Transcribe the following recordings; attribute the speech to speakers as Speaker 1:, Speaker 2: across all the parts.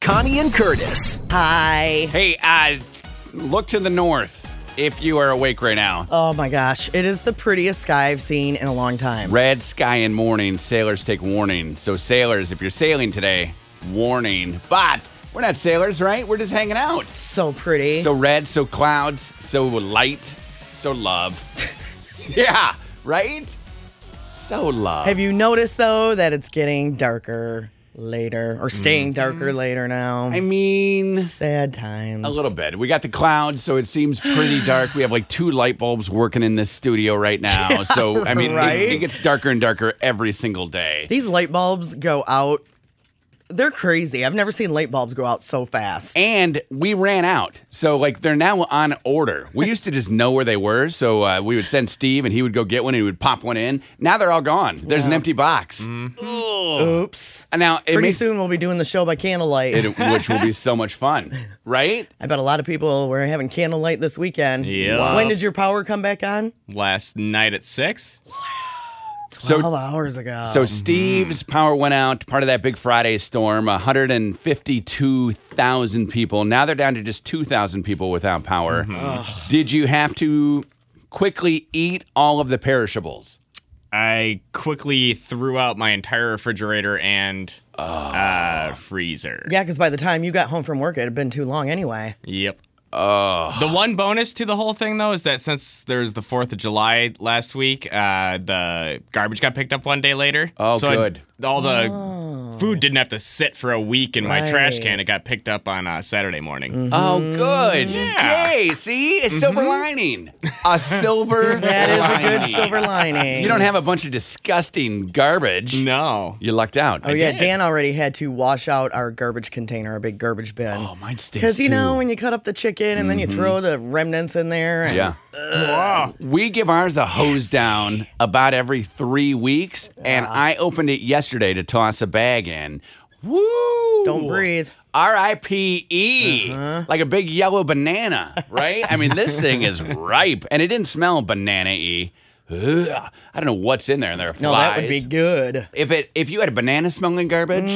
Speaker 1: Connie and Curtis.
Speaker 2: Hi.
Speaker 3: Hey, uh, look to the north if you are awake right now.
Speaker 2: Oh my gosh. It is the prettiest sky I've seen in a long time.
Speaker 3: Red sky and morning, sailors take warning. So, sailors, if you're sailing today, warning. But we're not sailors, right? We're just hanging out.
Speaker 2: So pretty.
Speaker 3: So red, so clouds, so light, so love. yeah, right? So love.
Speaker 2: Have you noticed though that it's getting darker later or staying darker later now?
Speaker 3: I mean,
Speaker 2: Sad times.
Speaker 3: Mm-hmm. a little bit. We got the clouds, so it seems pretty dark. We have like two light bulbs working in this studio right now. so, I mean, it-
Speaker 2: right?
Speaker 3: it gets darker and darker every single day.
Speaker 2: These light bulbs go out. They're crazy. I've never seen light bulbs go out so fast.
Speaker 3: and we ran out. So like they're now on order. We used to just know where they were, so uh, we would send Steve and he would go get one and he would pop one in. Now they're all gone. There's an empty box.
Speaker 2: Oops.
Speaker 3: And now it
Speaker 2: Mm. Pretty
Speaker 3: makes
Speaker 2: soon we'll be doing the show by candlelight.
Speaker 3: it, which will be so much fun, right?
Speaker 2: I bet a lot of people were having candlelight this weekend.
Speaker 4: Yeah.
Speaker 2: When did your power come back on?
Speaker 4: last night at six.
Speaker 2: 12 hours ago.
Speaker 3: So Steve's power went out, part of that big Friday storm, 152,000 people. Now they're down to just 2,000 people without power.
Speaker 2: Mm-hmm.
Speaker 3: Did you have to quickly eat all of the perishables?
Speaker 4: I quickly threw out my entire refrigerator and uh, freezer.
Speaker 2: yeah, because by the time you got home from work, it had been too long anyway.
Speaker 4: Yep. Oh. The one bonus to the whole thing, though, is that since there's the 4th of July last week, uh, the garbage got picked up one day later.
Speaker 3: Oh,
Speaker 4: so I-
Speaker 3: good. Oh.
Speaker 4: all the food didn't have to sit for a week in my trash
Speaker 2: Right.
Speaker 4: can. It got picked up on uh, Saturday morning.
Speaker 3: Oh, good.
Speaker 2: Mm-hmm.
Speaker 4: Yeah.
Speaker 3: Yay. See? A silver lining. A silver
Speaker 2: That is a good
Speaker 3: lining.
Speaker 2: silver lining.
Speaker 3: You don't have a bunch of disgusting garbage.
Speaker 4: No.
Speaker 3: You lucked out.
Speaker 2: Oh yeah, Dan already had to wash out our garbage container, our big garbage bin.
Speaker 3: Oh, mine stinks.
Speaker 2: Because you
Speaker 3: too. Mm-hmm.
Speaker 2: know when you cut up the chicken and then you throw the remnants in there. and-
Speaker 3: Yeah. We give ours a hose down about every three weeks, and I opened it yesterday to toss a bag in. Woo!
Speaker 2: Don't breathe.
Speaker 3: R.I.P.E. E.
Speaker 2: Uh-huh.
Speaker 3: Like a big yellow banana, right? I mean, this thing is ripe, and it didn't smell banana-y. Ugh. I don't know what's in there. There are flies.
Speaker 2: No, that would be good.
Speaker 3: if it if you had a banana smelling garbage.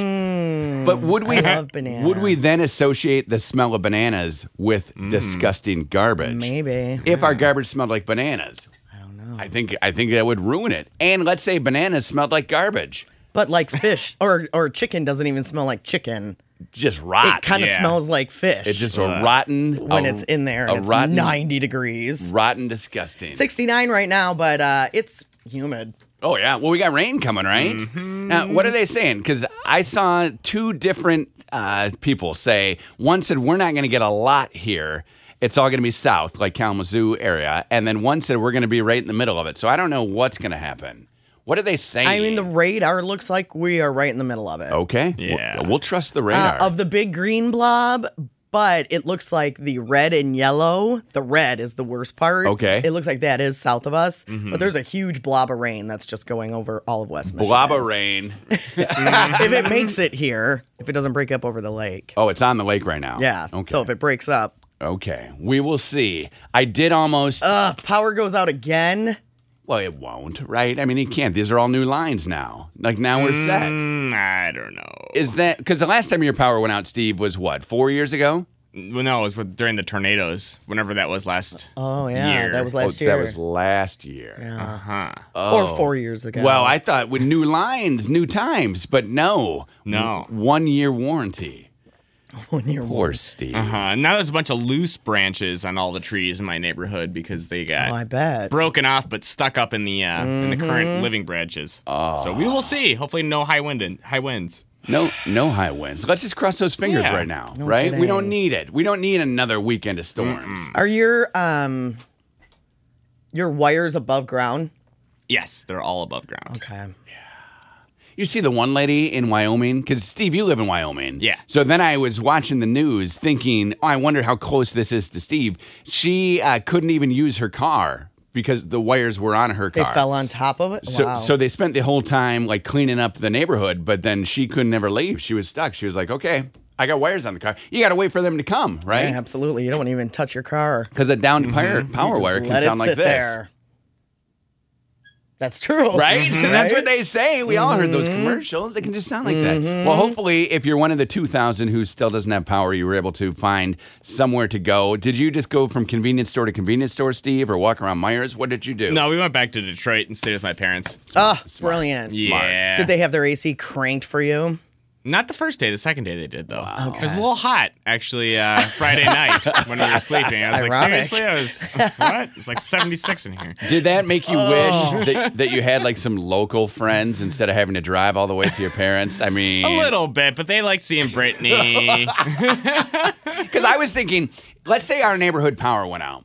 Speaker 3: but would we
Speaker 2: Mm, love banana.
Speaker 3: Eh, would we then associate the smell of bananas with
Speaker 2: Mm.
Speaker 3: disgusting garbage?
Speaker 2: Maybe.
Speaker 3: If our garbage smelled like bananas. I don't know. I think I think that would ruin it. And let's say bananas smelled like garbage.
Speaker 2: But like fish or or chicken doesn't even smell like chicken.
Speaker 3: Just
Speaker 2: It
Speaker 3: rot.
Speaker 2: kind of
Speaker 4: yeah.
Speaker 2: smells like fish.
Speaker 3: it's Ah, just a rotten
Speaker 2: when
Speaker 3: a
Speaker 2: it's in there
Speaker 3: a
Speaker 2: and it's
Speaker 3: rotten- Mm.
Speaker 2: 90 degrees.
Speaker 3: rotten disgusting.
Speaker 2: 69 right now, but uh, it's humid.
Speaker 3: Oh yeah. Well, we got rain coming, right?
Speaker 4: Mm-hmm.
Speaker 3: Now, what are they saying? Because I saw two different uh, people say. One said we're not going to get a lot here. It's all going to be south, like Kalamazoo area, and then one said we're going to be right in the middle of it. So I don't know what's going to happen. What are they saying?
Speaker 2: I mean, the radar looks like we are right in the middle of it.
Speaker 3: okay.
Speaker 4: Yeah.
Speaker 3: We'll, we'll trust the
Speaker 2: uh,
Speaker 3: Oh, radar.
Speaker 2: of the big green blob, but it looks like the red and yellow. The red is the worst part.
Speaker 3: Okay. Mm-hmm.
Speaker 2: It looks like that is south of us, but there's a huge blob of rain that's just going over all of West Michigan.
Speaker 3: Blob of rain.
Speaker 2: if it makes it here, if it doesn't break up over the lake.
Speaker 3: Oh, it's on the lake right now.
Speaker 2: Yeah.
Speaker 3: Okay.
Speaker 2: So if it breaks up,
Speaker 3: okay. We will see. I did almost.
Speaker 2: uh, power goes out again.
Speaker 3: well, it won't, right? I mean, it can't. These are all new lines now. Like now we're set.
Speaker 4: Mm, I don't know.
Speaker 3: Is that because the last time your power went out, Steve, was what four years ago?
Speaker 4: Well, no, it was with, during the tornadoes, whenever that was last.
Speaker 2: Oh yeah,
Speaker 4: year.
Speaker 2: that was last year.
Speaker 3: That was last year.
Speaker 4: Huh.
Speaker 2: Or four years ago.
Speaker 3: Well, I thought with new lines, new times, but no,
Speaker 4: No.
Speaker 3: one year warranty.
Speaker 2: when you're
Speaker 3: Poor Steve.
Speaker 4: Uh, now there's a bunch of loose branches on all the trees in my neighborhood because they got
Speaker 2: Oh, I bet.
Speaker 4: broken off but stuck up in the uh, in
Speaker 2: Mm-hmm.
Speaker 4: the current living branches. So we
Speaker 2: Ah.
Speaker 4: will see. Hopefully, no high wind and high winds.
Speaker 3: No, no high winds. Let's just cross those fingers
Speaker 4: Yeah.
Speaker 3: right now, right? We
Speaker 2: kidding.
Speaker 3: don't need it. We don't need another weekend of storms.
Speaker 2: Are your um your wires above ground?
Speaker 4: Yes, they're all above ground.
Speaker 2: Okay.
Speaker 3: You see the one lady in Wyoming? Because, Steve, you live in Wyoming.
Speaker 4: Yeah.
Speaker 3: So then I was watching the news thinking, oh, I wonder how close this is to Steve. She uh, couldn't even use her car because the wires were on her
Speaker 2: They
Speaker 3: car.
Speaker 2: fell on top of it.
Speaker 3: so,
Speaker 2: wow.
Speaker 3: so they spent the whole time like cleaning up the neighborhood, but then she couldn't ever leave. She was stuck. She was like, okay, I got wires on the car. You got to wait for them to come,
Speaker 2: Yeah, Mm-hmm.
Speaker 3: right?
Speaker 2: absolutely. You don't even touch your car.
Speaker 3: Because a downed power, power
Speaker 2: Just
Speaker 3: wire can
Speaker 2: let it
Speaker 3: sound like
Speaker 2: sit
Speaker 3: this.
Speaker 2: there. That's true.
Speaker 3: Right? That's what they say. We all heard
Speaker 2: Mm-hmm.
Speaker 3: those commercials. They can just sound like that. Well, hopefully, if you're one of the 2,000 who still doesn't have power, you were able to find somewhere to go. Did you just go from convenience store to convenience store, Steve, or walk around Myers? What did you do?
Speaker 4: No, we went back to Detroit and stayed with my parents.
Speaker 2: Ah, brilliant.
Speaker 4: Yeah.
Speaker 2: Did they have their AC cranked for you?
Speaker 4: Not the first day. The second day they did though. It was a little hot actually. Uh, Friday night when we were sleeping, I was
Speaker 2: Ironic.
Speaker 4: like, seriously, I was what? It's like 76 in here.
Speaker 3: Did that make you
Speaker 2: Oh.
Speaker 3: wish that, that you had like some local friends instead of having to drive all the way to your parents? I mean,
Speaker 4: A little bit, but they liked seeing Brittany.
Speaker 3: Because I was thinking, let's say our neighborhood power went out.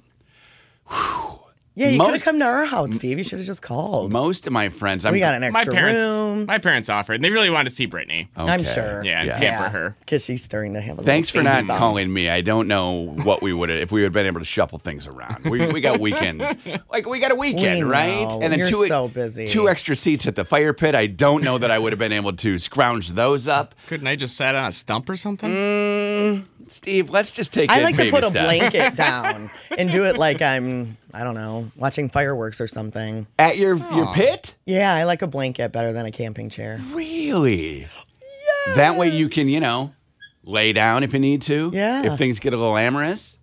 Speaker 2: Yeah, you
Speaker 3: Most-
Speaker 2: could have come to our house, Steve. You should have just called.
Speaker 3: Most of my friends, I'm
Speaker 2: We got an
Speaker 4: my
Speaker 2: extra
Speaker 4: parents,
Speaker 2: room.
Speaker 4: my parents offered, and they really wanted to see Brittany.
Speaker 2: I'm
Speaker 3: Okay.
Speaker 2: sure.
Speaker 4: Yeah,
Speaker 3: Oh, Yeah.
Speaker 4: yeah.
Speaker 3: Yeah.
Speaker 4: pamper her.
Speaker 2: Because she's starting to have a
Speaker 3: Thanks for
Speaker 2: little
Speaker 3: not
Speaker 2: baby bump.
Speaker 3: calling me. I don't know what we would have if we had been able to shuffle things around. We, we got weekends, like we got a weekend,
Speaker 2: We
Speaker 3: right?
Speaker 2: know.
Speaker 3: And then
Speaker 2: You're
Speaker 3: two e
Speaker 2: so busy.
Speaker 3: two extra seats at the fire pit. I don't know that I would have been able to scrounge those up.
Speaker 4: Couldn't I just sat on a stump or something?
Speaker 2: Mm-hmm.
Speaker 3: Steve, let's just take.
Speaker 2: I
Speaker 3: it
Speaker 2: like to
Speaker 3: baby
Speaker 2: put a
Speaker 3: steps.
Speaker 2: blanket down and do it like I'm, I don't know, watching fireworks or something.
Speaker 3: at your
Speaker 2: Oh.
Speaker 3: your pit.
Speaker 2: Yeah, I like a blanket better than a camping chair.
Speaker 3: Really? That way you can, you know, lay down if you need to.
Speaker 2: Yeah.
Speaker 3: If things get a little amorous.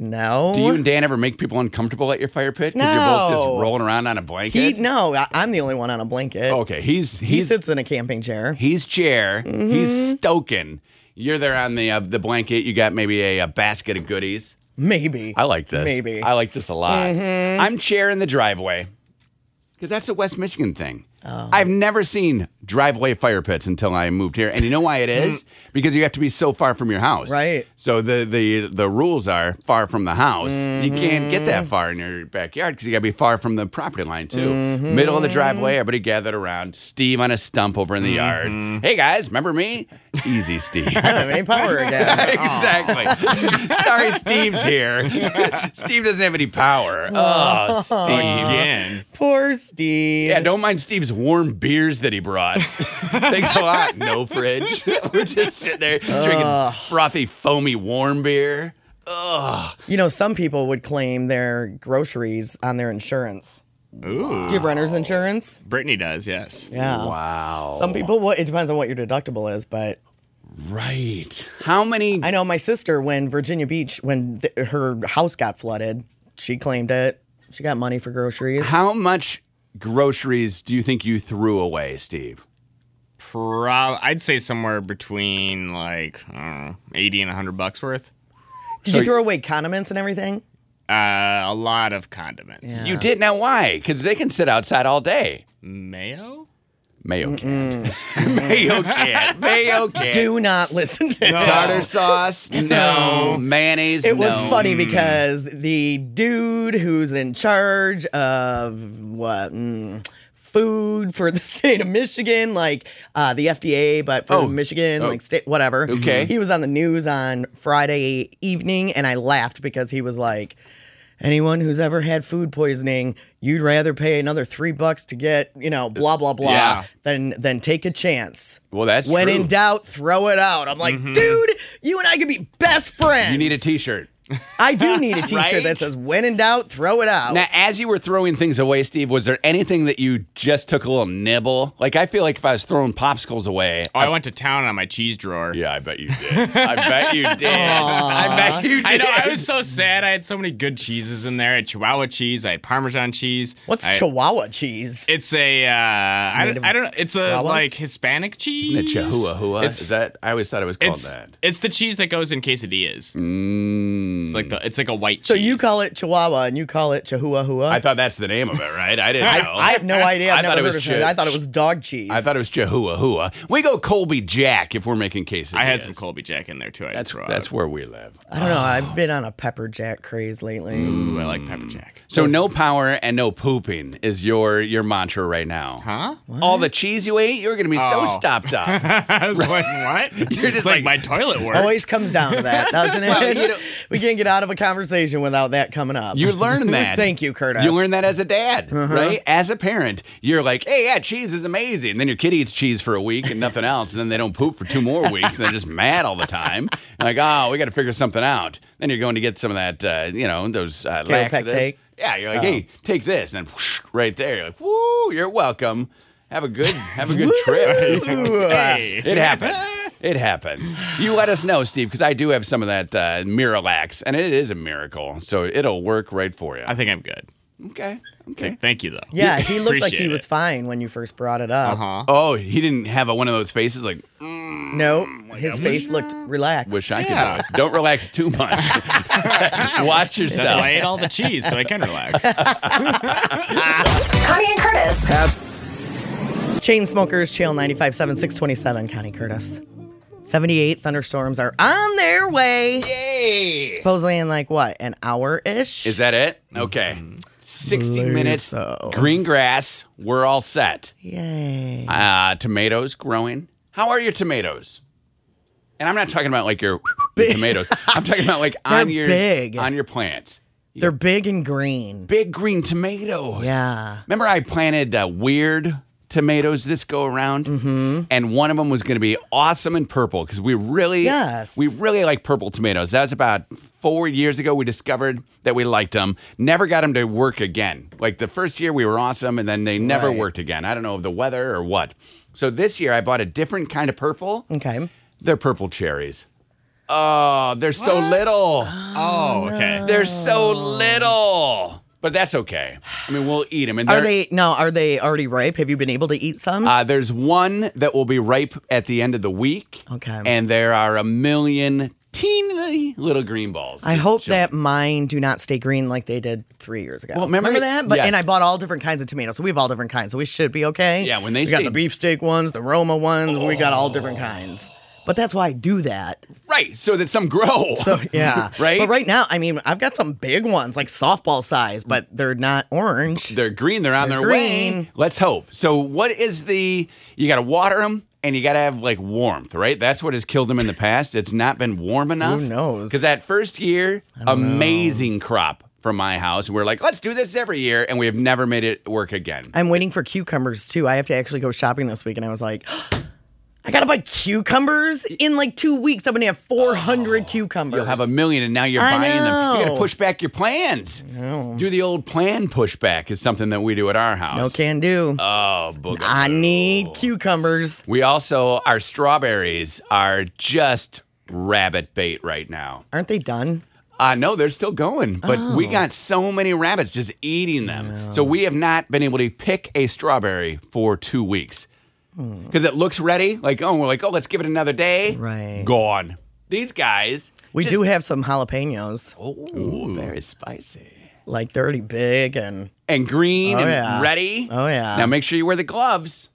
Speaker 2: No.
Speaker 3: Do you and Dan ever make people uncomfortable at your fire pit? Because you're both just
Speaker 2: No.
Speaker 3: rolling around on a blanket?
Speaker 2: He, no, I, I'm the only one on a blanket.
Speaker 3: Okay, Oh, he's
Speaker 2: he Mm-hmm.
Speaker 3: he's
Speaker 2: sits in a camping chair.
Speaker 3: he's chair. He's stoking. You're there on the uh, the blanket. You got maybe a, a basket of goodies.
Speaker 2: Maybe.
Speaker 3: I like this.
Speaker 2: Maybe. Mm-hmm.
Speaker 3: I like this a lot. I'm chair in the driveway because that's a West Michigan thing.
Speaker 2: Oh.
Speaker 3: I've never seen driveway fire pits until I moved here, and you know why it is? because you have to be so far from your house,
Speaker 2: Right.
Speaker 3: So the the the rules are far from the house. You can't get
Speaker 2: Mm-hmm.
Speaker 3: that far in your backyard because you got to be far from the property line too.
Speaker 2: Mm-hmm.
Speaker 3: Middle of the driveway, everybody gathered around. Steve on a stump over in the
Speaker 2: Mm-hmm.
Speaker 3: yard. Hey guys, remember me? Easy, Steve.
Speaker 2: I don't have any power
Speaker 3: Oh.
Speaker 2: again.
Speaker 3: exactly. Sorry, Steve's here. Steve doesn't have any power. Oh, Steve.
Speaker 4: Again.
Speaker 2: Poor Steve.
Speaker 3: Yeah, don't mind Steve's warm beers that he brought. Thanks a lot. No fridge. We're just sitting there drinking frothy, foamy, warm beer.
Speaker 2: You know, some people would claim their groceries on their insurance.
Speaker 4: Ooh.
Speaker 2: Do you have renter's insurance?
Speaker 4: Brittany does, yes.
Speaker 2: Yeah.
Speaker 3: Wow.
Speaker 2: Some people, well, it depends on what your deductible is, but
Speaker 3: Right. How many?
Speaker 2: I know my sister, when Virginia Beach, when th- her house got flooded, she claimed it. She got money for groceries.
Speaker 3: How much groceries do you think you threw away, Steve?
Speaker 4: Pro- I'd say somewhere between like I don't know, 80 and 100 bucks worth.
Speaker 2: Did
Speaker 3: So
Speaker 2: you
Speaker 3: y-
Speaker 2: throw away condiments and everything?
Speaker 4: Uh, a lot of condiments.
Speaker 2: Yeah.
Speaker 3: You did. Now why? Because they can sit outside all day.
Speaker 4: Mayo?
Speaker 3: Mayo can't. Mayo can't. Mayo can't.
Speaker 2: Do not listen to
Speaker 4: No.
Speaker 2: it.
Speaker 3: Tartar sauce? No. Mayonnaise?
Speaker 2: It was
Speaker 3: no.
Speaker 2: funny because the dude who's in charge of what mm, food for the state of Michigan, like uh, the FDA, but for
Speaker 3: Oh.
Speaker 2: Michigan,
Speaker 3: Oh.
Speaker 2: like state, whatever.
Speaker 3: Okay.
Speaker 2: He was on the news on Friday evening, and I laughed because he was like, "Anyone who's ever had food poisoning, you'd rather pay another three bucks to get you know blah blah blah
Speaker 4: Yeah.
Speaker 2: than than take a chance."
Speaker 3: Well, that's
Speaker 2: When
Speaker 3: true. Mm-hmm.
Speaker 2: in doubt, throw it out. I'm like, dude, you and I could be best friends.
Speaker 3: you need a T-shirt.
Speaker 2: I do need a T-shirt
Speaker 3: Right?
Speaker 2: that says "When in doubt, throw it out."
Speaker 3: Now, as you were throwing things away, Steve, was there anything that you just took a little nibble? Like, I feel like if I was throwing popsicles away.
Speaker 4: Oh, I went to town on my cheese drawer.
Speaker 3: Yeah, I bet you did. I bet you did. I bet you did.
Speaker 4: I know. I was so sad. I had so many good cheeses in there. I had Chihuahua cheese. I had Parmesan cheese.
Speaker 2: What's
Speaker 4: I,
Speaker 2: Chihuahua cheese?
Speaker 4: It's a. Uh, I,
Speaker 2: Made of
Speaker 4: don't, I don't know. It's a
Speaker 2: Chihuahuas?
Speaker 4: like Hispanic cheese.
Speaker 3: Isn't it Chihuahua? Hua?
Speaker 4: It's
Speaker 3: Is that? I always thought it was called
Speaker 4: it's,
Speaker 3: that.
Speaker 4: it's the cheese that goes in quesadillas.
Speaker 3: Mm.
Speaker 4: It's like the. It's like a white.
Speaker 2: Mm. so
Speaker 4: cheese.
Speaker 2: you call it Chihuahua and you call it Chihuahua Hua?
Speaker 3: I thought that's the name of it, right? I didn't know.
Speaker 2: I have no idea. I've
Speaker 3: I thought
Speaker 2: never
Speaker 3: it was
Speaker 2: heard of it.
Speaker 3: chi-
Speaker 2: I thought it was dog cheese.
Speaker 3: I thought it was Chihuahua Hua. We go Colby Jack if we're making cases.
Speaker 4: I had some Colby Jack in there too. I
Speaker 3: That's
Speaker 4: throw
Speaker 3: that's where we live.
Speaker 2: I don't know. I've been on a pepper jack craze lately.
Speaker 3: Mm.
Speaker 4: Out. Ooh, I like pepper
Speaker 2: Mm.
Speaker 4: jack.
Speaker 3: So no power and no pooping is your your mantra right now.
Speaker 4: Huh?
Speaker 3: All the cheese you ate, you're gonna be so
Speaker 4: Oh.
Speaker 3: stopped up.
Speaker 4: I was like, what?
Speaker 3: You're just
Speaker 4: It's
Speaker 3: like-
Speaker 4: like, my toilet work.
Speaker 2: Always comes down to that, doesn't it?
Speaker 3: you know-
Speaker 2: we can't get out of a conversation without that coming up.
Speaker 3: You learn that.
Speaker 2: Thank you, Curtis. Uh-huh.
Speaker 3: You learn that as a dad, right? As a parent, you're like, hey, yeah, cheese is amazing. then your kid eats cheese for a week and nothing else. And then they don't poop for two more weeks. And they're just mad all the time. And like, oh, we got to figure something out. Then you're going to get some of that, uh, you know, those uh,
Speaker 2: Chiropractic.
Speaker 3: laxatives. Yeah, you're like, hey,
Speaker 2: Oh.
Speaker 3: take this, and then whoosh, right there, you're like, woo, you're welcome. Have a good, have a good trip.
Speaker 2: Ooh, uh,
Speaker 3: It happens. It happens. You let us know, Steve, because I do have some of that uh, Miralax, and it is a miracle, so it'll work right for you.
Speaker 4: I think I'm good.
Speaker 3: Okay. Okay.
Speaker 4: Th- Thank you though.
Speaker 2: yeah, he looked like
Speaker 4: Appreciate
Speaker 2: he
Speaker 4: it.
Speaker 2: was fine when you first brought it up.
Speaker 4: Uh-huh.
Speaker 3: Oh, he didn't have a, one of those faces like
Speaker 2: No,
Speaker 3: Mm,
Speaker 2: his face looked relaxed.
Speaker 3: wish I could.
Speaker 4: Yeah.
Speaker 3: do it." Don't relax too much. Watch
Speaker 4: That's why I
Speaker 3: yourself.
Speaker 4: ate all the cheese so I can relax.
Speaker 2: Oh,
Speaker 1: Connie and Curtis.
Speaker 2: Chain smokers, Channel 957, 627, Connie Curtis. 78 thunderstorms are on their way. Supposedly in like what, an hour ish?
Speaker 3: Is that it? Okay. 60
Speaker 2: Believe
Speaker 3: minutes.
Speaker 2: so.
Speaker 3: Green grass. We're all set.
Speaker 2: Yay.
Speaker 3: Uh, tomatoes growing. How are your tomatoes? And I'm not talking about like your tomatoes. I'm talking about like on
Speaker 2: They're
Speaker 3: your
Speaker 2: big.
Speaker 3: on your plants.
Speaker 2: They're big and green.
Speaker 3: Big green tomatoes.
Speaker 2: Yeah.
Speaker 3: Remember, I planted uh, weird tomatoes this go around,
Speaker 2: Mm-hmm.
Speaker 3: and one of them was going to be awesome and purple because we really,
Speaker 2: Yes.
Speaker 3: we really like purple tomatoes. That was about four years ago. We discovered that we liked them. Never got them to work again. Like the first year, we were awesome, and then they never
Speaker 2: Right.
Speaker 3: worked again. I don't know of the weather or what. So this year, I bought a different kind of purple.
Speaker 2: Okay.
Speaker 3: They're purple cherries. Oh, they're so little.
Speaker 4: oh, okay.
Speaker 3: They're so little. But that's okay. I mean, we'll eat them. And
Speaker 2: Are
Speaker 3: they're-
Speaker 2: they no, are they already ripe? Have you been able to eat some?
Speaker 3: Uh, there's one that will be ripe at the end of the week.
Speaker 2: Okay.
Speaker 3: And there are a million teeny little green balls.
Speaker 2: I
Speaker 3: just
Speaker 2: hope
Speaker 3: chilling.
Speaker 2: that mine do not stay green like they did three years ago.
Speaker 3: Well, remember-
Speaker 2: that? But
Speaker 3: Yes.
Speaker 2: and I bought all different kinds of tomatoes, so we have all different kinds, so we should be okay.
Speaker 3: Yeah, when they
Speaker 2: we
Speaker 3: stay- Oh.
Speaker 2: got the beefsteak ones, the Roma ones, we got all different kinds. But that's why I do that.
Speaker 3: Right. So that some grow.
Speaker 2: So yeah,
Speaker 3: Right?
Speaker 2: But right now, I mean, I've got some big ones, like softball size, but they're not orange.
Speaker 3: they're green. They're on
Speaker 2: They're
Speaker 3: their way.
Speaker 2: green.
Speaker 3: Let's hope. So, what is the. You got to water them and you got to have like warmth, right? That's what has killed them in the past. It's not been warm enough.
Speaker 2: knows?
Speaker 3: Because that first year, amazing crop from my house. We're like, let's do this every year. And we have never made it work again.
Speaker 2: I'm waiting for cucumbers too. I have to actually go shopping this week, and I was like. I gotta buy cucumbers in like two weeks. I'm gonna have 400 cucumbers.
Speaker 3: Oh. You'll have a million, and now you're
Speaker 2: I
Speaker 3: buying them. You got to
Speaker 2: know.
Speaker 3: push back your plans. Do the old plan pushback is something that we do at our
Speaker 2: no
Speaker 3: house.
Speaker 2: can do.
Speaker 3: Oh, booga.
Speaker 2: I
Speaker 3: Oh.
Speaker 2: need cucumbers.
Speaker 3: we also our strawberries are just rabbit bait right now.
Speaker 2: Aren't they done?
Speaker 3: Uh, no, they're still going, but we
Speaker 2: Oh.
Speaker 3: got so many rabbits just eating them. So we have not been able to pick a strawberry for two weeks
Speaker 2: Hmm.
Speaker 3: because it looks ready. Like oh, we're like oh, let's give it another day.
Speaker 2: Right.
Speaker 3: Gone. These guys.
Speaker 2: We
Speaker 3: just-
Speaker 2: do have some jalapenos.
Speaker 3: Oh, very spicy.
Speaker 2: Like they're already big and
Speaker 3: and green and
Speaker 2: yeah.
Speaker 3: ready.
Speaker 2: Oh, yeah.
Speaker 3: Now make sure you wear the gloves.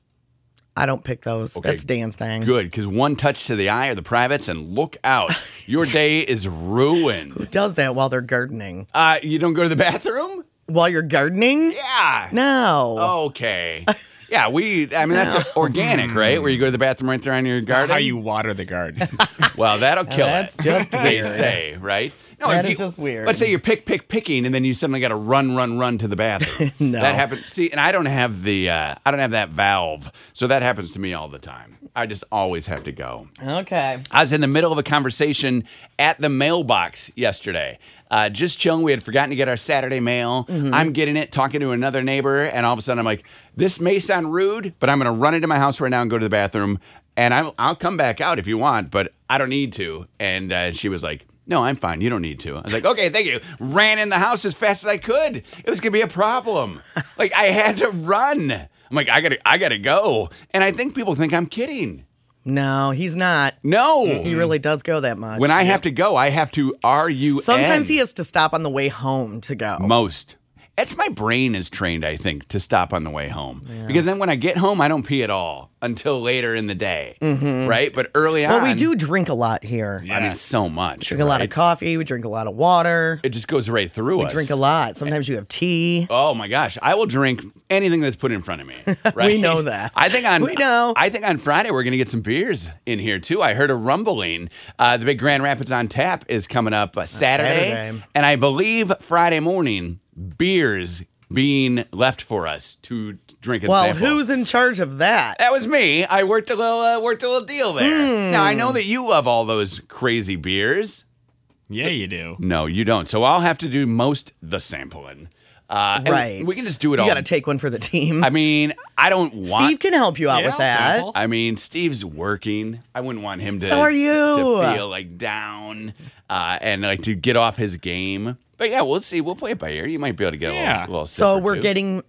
Speaker 2: I don't pick those. That's Dan's thing.
Speaker 3: Good, because one touch to the eye or the privates, and look out. Your day is ruined.
Speaker 2: Does that while they're gardening.
Speaker 3: Uh, you don't go to the bathroom?
Speaker 2: While you're gardening?
Speaker 3: Yeah.
Speaker 2: No.
Speaker 3: Oh, Okay. Yeah, we. I mean, that's organic, right? Where you go to the bathroom right there on your garden.
Speaker 4: How you water the garden.
Speaker 3: Well, that'll kill
Speaker 2: That's
Speaker 3: it.
Speaker 2: just
Speaker 3: they
Speaker 2: weird.
Speaker 3: say, right? No,
Speaker 2: That
Speaker 3: if
Speaker 2: is just weird.
Speaker 3: Let's say you're pick, pick, picking, and then you suddenly got to run, run, run to the bathroom.
Speaker 2: No.
Speaker 3: that happens. See, and I don't have the, uh, I don't have that valve, so that happens to me all the time. I just always have to go.
Speaker 2: Okay.
Speaker 3: I was in the middle of a conversation at the mailbox yesterday. Uh, just chilling. We had forgotten to get our Saturday mail. I'm getting it, talking to another neighbor, and all of a sudden I'm like, this may sound rude, but I'm going to run into my house right now and go to the bathroom. And I'm, I'll come back out if you want, but I don't need to. And uh, she was like, no, I'm fine. You don't need to. I was like, okay, thank you. Ran in the house as fast as I could. It was gonna be a problem. Like I had to run. I'm like, I gotta, I gotta go. And I think people think I'm kidding.
Speaker 2: No, he's not.
Speaker 3: No,
Speaker 2: He really does go that much.
Speaker 3: Mm. when I have to go, I have to R U N.
Speaker 2: Sometimes he has to stop on the way home to go.
Speaker 3: most. It's my brain is trained, I think, to stop on the way home because then when I get home, I don't pee at all until later in the day, right? But early
Speaker 2: Mm-hmm. Well,
Speaker 3: on,
Speaker 2: we do drink a lot here.
Speaker 3: I mean, so much.
Speaker 2: Drink a lot of coffee. We drink a lot of water.
Speaker 3: It just goes right through us.
Speaker 2: Drink a lot. Sometimes you have tea.
Speaker 3: Oh my gosh, I will drink anything that's put in front of me. Right?
Speaker 2: We know that.
Speaker 3: I think on
Speaker 2: We know.
Speaker 3: I think on Friday we're gonna get some beers in here too. I heard a rumbling. Uh, the big Grand Rapids on tap is coming up uh, Saturday,
Speaker 2: Saturday.
Speaker 3: and I believe Friday morning beers being left for us to drink. And
Speaker 2: Well,
Speaker 3: sample.
Speaker 2: who's in charge of that?
Speaker 3: That was me. I worked a little uh, worked a little deal there.
Speaker 2: Hmm.
Speaker 3: Now I know that you love all those crazy beers.
Speaker 4: yeah, you do.
Speaker 3: No, you don't. So I'll have to do most the sampling. Uh, and
Speaker 2: right.
Speaker 3: We can just do it
Speaker 2: you
Speaker 3: all.
Speaker 2: got to take one for the team.
Speaker 3: I mean, I don't want.
Speaker 2: Steve can help you out
Speaker 4: Yeah,
Speaker 2: with
Speaker 4: I'll
Speaker 2: that.
Speaker 4: sample.
Speaker 3: I mean, Steve's working. I wouldn't want him to.
Speaker 2: So are you.
Speaker 3: To feel like down uh, and like to get off his game. But yeah, we'll see. We'll play it by ear. You might be able to get a
Speaker 4: Yeah.
Speaker 3: little. little sip
Speaker 2: So
Speaker 3: or
Speaker 2: we're
Speaker 3: two.
Speaker 2: getting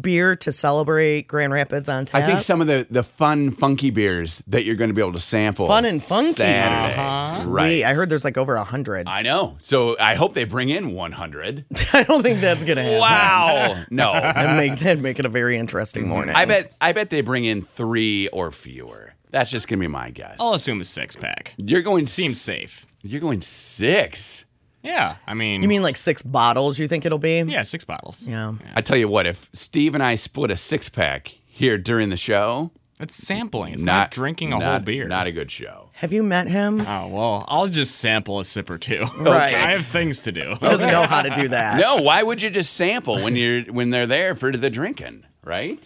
Speaker 2: beer to celebrate Grand Rapids on tap.
Speaker 3: I think some of the, the fun, funky beers that you're going to be able to sample.
Speaker 2: Fun and funky.
Speaker 3: Saturday.
Speaker 4: Uh-huh.
Speaker 3: Right.
Speaker 2: We- I heard there's like over a hundred. I,
Speaker 3: I know. So I hope they bring in 100.
Speaker 2: don't think that's gonna happen.
Speaker 3: Wow. no.
Speaker 2: That make that make it a very interesting morning.
Speaker 3: I bet I bet they bring in 3 or fewer. That's just going to be my guess.
Speaker 2: Oh.
Speaker 4: I'll assume a six pack.
Speaker 3: You're going
Speaker 4: Seems
Speaker 3: s-
Speaker 4: safe.
Speaker 3: You're going 6.
Speaker 4: Yeah, I mean,
Speaker 2: You mean like six bottles? You think it'll be?
Speaker 4: yeah, six bottles.
Speaker 2: Yeah.
Speaker 3: I tell you what, if Steve and I split a six-pack here during the show,
Speaker 4: That's sampling. It's not, drinking a whole
Speaker 3: not-
Speaker 4: beer.
Speaker 3: Not a good show.
Speaker 2: Have you met him?
Speaker 4: oh well, I'll just sample a sip or two.
Speaker 2: Right.
Speaker 4: I have things to do.
Speaker 2: He doesn't know how to do that.
Speaker 3: No, why would you just sample when you're when they're there for the drinking, right?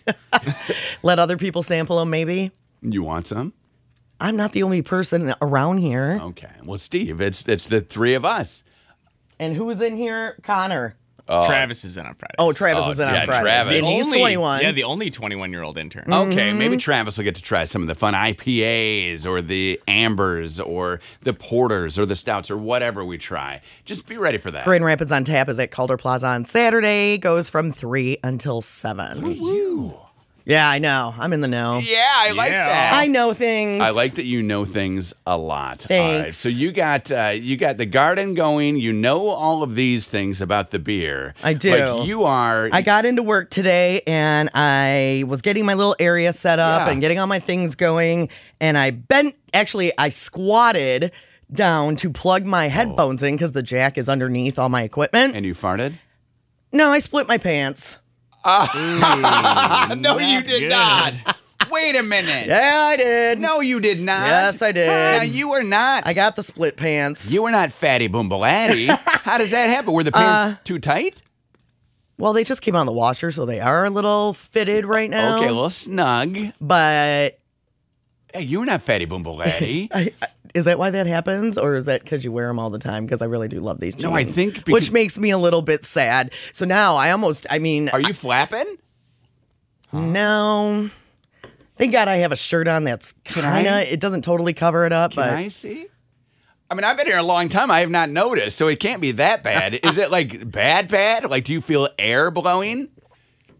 Speaker 2: Let other people sample him, maybe.
Speaker 3: You want some?
Speaker 2: I'm not the only person around here.
Speaker 3: Okay. Well, Steve, it's it's the three of us.
Speaker 2: And who was in here? Connor.
Speaker 4: Travis is in on Friday.
Speaker 2: Oh, Travis
Speaker 3: Oh,
Speaker 2: is in
Speaker 3: yeah,
Speaker 2: on Fridays.
Speaker 3: Travis.
Speaker 2: And he's 21.
Speaker 4: Yeah, the only 21 year old intern.
Speaker 3: Okay, maybe Travis will get to try some of the fun IPAs or the ambers or the porters or the stouts or whatever we try. Just be ready for that.
Speaker 2: Grand Rapids on Tap is at Calder Plaza on Saturday. Goes from 3 until 7.
Speaker 3: You.
Speaker 2: Yeah, I know. I'm in the know.
Speaker 3: Yeah, I like
Speaker 4: Yeah.
Speaker 3: that.
Speaker 2: I know things.
Speaker 3: I like that you know things a lot. All right.
Speaker 2: Thanks.
Speaker 3: So you got uh, you got the garden going. You know all of these things about the beer.
Speaker 2: I do.
Speaker 3: Like you are.
Speaker 2: I got into work today and I was getting my little area set up
Speaker 3: Yeah.
Speaker 2: and getting all my things going. And I bent, actually, I squatted down to plug my headphones in because the jack is underneath all my equipment.
Speaker 3: Oh. and you farted.
Speaker 2: no, I split my pants.
Speaker 3: Uh, no,
Speaker 4: you did not.
Speaker 3: Wait a minute.
Speaker 2: Yeah, I did.
Speaker 3: No, you did not.
Speaker 2: Yes, I did.
Speaker 3: No, you were not.
Speaker 2: I got the split pants.
Speaker 3: you were not fatty boombaladdy. How does that happen? Were the
Speaker 2: Uh,
Speaker 3: pants too tight?
Speaker 2: Well, they just came out of the washer, so they are a little fitted right now.
Speaker 3: Okay, a little snug.
Speaker 2: but
Speaker 3: Hey, you were not fatty boombaladdy.
Speaker 2: I, I- is that why that happens, or is that because you wear them all the time? Because I really do love these jeans.
Speaker 3: No, I think becau-
Speaker 2: which makes me a little bit sad. So now I almost, I mean,
Speaker 3: Are you flapping?
Speaker 2: no. Thank God I have a shirt on that's
Speaker 3: I?
Speaker 2: kind of it doesn't totally cover it up,
Speaker 3: Can
Speaker 2: but
Speaker 3: I see? I mean, I've been here a long time. I have not noticed, so it can't be that bad. Is it like bad, bad? Like, do you feel air blowing?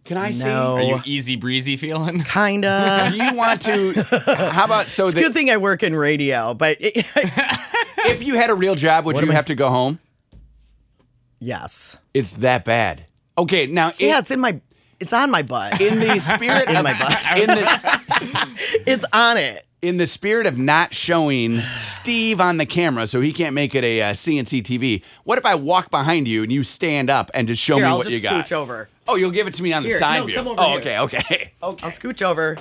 Speaker 3: Can I
Speaker 2: No.
Speaker 4: Are you easy breezy feeling?
Speaker 2: kind of.
Speaker 3: see? Do you want to? How about so
Speaker 2: Good
Speaker 3: that
Speaker 2: thing I work in radio, but it,
Speaker 3: if you had a real job, would you have to go home?
Speaker 2: yes,
Speaker 3: It's that bad. Okay, now in-
Speaker 2: yeah, it's in my, it's on my butt,
Speaker 3: in, the spirit
Speaker 2: In
Speaker 3: of
Speaker 2: my butt.
Speaker 3: in the
Speaker 2: it's on it.
Speaker 3: in the spirit of not showing Steve on the camera, so he can't make it a uh, CNC TV. What if I walk behind you and you stand up and just show
Speaker 2: Here,
Speaker 3: me
Speaker 2: I'll
Speaker 3: what
Speaker 2: just
Speaker 3: you got?
Speaker 2: scooch over.
Speaker 3: Oh, you'll give it to me on the
Speaker 2: Here,
Speaker 3: side
Speaker 2: no,
Speaker 3: view.
Speaker 2: come over
Speaker 3: oh,
Speaker 2: here.
Speaker 3: okay, okay, okay.
Speaker 2: I'll scooch over.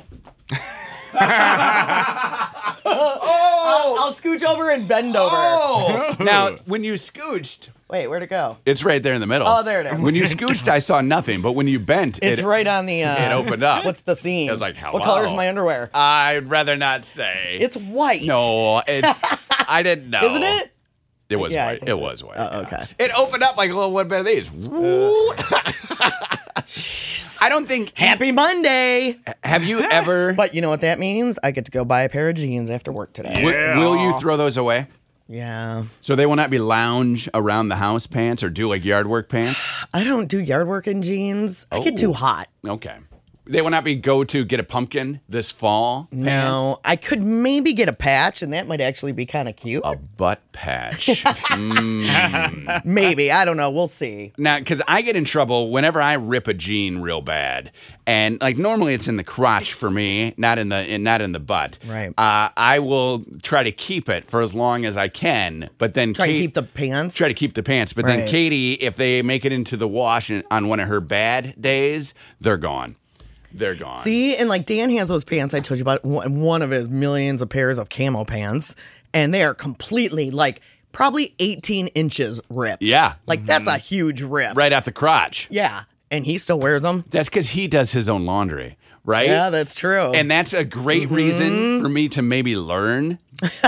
Speaker 3: Oh,
Speaker 2: I'll scooch over and bend over.
Speaker 3: oh. now when you scooched,
Speaker 2: Wait, where'd it go?
Speaker 3: it's right there in the middle.
Speaker 2: Oh, there it is.
Speaker 3: When you scooched, I saw nothing, but when you bent,
Speaker 2: It's
Speaker 3: it,
Speaker 2: right on the. Uh,
Speaker 3: It opened up.
Speaker 2: What's the scene?
Speaker 3: It was like, hello.
Speaker 2: What color is my underwear?
Speaker 3: I'd rather not say.
Speaker 2: It's white.
Speaker 3: no, it's. I didn't know.
Speaker 2: Isn't it?
Speaker 3: It was
Speaker 2: Yeah, I
Speaker 3: white.
Speaker 2: think
Speaker 3: It was white.
Speaker 2: Oh,
Speaker 3: yeah.
Speaker 2: okay. Uh,
Speaker 3: It opened up like a little one bit of these. Woo. I don't think.
Speaker 2: Happy Monday.
Speaker 3: Have you ever?
Speaker 2: But you know what that means? I get to go buy a pair of jeans after work today.
Speaker 3: Wi- will you throw those away?
Speaker 2: Yeah.
Speaker 3: So they will not be lounge around the house pants or do like yard work pants.
Speaker 2: I don't do yard work in jeans. I get
Speaker 3: Oh.
Speaker 2: too hot.
Speaker 3: Okay. They will not be go to get a pumpkin this fall.
Speaker 2: No, I could maybe get a patch, and that might actually be kind of cute.
Speaker 3: A butt patch.
Speaker 2: Maybe I don't know. We'll see.
Speaker 3: now, because I get in trouble whenever I rip a jean real bad, and like normally it's in the crotch for me, not in the in, not in the butt.
Speaker 2: Right.
Speaker 3: Uh, I will try to keep it for as long as I can, but then
Speaker 2: Try to
Speaker 3: Kate-
Speaker 2: keep the pants.
Speaker 3: try to keep the pants. But then
Speaker 2: Right.
Speaker 3: Katie, if they make it into the wash and- on one of her bad days, they're gone. They're gone.
Speaker 2: See, and like Dan has those pants I told you about, one one of his millions of pairs of camo pants, and they are completely like probably 18 inches ripped.
Speaker 3: Yeah. Mm-hmm.
Speaker 2: Like that's a huge rip.
Speaker 3: right off the crotch.
Speaker 2: Yeah. And he still wears them.
Speaker 3: That's because he does his own laundry, right?
Speaker 2: Yeah, that's true.
Speaker 3: and that's a great
Speaker 2: Mm-hmm.
Speaker 3: reason for me to maybe learn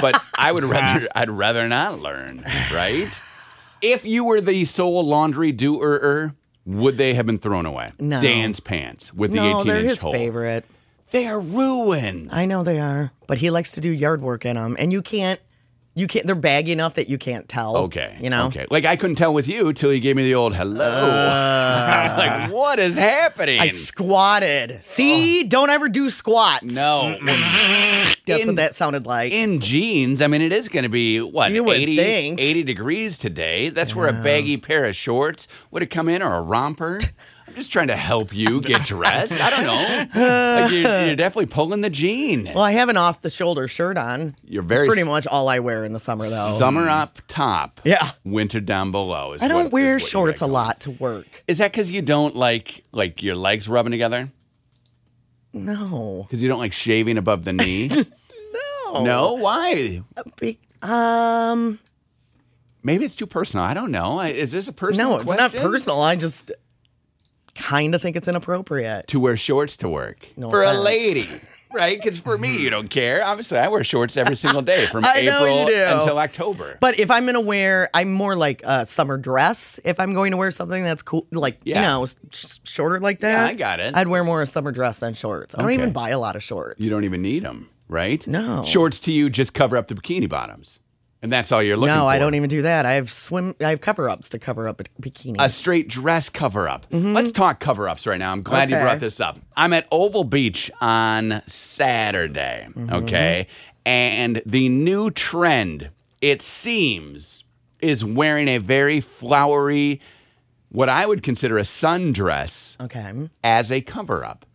Speaker 3: but i would rather i'd rather not learn right if you were the sole laundry doer would they have been thrown away?
Speaker 2: No.
Speaker 3: Dan's pants with the
Speaker 2: no,
Speaker 3: 18
Speaker 2: they're
Speaker 3: inch
Speaker 2: his
Speaker 3: hole.
Speaker 2: favorite.
Speaker 3: They are ruined.
Speaker 2: I know they are, but he likes to do yard work in them, and you can't. You can't. They're baggy enough that you can't tell.
Speaker 3: Okay.
Speaker 2: You know.
Speaker 3: Okay. Like I couldn't tell with you till you gave me the old hello. I was like, what is happening?
Speaker 2: Uh. I squatted. See, don't ever do squats.
Speaker 3: Oh. no.
Speaker 2: That's
Speaker 3: In-
Speaker 2: what that sounded like.
Speaker 3: In jeans, I mean, it is going to be what
Speaker 2: You would
Speaker 3: 80,
Speaker 2: think.
Speaker 3: 80 degrees today. That's where a baggy pair of shorts would have come in or a romper. I'm just trying to help you get dressed. I don't know. Like you're, you're definitely pulling the jean.
Speaker 2: well, I have an off-the-shoulder shirt on.
Speaker 3: You're
Speaker 2: It's
Speaker 3: very
Speaker 2: pretty
Speaker 3: s-
Speaker 2: much all I wear in the summer, though.
Speaker 3: Summer up top.
Speaker 2: Yeah.
Speaker 3: Winter down below. Is
Speaker 2: I
Speaker 3: what-
Speaker 2: don't
Speaker 3: is
Speaker 2: wear
Speaker 3: what you
Speaker 2: shorts a
Speaker 3: got going.
Speaker 2: lot to work.
Speaker 3: Is that because you don't like like your legs rubbing together?
Speaker 2: No.
Speaker 3: Because you don't like shaving above the knee?
Speaker 2: No.
Speaker 3: no? Why?
Speaker 2: Be- um.
Speaker 3: Maybe it's too personal. I don't know. I- Is this a personal
Speaker 2: No, it's not
Speaker 3: question?
Speaker 2: personal. I just kind of think it's inappropriate.
Speaker 3: To wear shorts to work
Speaker 2: No
Speaker 3: for a
Speaker 2: offense.
Speaker 3: lady, right? Because for me, you don't care. Obviously, I wear shorts every single day from
Speaker 2: I know
Speaker 3: April
Speaker 2: you do.
Speaker 3: until October.
Speaker 2: But if I'm gonna wear, I'm more like a summer dress. If I'm going to wear something that's cool, like
Speaker 3: Yeah.
Speaker 2: you know, s- s- shorter like that.
Speaker 3: I got it.
Speaker 2: I'd wear more a summer dress than shorts. I don't
Speaker 3: Okay.
Speaker 2: even buy a lot of shorts.
Speaker 3: you don't even need them, right?
Speaker 2: No.
Speaker 3: Shorts to you just cover up the bikini bottoms, and that's all you're looking for.
Speaker 2: no, I don't even do that. I have swim. I have cover ups to cover up a bikini.
Speaker 3: a straight dress cover up. Let's talk cover ups right now. I'm glad you
Speaker 2: Mm-hmm. Okay.
Speaker 3: brought this up. I'm at Oval Beach on Saturday,
Speaker 2: Mm-hmm.
Speaker 3: okay? And the new trend, it seems, is wearing a very flowery, what I would consider a sundress
Speaker 2: okay.
Speaker 3: as a cover up.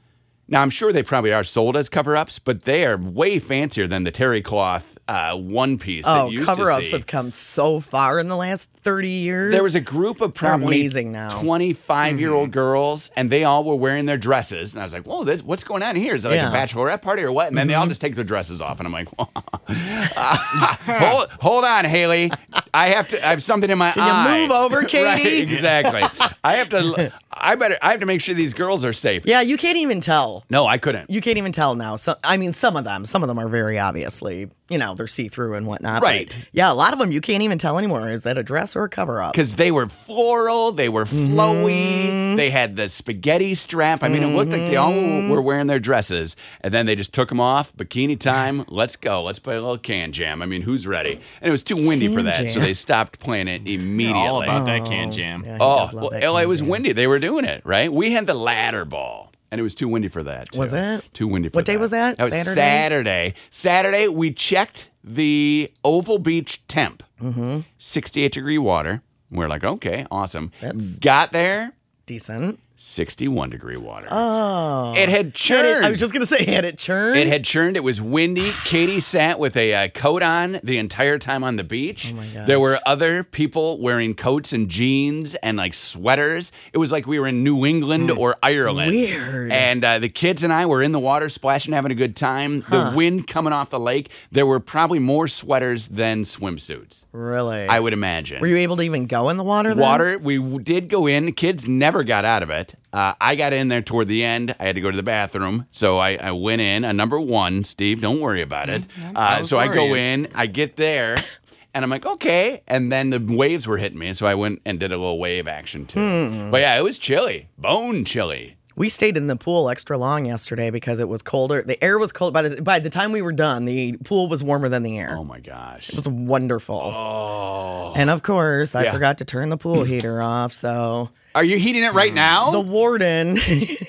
Speaker 3: Now, I'm sure they probably are sold as cover ups, but they are way fancier than the terry cloth uh, one piece. that
Speaker 2: Oh,
Speaker 3: you used to
Speaker 2: cover ups
Speaker 3: see.
Speaker 2: have come so far in the last thirty years.
Speaker 3: There was a group of probably
Speaker 2: amazing now. Mm-hmm.
Speaker 3: 25 year old girls, and they all were wearing their dresses. And I was like, whoa, this, what's going on here? Is it like
Speaker 2: Yeah. Mm-hmm.
Speaker 3: a bachelorette party or what? And then they all just take their dresses off. And I'm like, hold, hold on, Haley. I have to, I have something in my
Speaker 2: you
Speaker 3: eye.
Speaker 2: move over,
Speaker 3: Right,
Speaker 2: Katie?
Speaker 3: exactly. I have to, I better, I have to make sure these girls are safe.
Speaker 2: yeah, you can't even tell.
Speaker 3: No, I couldn't.
Speaker 2: You can't even tell now. So I mean, some of them, some of them are very obviously, you know, they're see through and whatnot. but
Speaker 3: Right.
Speaker 2: yeah, a lot of them you can't even tell anymore. Is that a dress or a cover up?
Speaker 3: because they were floral, they were flowy,
Speaker 2: Mm-hmm.
Speaker 3: they had the spaghetti strap. I mean, it looked like they all were wearing their dresses, and then they just took them off. Bikini time, let's go, let's play a little can jam. I mean, who's ready? And it was too windy for
Speaker 2: Can
Speaker 3: that, so
Speaker 2: jam.
Speaker 3: they stopped playing it immediately.
Speaker 4: All about that can jam.
Speaker 2: Yeah, he
Speaker 3: oh,
Speaker 2: does love
Speaker 3: well,
Speaker 2: that
Speaker 3: LA
Speaker 2: kind of
Speaker 3: was
Speaker 2: jam.
Speaker 3: windy. They were doing it right. We had the ladder ball. And it was too windy for that. Too.
Speaker 2: Was it?
Speaker 3: Too windy for
Speaker 2: What
Speaker 3: that.
Speaker 2: day was that?
Speaker 3: That was
Speaker 2: Saturday?
Speaker 3: Saturday. Saturday, we checked the Oval Beach temp.
Speaker 2: Mm-hmm.
Speaker 3: 68 degree water. We're like, okay, awesome.
Speaker 2: That's-
Speaker 3: Got there,
Speaker 2: decent.
Speaker 3: 61 degree water.
Speaker 2: Oh,
Speaker 3: it had
Speaker 2: Had
Speaker 3: churned.
Speaker 2: it- I was just gonna say, had it churned?
Speaker 3: it had churned. It was windy. Katie sat with a uh, coat on the entire time on the beach. Oh my
Speaker 2: gosh.
Speaker 3: There were other people wearing coats and jeans and like sweaters. It was like we were in New England or Ireland.
Speaker 2: Weird.
Speaker 3: And uh, the kids and I were in the water splashing, having a good time. The wind coming off the lake. There were probably more sweaters than swimsuits.
Speaker 2: really.
Speaker 3: I would imagine.
Speaker 2: Were you able to even go in the water? Then?
Speaker 3: Water, we w- did go in. Kids never got out of it. Uh, I got in there toward the end. I had to go to the bathroom. So I, I went in. A number one, Steve, don't worry about it.
Speaker 2: Mm-hmm.
Speaker 3: Uh,
Speaker 4: was
Speaker 3: so I go
Speaker 4: worrying.
Speaker 3: in, I get there, and I'm like, okay. And then the waves were hitting me. So I went and did a little wave action too.
Speaker 2: Hmm.
Speaker 3: But yeah, it was chilly, bone chilly.
Speaker 2: We stayed in the pool extra long yesterday because it was colder. The air was cold. By the by the time we were done, the pool was warmer than the air.
Speaker 3: Oh my gosh.
Speaker 2: It was wonderful. And of course, I
Speaker 3: Oh. Yeah.
Speaker 2: forgot to turn the pool heater off. So
Speaker 3: Are you heating it right now?
Speaker 2: the warden, he's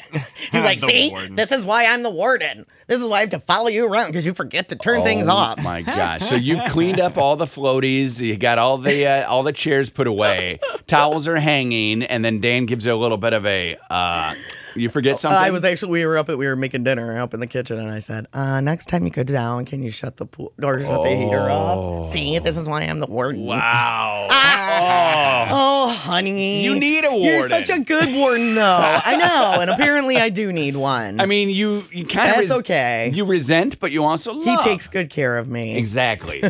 Speaker 2: like,
Speaker 4: The
Speaker 2: "See,
Speaker 4: warden.
Speaker 2: this is why I'm the warden. This is why I have to follow you around because you forget to turn things
Speaker 3: Oh
Speaker 2: off." Uh,
Speaker 3: My gosh! So you've cleaned up all the floaties. You got all the uh, all the chairs put away. Towels are hanging, and then Dan gives you a little bit of a. Uh, you forget something.
Speaker 2: Oh, I was actually we were up at we were making dinner up in the kitchen and I said, uh, next time you go down, can you shut the pool or shut the heater off? See, this is why I'm the warden.
Speaker 3: Oh. wow.
Speaker 2: Oh, honey.
Speaker 3: You need a
Speaker 2: You're such a
Speaker 3: warden.
Speaker 2: good warden, though. I know. And apparently I do need one.
Speaker 3: I mean, you you kind of
Speaker 2: That's okay.
Speaker 3: You resent, but you also
Speaker 2: he
Speaker 3: love.
Speaker 2: takes good care of me.
Speaker 3: Exactly.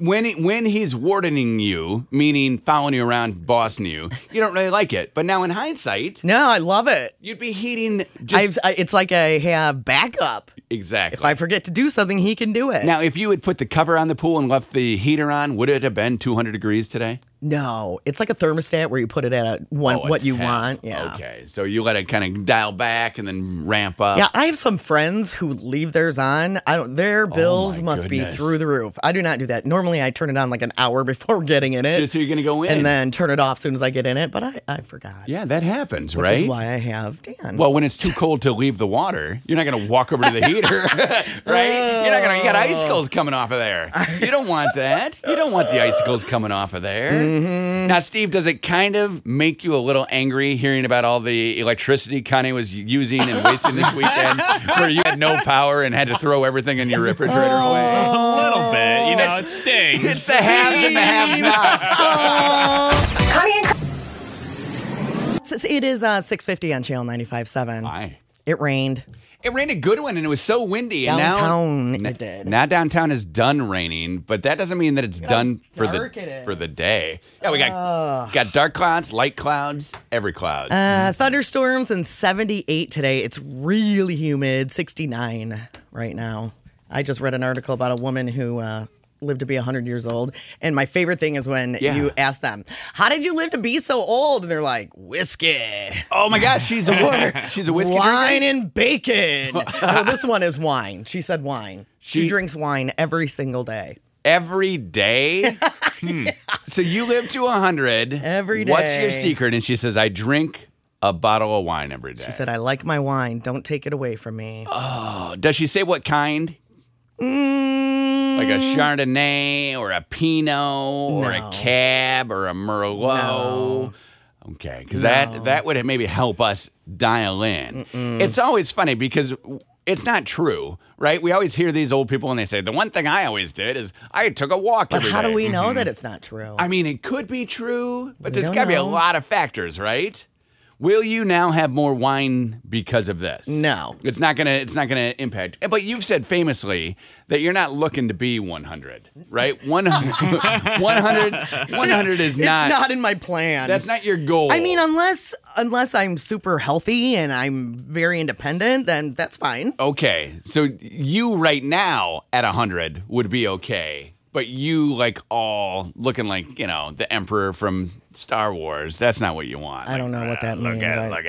Speaker 3: when he- when he's wardening you, meaning following you around, bossing you, you don't really like it. But now in hindsight,
Speaker 2: No, I love it.
Speaker 3: you'd be heating just
Speaker 2: I've, I, it's like I have backup.
Speaker 3: exactly.
Speaker 2: If I forget to do something, he can do it.
Speaker 3: Now, if you had put the cover on the pool and left the heater on, would it have been 200 degrees today?
Speaker 2: No, it's like a thermostat where you put it at a one
Speaker 3: Oh, a
Speaker 2: what you
Speaker 3: 10.
Speaker 2: want. Yeah.
Speaker 3: Okay. So you let it kind of dial back and then ramp up.
Speaker 2: Yeah, I have some friends who leave theirs on. I don't. Their bills must
Speaker 3: Oh goodness.
Speaker 2: be through the roof. I do not do that. Normally, I turn it on like an hour before getting in it,
Speaker 3: Just so you're gonna go in.
Speaker 2: and then turn it off as soon as I get in it. But I, I forgot.
Speaker 3: Yeah, that happens,
Speaker 2: which
Speaker 3: right?
Speaker 2: is why I have Dan.
Speaker 3: Well, when it's too cold to leave the water, you're not going to walk over to the heater, right? You're not going to. You
Speaker 2: Oh.
Speaker 3: got icicles coming off of there. You don't want that. You don't want the icicles coming off of there.
Speaker 2: Mm-hmm.
Speaker 3: Now, Steve, does it kind of make you a little angry hearing about all the electricity Connie was using and wasting this weekend, where you had no power and had to throw everything in your refrigerator away?
Speaker 2: Oh,
Speaker 4: A little bit, you know, it
Speaker 3: It's
Speaker 4: stings.
Speaker 3: the haves and the have-nots.
Speaker 1: Connie and
Speaker 2: Since it is uh, six fifty on channel 95.7.
Speaker 3: Why?
Speaker 2: It rained
Speaker 3: It rained a good one, and it was so windy.
Speaker 2: downtown.
Speaker 3: and now,
Speaker 2: it did.
Speaker 3: Now downtown is done raining, but that doesn't mean that it's done for
Speaker 2: dark it
Speaker 3: the
Speaker 2: is.
Speaker 3: for the day. Yeah, we got got dark clouds, light clouds, every cloud.
Speaker 2: Uh, thunderstorms and 78 today. It's really humid, 69 right now. I just read an article about a woman who uh, lived to be 100 years old. And my favorite thing is when
Speaker 3: Yeah.
Speaker 2: you ask them, How did you live to be so old? And they're like, Whiskey,
Speaker 3: oh my gosh, she's a whis- she's a whiskey
Speaker 2: wine,
Speaker 3: drinker.
Speaker 2: and bacon. well, this one is wine. She said wine. She,
Speaker 3: She-
Speaker 2: drinks wine every single day.
Speaker 3: every day. Hmm. So you live to hundred
Speaker 2: Every
Speaker 3: What's your
Speaker 2: day.
Speaker 3: secret? And she says, I drink a bottle of wine every day.
Speaker 2: She said, I like my wine. Don't take it away from me.
Speaker 3: Does she say what kind? Like a Chardonnay or a Pinot or a
Speaker 2: Mm. No.
Speaker 3: Cab or a Merlot. Okay, because that that would maybe help us dial in. It's always funny because it's not true, right? We always hear these old people and they say the one thing I always did is I took a walk.
Speaker 2: but
Speaker 3: every
Speaker 2: how do
Speaker 3: day." Mm-hmm.
Speaker 2: we know that it's not true?
Speaker 3: I mean, it could be true, but there's
Speaker 2: don't
Speaker 3: got to be a
Speaker 2: know.
Speaker 3: lot of factors, right? Will you now have more wine because of this?
Speaker 2: No.
Speaker 3: It's not going to it's not going to impact. Eh, But you've said famously that you're not looking to be 100, right? 100 100, 100 is
Speaker 2: it's
Speaker 3: not,
Speaker 2: not, in my plan.
Speaker 3: That's not your goal.
Speaker 2: I mean, unless unless I'm super healthy and I'm very independent, then that's fine.
Speaker 3: okay. So you right now at 100 would be okay. But you like all looking like, you know, the emperor from Star Wars. That's not what you want. uh,
Speaker 2: I don't know what that means. I, I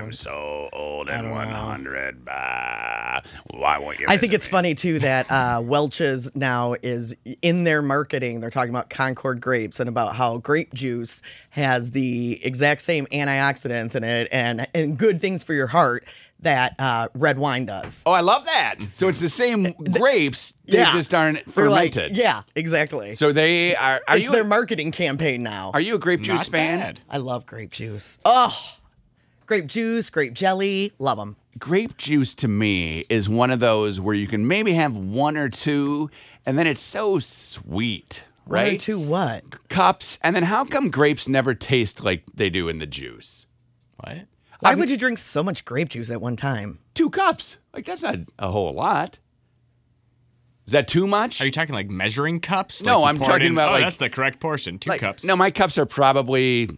Speaker 2: don't know.
Speaker 3: so old and
Speaker 2: don't know.
Speaker 3: 100. Bah. Why won't you?
Speaker 2: I think it's funny too that uh, Welch's now is in their marketing. They're talking about Concord grapes and about how grape juice has the exact same antioxidants in it and and good things for your heart that uh, red wine does.
Speaker 3: Oh, I love that. So it's the same grapes. They
Speaker 2: Yeah.
Speaker 3: just aren't
Speaker 2: They're like,
Speaker 3: fermented.
Speaker 2: yeah, exactly.
Speaker 3: So they are. Are
Speaker 2: it's
Speaker 3: you?
Speaker 2: their
Speaker 3: a,
Speaker 2: marketing campaign now.
Speaker 3: are you a grape juice
Speaker 4: Not
Speaker 3: fan?
Speaker 4: bad.
Speaker 2: I love grape juice. Oh, grape juice, grape jelly, love them.
Speaker 3: Grape juice to me is one of those where you can maybe have one or two, and then it's so sweet, right?
Speaker 2: One or two what?
Speaker 3: cups, and then how come grapes never taste like they do in the juice?
Speaker 4: What?
Speaker 2: Why would you drink so much grape juice at one time?
Speaker 3: Two cups, like that's not a whole lot. Is that too much?
Speaker 4: Are you talking like measuring cups?
Speaker 3: No,
Speaker 4: Like you
Speaker 3: I'm
Speaker 4: pour it
Speaker 3: talking
Speaker 4: in-
Speaker 3: about,
Speaker 4: oh,
Speaker 3: like-
Speaker 4: that's the correct portion. Two
Speaker 3: Like,
Speaker 4: cups.
Speaker 3: No, my cups are probably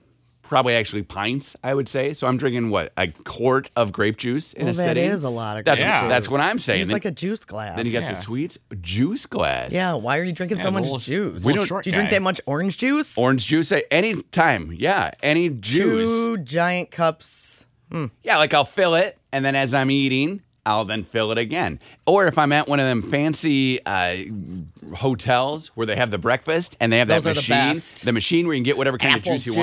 Speaker 3: probably actually pints. I would say so. I'm drinking what a quart of grape juice in
Speaker 2: Well,
Speaker 3: a
Speaker 2: that
Speaker 3: sitting.
Speaker 2: is a lot of
Speaker 3: That's
Speaker 2: grape
Speaker 4: what-
Speaker 2: juice.
Speaker 3: that's what I'm saying.
Speaker 2: Use
Speaker 3: Then-
Speaker 2: like a juice glass.
Speaker 3: Then you got
Speaker 4: Yeah.
Speaker 3: the sweets juice glass.
Speaker 2: yeah, why are you drinking so
Speaker 4: the
Speaker 2: much
Speaker 4: little-
Speaker 2: juice?
Speaker 4: little We don't- short
Speaker 2: Do you drink
Speaker 4: guy.
Speaker 2: that much orange juice?
Speaker 3: Orange juice at any time. Yeah, any juice.
Speaker 2: Two giant cups.
Speaker 3: Yeah, like I'll fill it, and then as I'm eating, I'll then fill it again. Or if I'm at one of them fancy uh, hotels where they have the breakfast and they have
Speaker 2: Those
Speaker 3: that
Speaker 2: are the
Speaker 3: machine,
Speaker 2: best.
Speaker 3: the machine where you can get whatever kind
Speaker 2: Apple
Speaker 3: of juice you
Speaker 2: juice.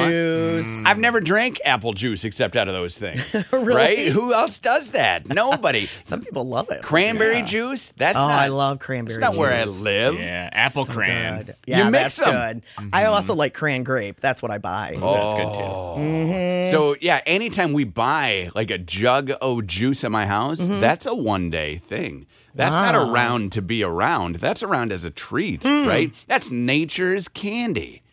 Speaker 3: want. Mm. I've never drank apple juice except out of those things, right? Who else does that? Nobody.
Speaker 2: Some people love it.
Speaker 3: Cranberry juice? That's
Speaker 2: Oh,
Speaker 3: not.
Speaker 2: I love cranberry
Speaker 3: That's not where I
Speaker 2: juice.
Speaker 3: live.
Speaker 4: yeah, apple
Speaker 2: So
Speaker 4: cran.
Speaker 2: good. Yeah,
Speaker 3: mix Mm-hmm. Oh.
Speaker 2: that's
Speaker 3: 'em.
Speaker 2: good. I also like cran grape. That's what I buy.
Speaker 4: That's good too.
Speaker 3: So yeah, anytime we buy like a jug of juice at my house,
Speaker 2: Mm-hmm.
Speaker 3: that's a one day thing. That's not around to be around. That's around as a treat,
Speaker 2: Hmm.
Speaker 3: right? That's nature's candy,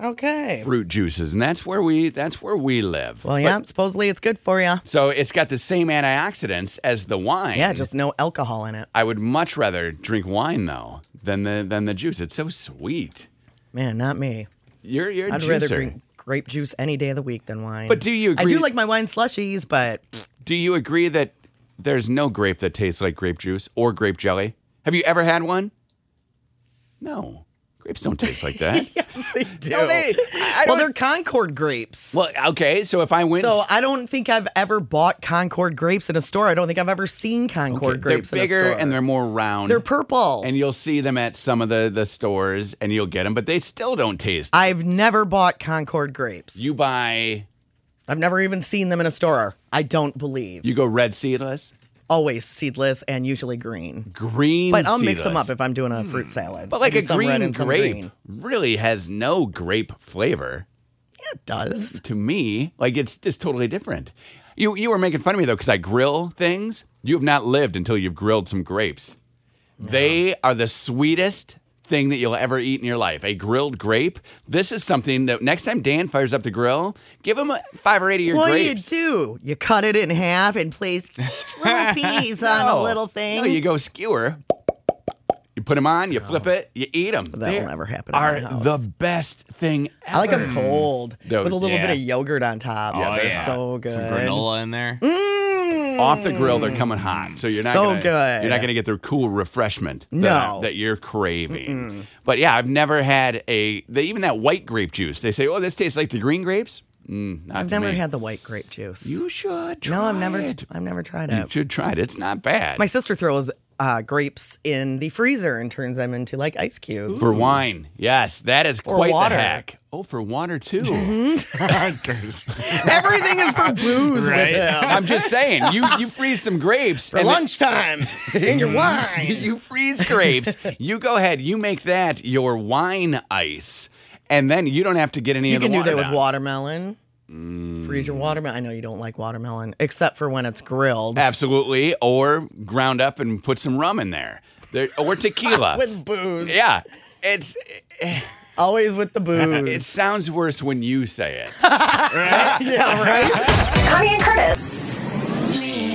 Speaker 2: Okay.
Speaker 3: fruit juices, and that's where we that's where we live.
Speaker 2: Well, yeah, supposedly it's good for you.
Speaker 3: So it's got the same antioxidants as the wine.
Speaker 2: Yeah, just no alcohol in it.
Speaker 3: I would much rather drink wine though than the than the juice. It's so sweet.
Speaker 2: Man, not me.
Speaker 3: You're you're a
Speaker 2: I'd
Speaker 3: juicer.
Speaker 2: rather drink grape juice any day of the week than wine.
Speaker 3: But do you
Speaker 2: I
Speaker 3: agree-
Speaker 2: do like my wine slushies, but
Speaker 3: Do you agree that there's no grape that tastes like grape juice or grape jelly? Have you ever had one? No. Grapes don't taste like that.
Speaker 2: yes, they do.
Speaker 3: No, they- I- I
Speaker 2: well,
Speaker 3: don't-
Speaker 2: they're Concord grapes.
Speaker 3: Well, okay. So if I went,
Speaker 2: So I don't think I've ever bought Concord grapes in a store. I don't think I've ever seen Concord grapes
Speaker 3: they're
Speaker 2: in a
Speaker 3: bigger
Speaker 2: store.
Speaker 3: and they're more round.
Speaker 2: they're purple.
Speaker 3: and you'll see them at some of the the stores, and you'll get them, but they still don't taste.
Speaker 2: I've never bought Concord grapes.
Speaker 3: you buy,
Speaker 2: I've never even seen them in a store. I don't believe.
Speaker 3: you go red seedless,
Speaker 2: Always seedless and usually green.
Speaker 3: green,
Speaker 2: But I'll mix them
Speaker 3: seedless. Hmm.
Speaker 2: up if I'm doing a fruit salad.
Speaker 3: But like
Speaker 2: I do
Speaker 3: a
Speaker 2: some red
Speaker 3: green
Speaker 2: and some
Speaker 3: grape
Speaker 2: green.
Speaker 3: really has no grape flavor
Speaker 2: It does.
Speaker 3: to me. Like it's just totally different. You you were making fun of me though because I grill things. You have not lived until you've grilled some grapes. They are the sweetest thing that you'll ever eat in your life. A grilled grape. This is something that next time Dan fires up the grill, give him a five or eight of your
Speaker 2: What
Speaker 3: grapes.
Speaker 2: do you do? You cut it in half and place each little piece on a
Speaker 3: No.
Speaker 2: little thing.
Speaker 3: No, you go skewer. You put them on. You flip it. You eat them.
Speaker 2: That'll never happen in
Speaker 3: Are
Speaker 2: my house.
Speaker 3: the best thing ever.
Speaker 2: I like them cold
Speaker 3: Though-
Speaker 2: with a little
Speaker 4: yeah.
Speaker 2: bit of yogurt on top.
Speaker 4: Oh,
Speaker 2: They're
Speaker 4: yeah.
Speaker 2: so good.
Speaker 4: Some granola in there.
Speaker 3: off the grill, they're coming hot. So you're not
Speaker 2: Mm. So
Speaker 3: gonna,
Speaker 2: good.
Speaker 3: You're not going to get the cool refreshment that,
Speaker 2: No.
Speaker 3: that you're craving. But yeah, I've never had a they, even that white grape juice. They say, oh, this tastes like the green grapes. Mm, not
Speaker 2: I've
Speaker 3: to
Speaker 2: never
Speaker 3: me.
Speaker 2: had the white grape juice.
Speaker 3: You should. Try
Speaker 2: no, I've never.
Speaker 3: It.
Speaker 2: I've never tried
Speaker 3: You
Speaker 2: it.
Speaker 3: should try it. It's not bad
Speaker 2: My sister throws uh, grapes in the freezer and turns them into like ice cubes.
Speaker 3: for wine. Yes, that is quite
Speaker 2: water.
Speaker 3: the hack. Oh, for water too.
Speaker 2: Everything is for booze
Speaker 4: Right.
Speaker 2: with him.
Speaker 3: I'm just saying, you you freeze some grapes
Speaker 2: For
Speaker 3: and then-
Speaker 2: lunchtime in your wine.
Speaker 3: you freeze grapes. you go ahead. You make that your wine ice, and then you don't have to get any
Speaker 2: You
Speaker 3: of the
Speaker 2: can do
Speaker 3: water
Speaker 2: that with
Speaker 3: down.
Speaker 2: watermelon. Freeze your watermelon. I know you don't like watermelon, except for when it's grilled
Speaker 3: Absolutely, or ground up and put some rum in there, there or tequila.
Speaker 2: with booze.
Speaker 3: yeah, it's
Speaker 2: Always with the booze.
Speaker 3: it sounds worse when you say it.
Speaker 1: Connie and Curtis.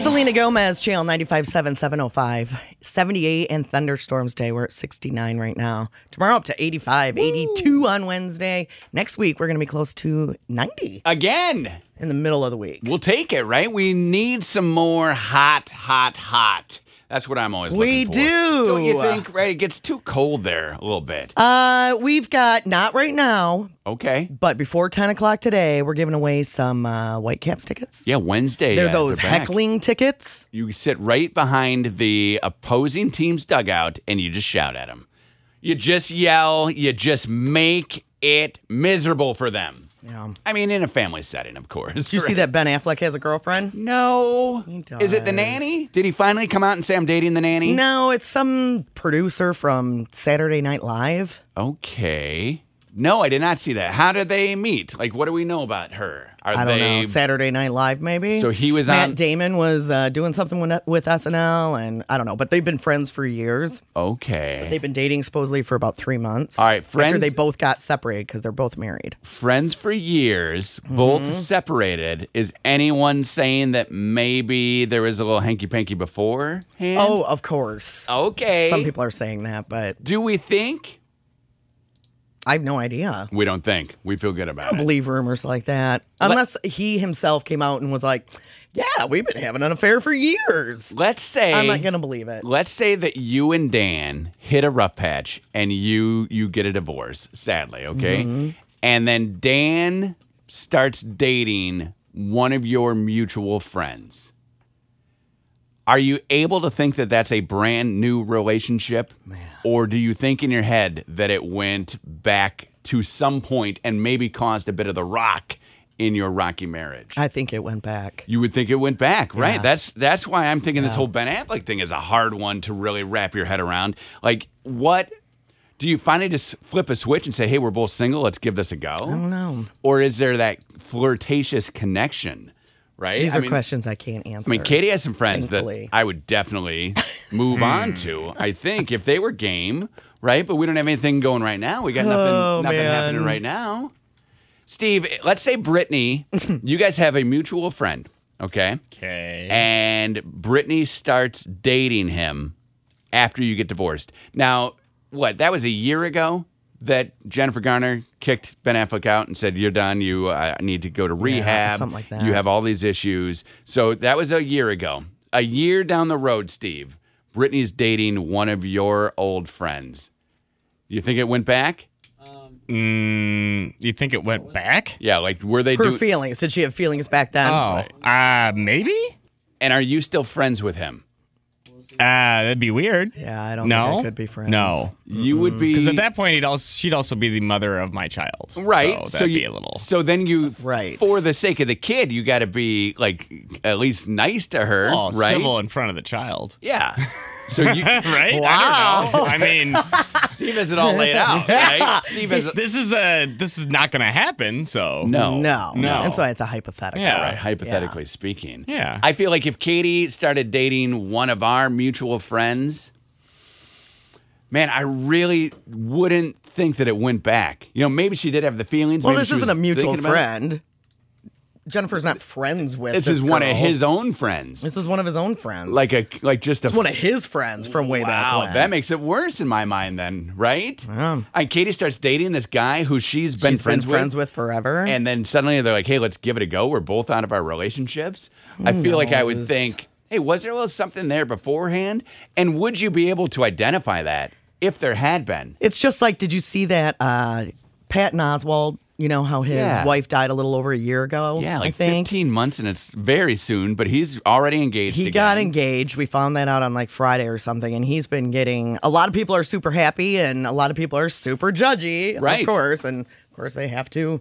Speaker 2: Selena Gomez, Channel 957 705. 78 oh and thunderstorms day. We're at 69 right now. Tomorrow up to 85, 82 on Wednesday. Next week, we're going to be close to 90
Speaker 3: Again,
Speaker 2: in the middle of the week.
Speaker 3: we'll take it, right? We need some more hot, hot, hot. That's what I'm always
Speaker 2: We
Speaker 3: looking for.
Speaker 2: do.
Speaker 3: Don't you think? Right? It gets too cold there a little bit.
Speaker 2: Uh, we've got, not right now,
Speaker 3: okay.
Speaker 2: but before 10 o'clock today, we're giving away some uh, White Caps tickets.
Speaker 3: Yeah, Wednesday.
Speaker 2: They're
Speaker 3: uh,
Speaker 2: those
Speaker 3: back.
Speaker 2: heckling tickets.
Speaker 3: You sit right behind the opposing team's dugout and you just shout at them. You just yell, you just make it miserable for them.
Speaker 2: Yeah.
Speaker 3: I mean, in a family setting, of course.
Speaker 2: Did you see that Ben Affleck has a girlfriend?
Speaker 3: No. Is it the
Speaker 2: does.
Speaker 3: nanny? Did he finally come out and say, I'm dating the nanny?
Speaker 2: No, it's some producer from Saturday Night Live.
Speaker 3: Okay. No, I did not see that. How did they meet? Like, what do we know about her? Are
Speaker 2: I don't
Speaker 3: they
Speaker 2: know. Saturday Night Live, maybe.
Speaker 3: So he was
Speaker 2: Matt
Speaker 3: on-
Speaker 2: Damon was uh, doing something with, with SNL, and I don't know. But they've been friends for years.
Speaker 3: okay?
Speaker 2: They've been dating supposedly for about three months.
Speaker 3: All right,
Speaker 2: After
Speaker 3: friends-
Speaker 2: they both got separated because they're both married.
Speaker 3: friends for years,
Speaker 2: Mm-hmm.
Speaker 3: both separated. Is anyone saying that maybe there was a little hanky panky before?
Speaker 2: Oh, of course.
Speaker 3: Okay.
Speaker 2: Some people are saying that, but
Speaker 3: Do we think?
Speaker 2: I have no idea.
Speaker 3: We don't think. We feel good about it.
Speaker 2: Believe rumors like that, unless he himself came out and was like, "Yeah, we've been having an affair for years."
Speaker 3: Let's say
Speaker 2: I'm not gonna believe it.
Speaker 3: Let's say that you and Dan hit a rough patch and you you get a divorce, sadly, okay? And then Dan starts dating one of your mutual friends. Are you able to think that that's a brand new relationship? Or do you think in your head that it went back to some point and maybe caused a bit of the rock in your rocky marriage?
Speaker 2: I think it went back.
Speaker 3: You would think it went back, right? That's that's why I'm thinking this whole Ben Affleck thing is a hard one to really wrap your head around. Like, what do you finally just flip a switch and say, "Hey, we're both single. Let's give this a go"? I don't
Speaker 2: know.
Speaker 3: Or is there that flirtatious connection? Right?
Speaker 2: These
Speaker 3: I
Speaker 2: are
Speaker 3: mean,
Speaker 2: questions I can't answer.
Speaker 3: I mean, Katie has some friends
Speaker 2: Thankfully.
Speaker 3: that I would definitely move on to. I think if they were game, right? But we don't have anything going right now. We got nothing,
Speaker 2: Oh,
Speaker 3: nothing happening
Speaker 2: man.
Speaker 3: right now. Steve, let's say Brittany. you guys have a mutual friend, okay?
Speaker 4: Okay.
Speaker 3: and Brittany starts dating him after you get divorced. Now, what? That was a year ago that Jennifer Garner kicked Ben Affleck out and said, "You're done. You uh, need to go to rehab.
Speaker 2: something like that.
Speaker 3: You have all these issues." So that was a year ago. A year down the road, Steve, Brittany's dating one of your old friends. You think it went back?
Speaker 4: Mm, you think it went back?
Speaker 3: Yeah, like were they
Speaker 2: Her
Speaker 3: doing?
Speaker 2: feelings. Did she have feelings back then?
Speaker 4: Oh, uh, maybe.
Speaker 3: and are you still friends with him?
Speaker 4: Uh, that'd be weird.
Speaker 2: Yeah, I don't
Speaker 4: No,
Speaker 2: think I could be friends.
Speaker 4: No,
Speaker 3: You
Speaker 2: Mm-hmm.
Speaker 3: would be
Speaker 4: because at that point, he'd also she'd also be the mother of my child.
Speaker 3: right.
Speaker 4: So that'd
Speaker 3: you
Speaker 4: be a little.
Speaker 3: So then you
Speaker 2: Right.
Speaker 3: for the sake of the kid, you got to be like at least nice to her,
Speaker 4: Oh,
Speaker 3: right?
Speaker 4: civil in front of the child.
Speaker 3: Yeah. So you
Speaker 4: Right? I don't know. I mean,
Speaker 3: Steve has it all laid out, right? Steve has it.
Speaker 4: this is a this is not going to happen. So
Speaker 3: No.
Speaker 2: No,
Speaker 4: No.
Speaker 2: That's why it's a hypothetical.
Speaker 4: Yeah.
Speaker 3: All right, hypothetically speaking.
Speaker 4: Yeah.
Speaker 3: I feel like if Katie started dating one of our mutual friends, man, I really wouldn't think that it went back. You know, maybe she did have the feelings.
Speaker 2: Well,
Speaker 3: maybe
Speaker 2: this
Speaker 3: she was
Speaker 2: isn't a mutual
Speaker 3: thinking about it.
Speaker 2: friend. Jennifer's not friends with.
Speaker 3: This, is one of
Speaker 2: girl.
Speaker 3: his own friends.
Speaker 2: This is one of his own friends.
Speaker 3: Like a like just a
Speaker 2: it's one of his friends from way back
Speaker 3: Wow,
Speaker 2: when.
Speaker 3: that makes it worse in my mind then, right? Yeah. And Katie starts dating this guy who she's been
Speaker 2: She's
Speaker 3: friends
Speaker 2: been friends with, forever.
Speaker 3: and then suddenly they're like, "Hey, let's give it a go. We're both out of our relationships." I feel like I would
Speaker 2: knows?
Speaker 3: think, "Hey, was there a little something there beforehand?" And would you be able to identify that if there had been?
Speaker 2: It's just like, did you see that uh, Patton Oswald? You know how his
Speaker 3: Yeah.
Speaker 2: wife died a little over a year ago.
Speaker 3: Yeah,
Speaker 2: I
Speaker 3: like
Speaker 2: think
Speaker 3: 15 months, and it's very soon. But he's already engaged.
Speaker 2: he
Speaker 3: again.
Speaker 2: got engaged. We found that out on like Friday or something, and he's been getting. A lot of people are super happy, and a lot of people are super judgy,
Speaker 3: Right.
Speaker 2: of course, and of course they have to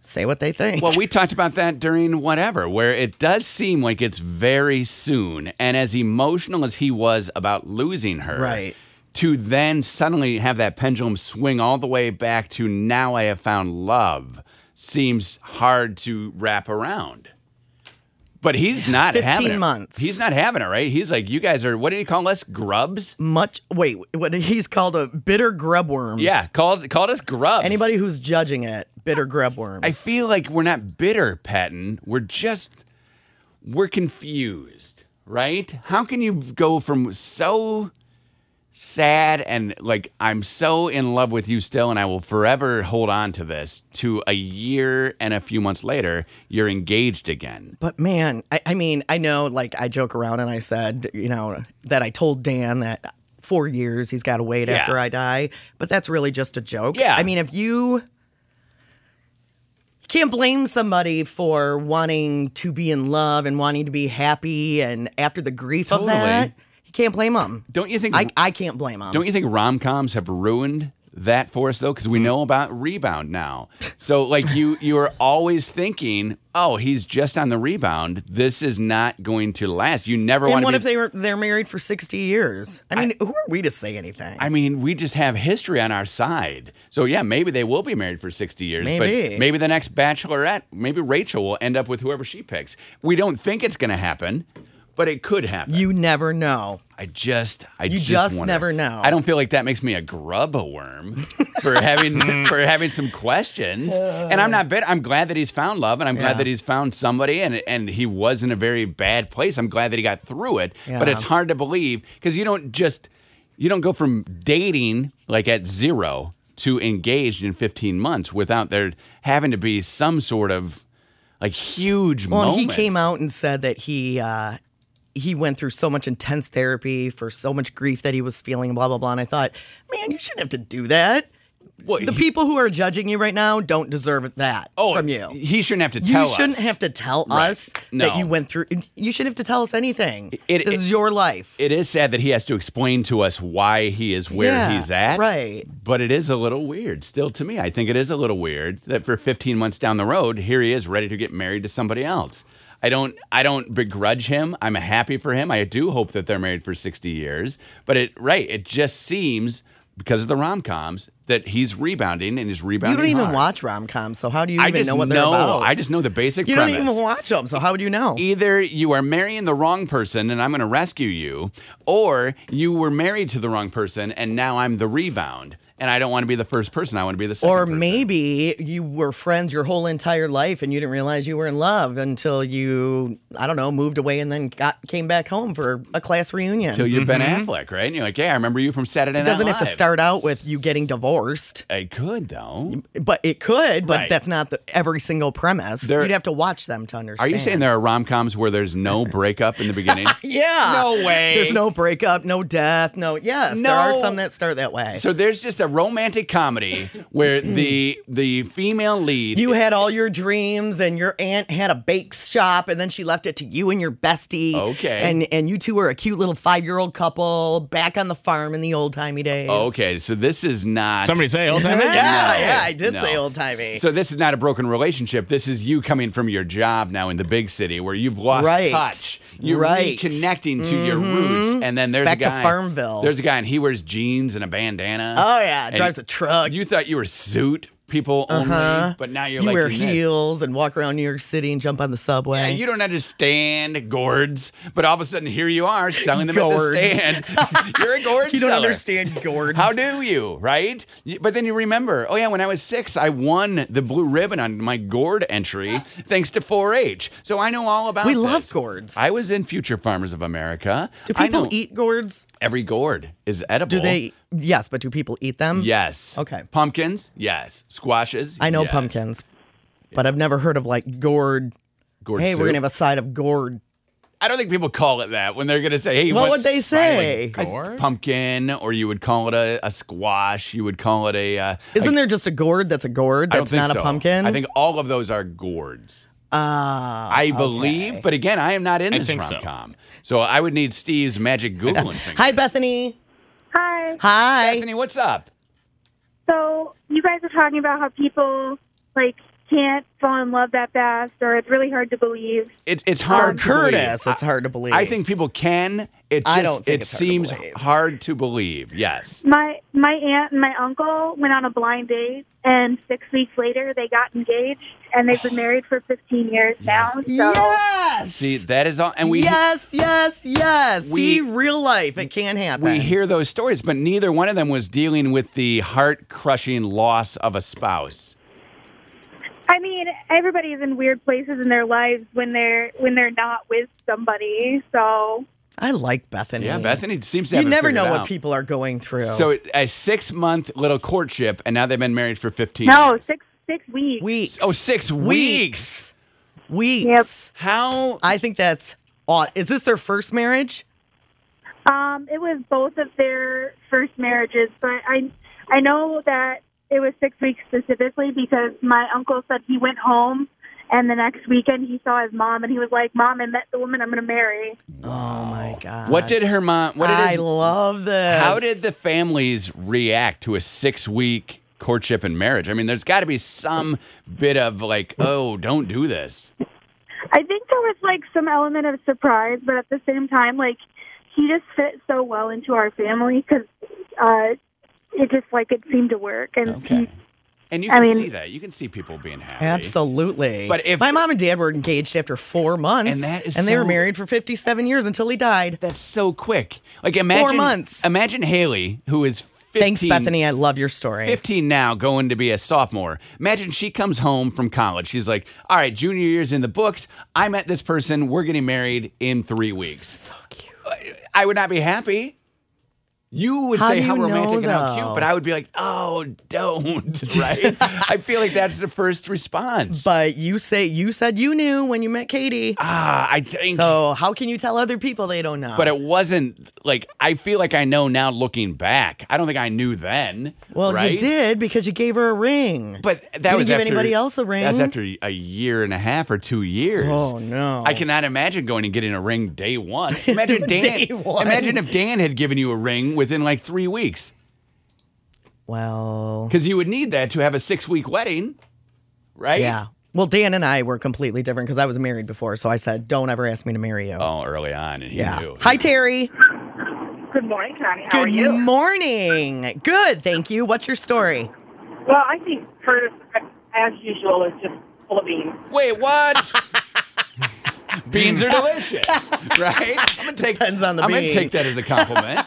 Speaker 2: say what they think.
Speaker 3: Well, we talked about that during whatever, where it does seem like it's very soon. And as emotional as he was about losing her,
Speaker 2: Right.
Speaker 3: to then suddenly have that pendulum swing all the way back to now I have found love seems hard to wrap around. But he's not
Speaker 2: 15
Speaker 3: having it.
Speaker 2: months.
Speaker 3: He's not having it, right? He's like, you guys are, what did he call us? Grubs?
Speaker 2: much. Wait, what he's called a bitter grub worms.
Speaker 3: Yeah, called, called us grubs.
Speaker 2: Anybody who's judging it, bitter grub worms.
Speaker 3: I feel like we're not bitter, Patton. We're just we're confused, right? How can you go from so sad and like I'm so in love with you still and I will forever hold on to this to a year and a few months later you're engaged again.
Speaker 2: But man, I, I mean, I know, like, I joke around and I said, you know, that I told Dan that four years he's got to wait
Speaker 3: Yeah.
Speaker 2: after I die, but that's really just a joke.
Speaker 3: Yeah.
Speaker 2: I mean, if you can't blame somebody for wanting to be in love and wanting to be happy and after the grief
Speaker 3: Totally.
Speaker 2: of that, you can't blame them.
Speaker 3: Don't you think
Speaker 2: I, I can't blame them.
Speaker 3: Don't you think rom coms have ruined that for us though? Because we know about rebound now. So like you you are always thinking, oh, he's just on the rebound. This is not going to last. You never
Speaker 2: and
Speaker 3: want
Speaker 2: what
Speaker 3: to.
Speaker 2: if they were they're married for 60 years? I mean, who are we to say anything?
Speaker 3: I mean, we just have history on our side. So yeah, maybe they will be married for sixty years.
Speaker 2: Maybe.
Speaker 3: But maybe the next Bachelorette, maybe Rachel will end up with whoever she picks. We don't think it's going to happen, but it could happen.
Speaker 2: you never know.
Speaker 3: I just, I
Speaker 2: You
Speaker 3: just,
Speaker 2: just
Speaker 3: wonder.
Speaker 2: never know.
Speaker 3: I don't feel like that makes me a grub a worm for having for having some questions. and I'm not bitter. I'm glad that he's found love, and I'm glad
Speaker 2: Yeah.
Speaker 3: that he's found somebody, and and he was in a very bad place. I'm glad that he got through it. But
Speaker 2: Yeah.
Speaker 3: it's hard to believe because you don't just you don't go from dating like at zero to engaged in 15 months without there having to be some sort of like huge
Speaker 2: Well, and
Speaker 3: moment.
Speaker 2: he came out and said that he uh, he went through so much intense therapy for so much grief that he was feeling, blah blah blah. And I thought, man, you shouldn't have to do that.
Speaker 3: Well,
Speaker 2: The
Speaker 3: he-
Speaker 2: people who are judging you right now don't deserve that
Speaker 3: oh,
Speaker 2: from you.
Speaker 3: He shouldn't have to
Speaker 2: You
Speaker 3: tell
Speaker 2: shouldn't
Speaker 3: us.
Speaker 2: have to tell us
Speaker 3: No.
Speaker 2: that you went through. You shouldn't have to tell us anything.
Speaker 3: It-
Speaker 2: this
Speaker 3: it-
Speaker 2: is your life.
Speaker 3: it is sad that he has to explain to us why he is where
Speaker 2: Yeah,
Speaker 3: he's at.
Speaker 2: right.
Speaker 3: But it is a little weird still to me. I think it is a little weird that for 15 months down the road, here he is ready to get married to somebody else. I don't I don't begrudge him. I'm happy for him. I do hope that they're married for 60 years, but it right, it just seems because of the rom-coms that he's rebounding and he's
Speaker 2: you
Speaker 3: rebounding.
Speaker 2: don't even
Speaker 3: hard.
Speaker 2: watch rom coms, so how do you
Speaker 3: I
Speaker 2: even
Speaker 3: just
Speaker 2: know what they're about?
Speaker 3: I just know the basic
Speaker 2: you don't
Speaker 3: premise
Speaker 2: even watch them, so how would you know?
Speaker 3: either you are marrying the wrong person and I'm going to rescue you, or you were married to the wrong person and now I'm the rebound and I don't want to be the first person. I want to be the second.
Speaker 2: Or
Speaker 3: person.
Speaker 2: maybe you were friends your whole entire life and you didn't realize you were in love until you, I don't know, moved away and then got came back home for a class reunion.
Speaker 4: Mm-hmm.
Speaker 3: So you're Ben Affleck, right? And you're like, yeah, I remember you from Saturday
Speaker 2: it doesn't
Speaker 3: Night
Speaker 2: have to
Speaker 3: Live."
Speaker 2: start out with you getting divorced.
Speaker 3: It could though.
Speaker 2: But it could, but
Speaker 3: Right.
Speaker 2: that's not the, every single premise.
Speaker 3: There-
Speaker 2: You'd have to watch them to understand.
Speaker 3: Are you saying there are rom coms where there's no breakup in the beginning?
Speaker 2: Yeah.
Speaker 3: No way.
Speaker 2: There's no breakup, no death, no. Yes, there are
Speaker 3: No.
Speaker 2: some that start that way.
Speaker 3: So there's just a romantic comedy where the the female lead
Speaker 2: you had all your dreams, and your aunt had a bake shop, and then she left it to you and your bestie.
Speaker 3: Okay.
Speaker 2: And and you two were a cute little five year old couple back on the farm in the old timey days.
Speaker 3: Okay, so this is not
Speaker 4: Somebody say old time.
Speaker 2: Yeah, yeah, I did
Speaker 3: no.
Speaker 2: say old timey.
Speaker 3: So this is not a broken relationship. This is you coming from your job now in the big city where you've lost
Speaker 2: Right.
Speaker 3: touch. You're
Speaker 2: Right. Mm-hmm.
Speaker 3: reconnecting to your roots. And then there's
Speaker 2: Back
Speaker 3: a
Speaker 2: to
Speaker 3: guy
Speaker 2: Farmville.
Speaker 3: There's a guy and he wears jeans and a bandana.
Speaker 2: oh yeah,
Speaker 3: And
Speaker 2: drives a truck. Uh-huh.
Speaker 3: You thought you were suit people only, but now you're
Speaker 2: you
Speaker 3: like
Speaker 2: wear
Speaker 3: in this.
Speaker 2: heels and walk around New York City and jump on the subway.
Speaker 3: Yeah, you don't understand gourds, but all of a sudden here you are selling them
Speaker 2: Gourds.
Speaker 3: at the stand. You're a gourd
Speaker 2: You don't
Speaker 3: seller.
Speaker 2: understand gourds.
Speaker 3: How do you, right? You- But then you remember, oh yeah, when I was six, I won the blue ribbon on my gourd entry thanks to 4-H. So I know all about.
Speaker 2: we
Speaker 3: this.
Speaker 2: love gourds?
Speaker 3: I was in Future Farmers of America.
Speaker 2: do
Speaker 3: I know
Speaker 2: people eat gourds?
Speaker 3: every gourd is edible.
Speaker 2: Do they? Yes, but do people eat them?
Speaker 3: Yes.
Speaker 2: Okay.
Speaker 3: Pumpkins, yes. Squashes.
Speaker 2: I know
Speaker 3: yes.
Speaker 2: pumpkins, but I've never heard of like gourd.
Speaker 3: Gourd
Speaker 2: hey, we're
Speaker 3: soup.
Speaker 2: gonna have a side of gourd.
Speaker 3: I don't think people call it that when they're going to say, hey,
Speaker 2: What
Speaker 3: what's
Speaker 2: would they say?
Speaker 3: I th-
Speaker 4: Gourd?
Speaker 3: pumpkin, or you would call it a, a squash. You would call it a. Uh,
Speaker 2: Isn't there just a gourd that's a gourd
Speaker 3: I don't
Speaker 2: that's
Speaker 3: think
Speaker 2: not
Speaker 3: so.
Speaker 2: a pumpkin?
Speaker 3: I think all of those are gourds.
Speaker 2: Ah,
Speaker 3: I believe, but again, I am not in
Speaker 4: I
Speaker 3: this
Speaker 4: think
Speaker 3: rom
Speaker 4: so.
Speaker 3: com, so. I would need Steve's magic googling thing.
Speaker 2: hi, Bethany.
Speaker 5: Hi.
Speaker 2: Hi.
Speaker 3: Anthony, what's up?
Speaker 5: So you guys are talking about how people like can't fall in love that fast, or it's really hard to believe.
Speaker 3: It's it's
Speaker 2: Or
Speaker 3: hard. to believe.
Speaker 2: Curtis. It's
Speaker 3: I-
Speaker 2: hard to believe.
Speaker 3: I think people can. It just,
Speaker 2: I don't think
Speaker 3: it
Speaker 2: it's hard to
Speaker 3: seems
Speaker 2: believe.
Speaker 3: hard to believe. Yes.
Speaker 5: My my aunt and my uncle went on a blind date, and six weeks later they got engaged, and they've been married for 15 years now. So
Speaker 2: Yes.
Speaker 3: See, that is all, and we
Speaker 2: yes, yes, yes.
Speaker 3: We-
Speaker 2: See, real life, it can happen.
Speaker 3: we hear those stories, but neither one of them was dealing with the heart crushing loss of a spouse.
Speaker 5: I mean, everybody's in weird places in their lives when they're when they're not with somebody. So
Speaker 2: I like Bethany.
Speaker 3: Yeah, Bethany seems to.
Speaker 2: You
Speaker 3: have it
Speaker 2: never
Speaker 3: figured
Speaker 2: know what
Speaker 3: out.
Speaker 2: people are going through.
Speaker 3: So a six month little courtship, and now they've been married for fifteen.
Speaker 5: no, six six weeks.
Speaker 2: weeks.
Speaker 3: Oh, six weeks.
Speaker 2: Weeks.
Speaker 3: How?
Speaker 2: I think that's. Aw- is this their first marriage?
Speaker 5: Um, it was both of their first marriages, but I I know that it was six weeks specifically because my uncle said he went home and the next weekend he saw his mom and he was like, "Mom, I met the woman I'm going to marry."
Speaker 2: Oh my God.
Speaker 3: What did her mom? What did
Speaker 2: I
Speaker 3: his-
Speaker 2: love this.
Speaker 3: How did the families react to a six week courtship and marriage? I mean, there's got to be some bit of like, oh, don't do this.
Speaker 5: I think there was like some element of surprise, but at the same time, like he just fit so well into our family because uh, it just like it seemed to work, and
Speaker 3: Okay. And you
Speaker 5: I
Speaker 3: can
Speaker 5: mean-
Speaker 3: see that. You can see people being happy.
Speaker 2: Absolutely.
Speaker 3: But if-
Speaker 2: my mom and dad were engaged after four months,
Speaker 3: And that is
Speaker 2: and they were
Speaker 3: so-
Speaker 2: married for fifty-seven years until he died.
Speaker 3: That's so quick. Like imagine
Speaker 2: months.
Speaker 3: Imagine Haley, who is 15,
Speaker 2: Thanks, Bethany. I love your story.
Speaker 3: 15 now going to be a sophomore. Imagine she comes home from college. She's like, all right, junior year's in the books. I met this person. We're getting married in three weeks.
Speaker 2: So cute.
Speaker 3: I would not be happy. You would
Speaker 2: How
Speaker 3: say
Speaker 2: do
Speaker 3: how
Speaker 2: you know,
Speaker 3: romantic and how
Speaker 2: though?
Speaker 3: cute, but I would be like, oh, don't, right? I feel like that's the first response.
Speaker 2: But you say you said you knew when you met Katie.
Speaker 3: ah, I think.
Speaker 2: So how can you tell other people they don't know?
Speaker 3: but it wasn't like I feel like I know now looking back. I don't think I knew then.
Speaker 2: well, you
Speaker 3: right?
Speaker 2: did because you gave her a ring.
Speaker 3: But that
Speaker 2: you
Speaker 3: was
Speaker 2: didn't give
Speaker 3: after-
Speaker 2: anybody else a ring.
Speaker 3: That's after a year and a half or two years.
Speaker 2: Oh, no.
Speaker 3: I cannot imagine going and getting a ring day one. Imagine Dan.
Speaker 2: Day one.
Speaker 3: Imagine if Dan had given you a ring within like three weeks,
Speaker 2: well,
Speaker 3: because you would need that to have a six-week wedding, right?
Speaker 2: yeah. Well, Dan and I were completely different because I was married before, so I said, "Don't ever ask me to marry you."
Speaker 3: Oh, early on, and he
Speaker 2: yeah.
Speaker 3: knew.
Speaker 2: Hi, Terry.
Speaker 6: Good morning, Connie. How
Speaker 2: Good
Speaker 6: are you?
Speaker 2: morning. Good, thank you. What's your story?
Speaker 6: well, I think Curtis, as usual, is just full of beans.
Speaker 3: Wait, what? beans are delicious, right? I'm gonna take.
Speaker 2: Depends on the
Speaker 3: I'm
Speaker 2: bean.
Speaker 3: gonna take that as a compliment.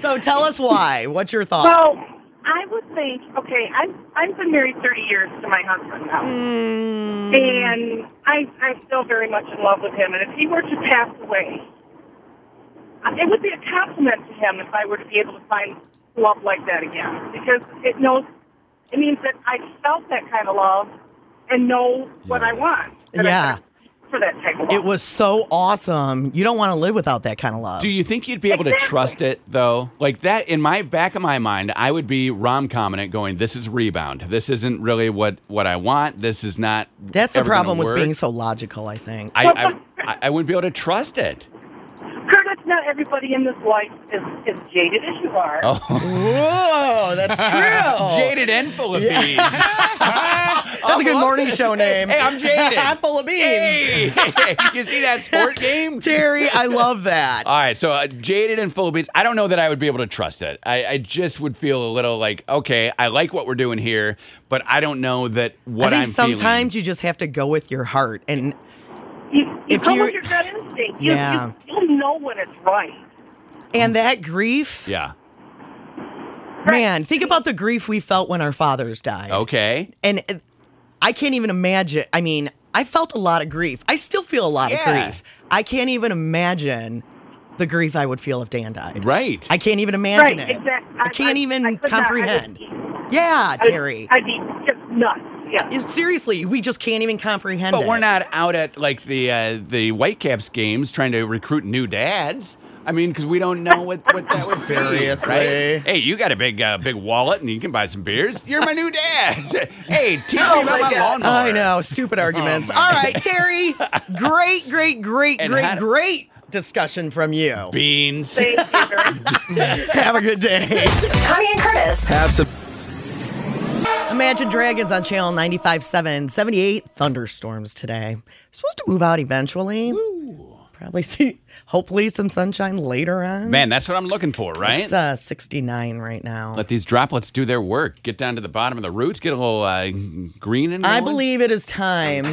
Speaker 2: So tell us why. What's your thought?
Speaker 6: Well, I would think, okay, I've, I've been married 30 years to my husband now.
Speaker 2: Mm,
Speaker 6: And I, I'm still very much in love with him. And if he were to uh, pass away, it would be a compliment to him if I were to be able to find love like that again because it knows it means that I felt that kind of love and know what I want. that I
Speaker 2: Yeah.
Speaker 6: for that type of love.
Speaker 2: It was so awesome. You don't want to live without that kind of love.
Speaker 3: Do you think you'd be able to
Speaker 6: Exactly.
Speaker 3: trust it though? Like that in my back of my mind, I would be rom cominant going, This is rebound. This isn't really what what I want. This is not
Speaker 2: That's the
Speaker 3: ever gonna
Speaker 2: problem with
Speaker 3: work."
Speaker 2: being so logical, I think.
Speaker 3: I, I I- I wouldn't be able to trust it.
Speaker 6: Curtis, not everybody in this life is as jaded as you are.
Speaker 3: Oh,
Speaker 2: Whoa, that's true.
Speaker 4: Jaded and full of bees.
Speaker 2: That's a good morning show name.
Speaker 3: Hey, I'm jaded.
Speaker 2: I'm full of beans.
Speaker 3: hey, you see that sport game?
Speaker 2: Terry, I love that.
Speaker 3: All right, so uh, jaded and full of beans. I don't know that I would be able to trust it. I, I just would feel a little like, okay, I like what we're doing here, but I don't know that what
Speaker 2: I think
Speaker 3: am
Speaker 2: sometimes you just have to go with your heart. And
Speaker 6: You, you
Speaker 2: If
Speaker 6: go
Speaker 2: you're-
Speaker 6: with your gut instinct. You,
Speaker 2: Yeah.
Speaker 6: you, you know when it's right.
Speaker 2: and that grief,
Speaker 3: Um, Yeah.
Speaker 2: man, think about the grief we felt when our fathers died.
Speaker 3: Okay.
Speaker 2: And uh, I can't even imagine. I mean, I felt a lot of grief. I still feel a lot
Speaker 3: Yeah.
Speaker 2: of grief. I can't even imagine the grief I would feel if Dan died.
Speaker 3: Right.
Speaker 2: I can't even imagine
Speaker 6: right,
Speaker 2: it.
Speaker 6: exactly.
Speaker 2: I can't even
Speaker 6: could not. I would
Speaker 2: comprehend.
Speaker 6: be-
Speaker 2: yeah,
Speaker 6: I would-
Speaker 2: Terry.
Speaker 6: I'd be just nuts. Yeah.
Speaker 2: Seriously, we just can't even comprehend
Speaker 3: but
Speaker 2: it.
Speaker 3: we're not out at like the uh, the Whitecaps games trying to recruit new dads. I mean, because we don't know what, what that would
Speaker 2: Seriously.
Speaker 3: be. right? Hey, you got a big uh, big wallet and you can buy some beers. You're my new dad. hey, teach me about my, lawnmower.
Speaker 2: Oh I know, stupid arguments. All right, Terry. Great, great, great,
Speaker 3: And
Speaker 2: great,
Speaker 3: how to-
Speaker 2: great discussion from you.
Speaker 3: Beans.
Speaker 6: Thank you very much.
Speaker 2: Have a good day.
Speaker 1: Connie and Curtis.
Speaker 7: Have some.
Speaker 2: Imagine Dragons on Channel 95.7, 78 thunderstorms today. Supposed to move out eventually. Probably see, hopefully, some sunshine later on.
Speaker 3: Man, that's what I'm looking for, right?
Speaker 2: It's uh, 69 right now.
Speaker 3: Let these droplets do their work. Get down to the bottom of the roots. Get a little uh, green and
Speaker 2: I believe it is time.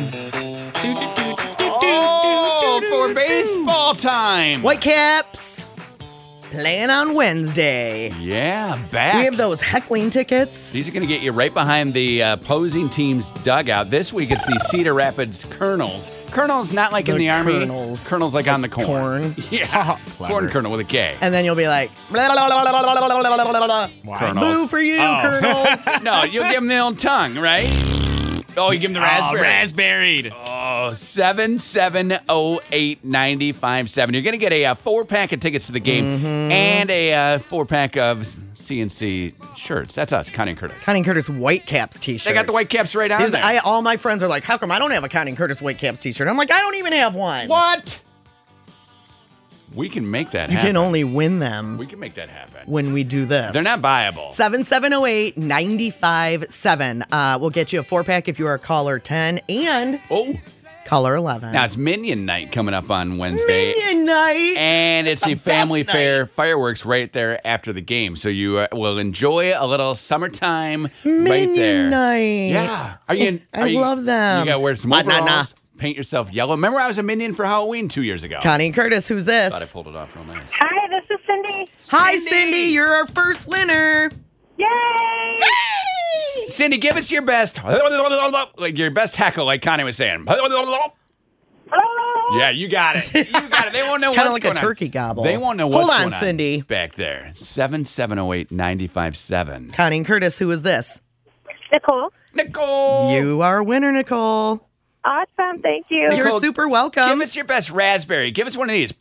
Speaker 3: Oh, for baseball time.
Speaker 2: Whitecaps playing on Wednesday.
Speaker 3: Yeah, back.
Speaker 2: We have those heckling tickets.
Speaker 3: These are going to get you right behind the uh, opposing team's dugout. This week it's the Cedar Rapids Colonels. Colonels, not like in
Speaker 2: The
Speaker 3: the army.
Speaker 2: Colonels.
Speaker 3: Colonels like on the corn.
Speaker 2: Corn.
Speaker 3: Yeah. corn kernel with a K.
Speaker 2: and then you'll be like, blah, blah, blah, blah, blah, blah, blah, blah, blah, blah.
Speaker 3: Colonels.
Speaker 2: boo for you,
Speaker 3: Oh.
Speaker 2: Colonels.
Speaker 3: no, you'll give them the old tongue, right? Oh, you give them the raspberry.
Speaker 4: Oh, raspberried.
Speaker 3: Oh, 7708957. You're going to get a, uh four pack of tickets to the game
Speaker 2: Mm-hmm.
Speaker 3: and a uh, four pack of CNC shirts. That's us, Connie and Curtis.
Speaker 2: Connie and Curtis Whitecaps t shirt.
Speaker 3: They got the white caps right on
Speaker 2: These,
Speaker 3: there.
Speaker 2: I, all my friends are like, how come I don't have a Connie and Curtis Whitecaps t shirt? I'm like, I don't even have one.
Speaker 3: What? We can make that
Speaker 2: You
Speaker 3: happen.
Speaker 2: can only win them
Speaker 3: we can make that happen.
Speaker 2: when we do this.
Speaker 3: They're not viable.
Speaker 2: 7708 957. Uh, we'll get you a four pack if you are caller 10 and
Speaker 3: oh,
Speaker 2: caller 11.
Speaker 3: now it's Minion Night coming up on Wednesday.
Speaker 2: Minion night.
Speaker 3: And it's the
Speaker 2: best
Speaker 3: family
Speaker 2: night.
Speaker 3: fair fireworks right there after the game. So you uh, will enjoy a little summertime right there.
Speaker 2: Minion night.
Speaker 3: Yeah. Are you? In,
Speaker 2: I
Speaker 3: are you-
Speaker 2: love them.
Speaker 3: You got to wear some
Speaker 2: Nah, nah,
Speaker 3: overalls.
Speaker 2: nah.
Speaker 3: Paint yourself yellow. Remember, I was a minion for Halloween two years ago.
Speaker 2: Connie and Curtis, who's this?
Speaker 3: Thought I pulled it off real nice.
Speaker 5: Hi, this is Cindy.
Speaker 2: Hi, Cindy. You're our first winner.
Speaker 5: Yay!
Speaker 3: Cindy, give us your best, like your best heckle, like Connie was saying.
Speaker 5: Hello.
Speaker 3: Yeah, you got it. You got it. They won't know
Speaker 2: It's kinda
Speaker 3: what's
Speaker 2: like a
Speaker 3: going on.
Speaker 2: turkey gobble.
Speaker 3: They won't know
Speaker 2: Hold
Speaker 3: what's
Speaker 2: on,
Speaker 3: going
Speaker 2: Cindy.
Speaker 3: Back there, seven seven zero eight ninety five seven.
Speaker 2: Connie and Curtis, who is this?
Speaker 5: Nicole.
Speaker 3: Nicole,
Speaker 2: You are a winner, Nicole.
Speaker 5: Awesome. Thank you.
Speaker 2: You're
Speaker 3: Nicole,
Speaker 2: super
Speaker 3: give
Speaker 2: welcome.
Speaker 3: us your best raspberry. Give us one of these.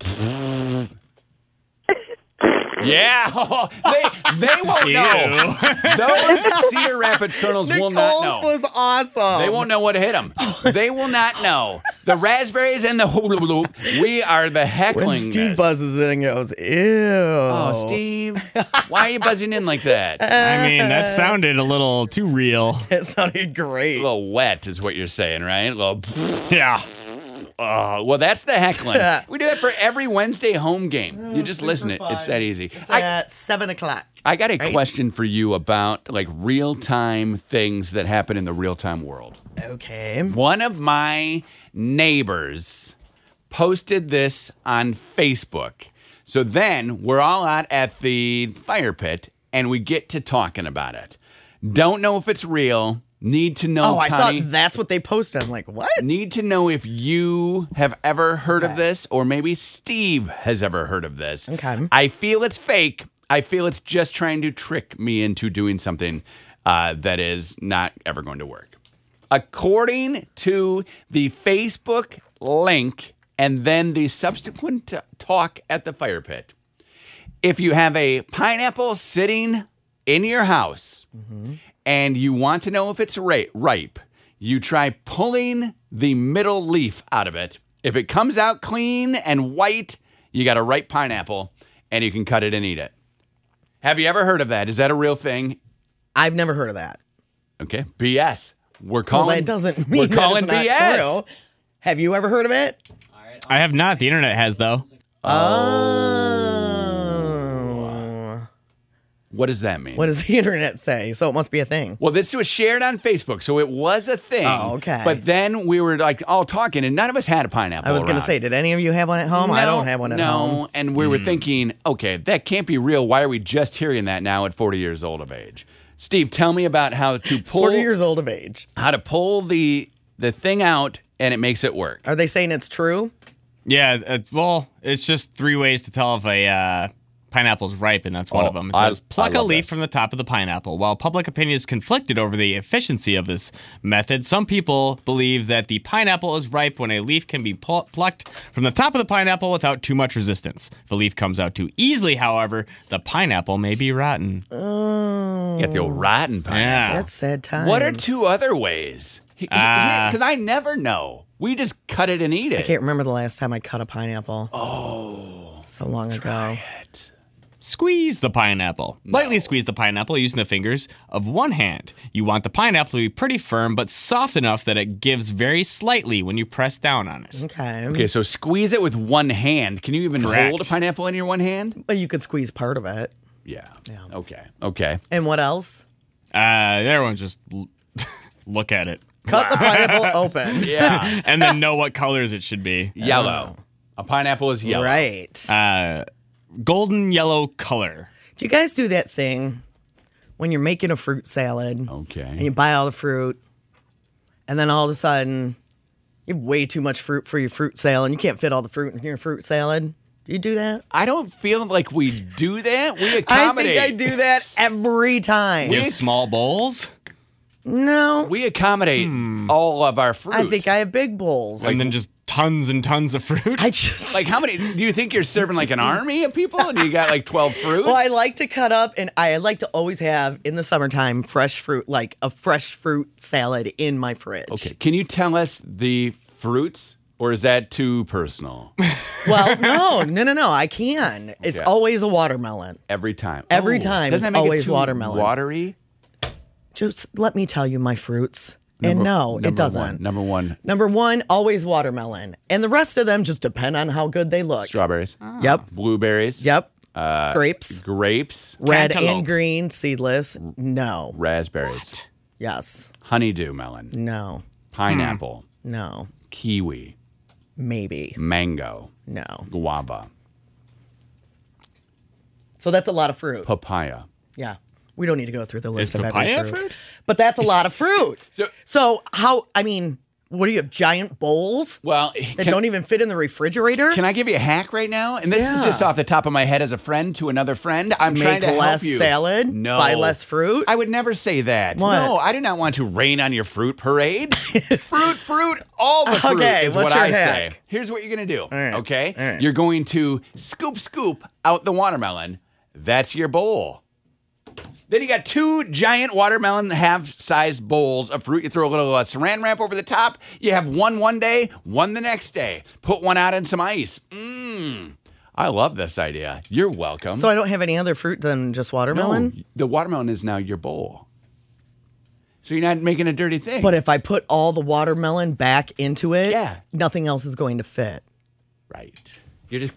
Speaker 3: yeah, they they won't know. Those Cedar Rapids Colonels will
Speaker 2: Nicole's
Speaker 3: not know.
Speaker 2: was awesome.
Speaker 3: They won't know what hit them. They will not know. The raspberries and the hula loop. We are the heckling.
Speaker 2: When Steve
Speaker 3: this.
Speaker 2: buzzes in and goes, ew.
Speaker 3: Oh, Steve, why are you buzzing in like that?
Speaker 4: I mean, that sounded a little too real.
Speaker 2: It sounded great.
Speaker 3: a little wet is what you're saying, right? A little.
Speaker 4: Yeah.
Speaker 3: Oh, well, that's the heckling. we do that for every Wednesday home game. You just listen it. It's that easy.
Speaker 2: Oh, It's
Speaker 3: I,
Speaker 2: at 7 o'clock.
Speaker 3: I got a question for you about like real time things that happen in the real time world.
Speaker 2: Okay.
Speaker 3: One of my neighbors posted this on Facebook. So then we're all out at the fire pit and we get to talking about it. Don't know if it's real. Need to know.
Speaker 2: Oh, I
Speaker 3: Connie.
Speaker 2: thought that's what they posted. I'm like, what?
Speaker 3: Need to know if you have ever heard of this or maybe Steve has ever heard of this.
Speaker 2: Okay.
Speaker 3: I feel it's fake. I feel it's just trying to trick me into doing something uh, that is not ever going to work. According to the Facebook link and then the subsequent t- talk at the fire pit, if you have a pineapple sitting in your house and you want to know if it's ra- ripe, you try pulling the middle leaf out of it. If it comes out clean and white, you got a ripe pineapple and you can cut it and eat it. Have you ever heard of that? Is that a real thing?
Speaker 2: I've never heard of that.
Speaker 3: Okay. BS. We're
Speaker 2: Well,
Speaker 3: calling.
Speaker 2: that doesn't mean
Speaker 3: we're
Speaker 2: that
Speaker 3: calling
Speaker 2: it's not
Speaker 3: BS.
Speaker 2: true. Have you ever heard of it?
Speaker 4: I have not. The internet has though.
Speaker 2: Oh.
Speaker 3: What does that mean?
Speaker 2: What does the internet say? So it must be a thing.
Speaker 3: Well, this was shared on Facebook, so it was a thing.
Speaker 2: Oh, okay.
Speaker 3: But then we were like all talking, and none of us had a pineapple.
Speaker 2: I was going to
Speaker 3: around.
Speaker 2: say, did any of you have one at home? I don't
Speaker 3: No,
Speaker 2: have one at
Speaker 3: no.
Speaker 2: home.
Speaker 3: And we
Speaker 4: Hmm.
Speaker 3: were thinking, okay, that can't be real. Why are we just hearing that now at 40 years old of age? Steve, tell me about how to pull
Speaker 2: 40 years old of age.
Speaker 3: how to pull the the thing out and it makes it work.
Speaker 2: Are they saying it's true?
Speaker 4: Yeah. Uh, well, it's just three ways to tell if a uh, pineapple's ripe, and that's one
Speaker 3: Oh,
Speaker 4: of them. It
Speaker 3: I-
Speaker 4: says
Speaker 3: I
Speaker 4: pluck a
Speaker 3: love
Speaker 4: leaf
Speaker 3: that.
Speaker 4: from the top of the pineapple. While public opinion is conflicted over the efficiency of this method, some people believe that the pineapple is ripe when a leaf can be pl- plucked from the top of the pineapple without too much resistance. If a leaf comes out too easily, however, the pineapple may be rotten.
Speaker 3: You got the old rotten pineapple.
Speaker 4: yeah.
Speaker 2: Oh, That's sad times.
Speaker 3: What are two other ways?
Speaker 4: Ah.
Speaker 3: Because I never know. We just cut it and eat it.
Speaker 2: I can't remember the last time I cut a pineapple. Oh. So long ago.
Speaker 4: Squeeze the pineapple. Lightly squeeze the pineapple using the fingers of one hand. You want the pineapple to be pretty firm but soft enough that it gives very slightly when you press down on
Speaker 3: Mm-hmm.
Speaker 4: it.
Speaker 2: Okay.
Speaker 3: Okay, so squeeze it with one hand. Can you even
Speaker 4: Correct.
Speaker 3: hold a pineapple in your one hand?
Speaker 2: But you could squeeze part of it.
Speaker 3: Yeah. yeah. Okay. Okay.
Speaker 2: And what else?
Speaker 4: Uh, the other one just l- look at it
Speaker 2: Cut the pineapple open.
Speaker 3: Yeah.
Speaker 4: and then know what colors it should be.
Speaker 3: yellow. A pineapple is yellow.
Speaker 2: Right.
Speaker 4: Uh, golden yellow color.
Speaker 2: do you guys do that thing when you're making a fruit salad and
Speaker 3: Okay.
Speaker 2: you buy all the fruit and then all of a sudden you have way too much fruit for your fruit salad and you can't fit all the fruit in your fruit salad? Do you do that?
Speaker 3: I don't feel like we do that. We
Speaker 2: I
Speaker 3: accommodate.
Speaker 2: think I do that every time.
Speaker 4: You have small bowls
Speaker 2: no.
Speaker 3: We accommodate all of our fruit.
Speaker 2: Hmm. I think I have big bowls.
Speaker 4: and then just tons and tons of fruit.
Speaker 2: I just
Speaker 3: Like how many? Do you think you're serving like an army of people, and you got like twelve fruits?
Speaker 2: Well, I like to cut up, and I like to always have in the summertime fresh fruit, like a fresh fruit salad in my fridge.
Speaker 3: Okay. Can you tell us the fruits, or is that too personal?
Speaker 2: Well, no, no, no, no. I can. It's
Speaker 3: Okay.
Speaker 2: always a watermelon.
Speaker 3: Every time.
Speaker 2: Every time,
Speaker 3: Doesn't that
Speaker 2: it's
Speaker 3: make
Speaker 2: always
Speaker 3: it too
Speaker 2: watermelon.
Speaker 3: Watery.
Speaker 2: Just let me tell you my fruits. and no,
Speaker 3: Number
Speaker 2: it doesn't.
Speaker 3: One, number one,
Speaker 2: Number one, always watermelon, and the rest of them just depend on how good they look.
Speaker 3: strawberries.
Speaker 2: Yep.
Speaker 3: Blueberries.
Speaker 2: Yep.
Speaker 3: Uh,
Speaker 2: Grapes,
Speaker 3: Grapes.
Speaker 2: red
Speaker 4: cantaloupe.
Speaker 2: and green, seedless. No.
Speaker 3: Raspberries.
Speaker 2: Yes.
Speaker 3: Honeydew melon.
Speaker 2: No.
Speaker 3: Pineapple.
Speaker 2: No.
Speaker 3: Kiwi.
Speaker 2: Maybe.
Speaker 3: Mango.
Speaker 2: No.
Speaker 3: Guava.
Speaker 2: So that's a lot of fruit.
Speaker 3: Papaya.
Speaker 2: Yeah. We don't need to go through the list
Speaker 4: Is
Speaker 2: of
Speaker 4: papaya
Speaker 2: every
Speaker 4: fruit?
Speaker 2: fruit. But that's a lot of fruit.
Speaker 3: So-
Speaker 2: so, how I mean, what do you have? Giant bowls
Speaker 3: Well,
Speaker 2: that
Speaker 3: can-
Speaker 2: don't even fit in the refrigerator?
Speaker 3: Can I give you a hack right now? And this is
Speaker 2: Yeah.
Speaker 3: just off the top of my head as a friend to another friend. I'm trying
Speaker 2: Make
Speaker 3: to
Speaker 2: less
Speaker 3: help you.
Speaker 2: salad,
Speaker 3: No.
Speaker 2: buy less fruit.
Speaker 3: I would never say that.
Speaker 2: What?
Speaker 3: No, I do not want to rain on your fruit parade. fruit, fruit, all the fruit
Speaker 2: Okay,
Speaker 3: is
Speaker 2: what's
Speaker 3: what
Speaker 2: your
Speaker 3: I say.
Speaker 2: hack?
Speaker 3: Here's what you're gonna do.
Speaker 2: right,
Speaker 3: Okay,
Speaker 2: all right.
Speaker 3: you're going to scoop, scoop out the watermelon. That's your bowl. Then you got two giant watermelon half-sized bowls of fruit. You throw a little uh, saran wrap over the top. You have one one day, one the next day. Put one out in some ice. Mmm. I love this idea. You're welcome.
Speaker 2: so I don't have any other fruit than just
Speaker 3: No,
Speaker 2: watermelon.
Speaker 3: the watermelon is now your bowl. So you're not making a dirty thing.
Speaker 2: But if I put all the watermelon back into it,
Speaker 3: Yeah.
Speaker 2: nothing else is going to fit.
Speaker 3: right. You're just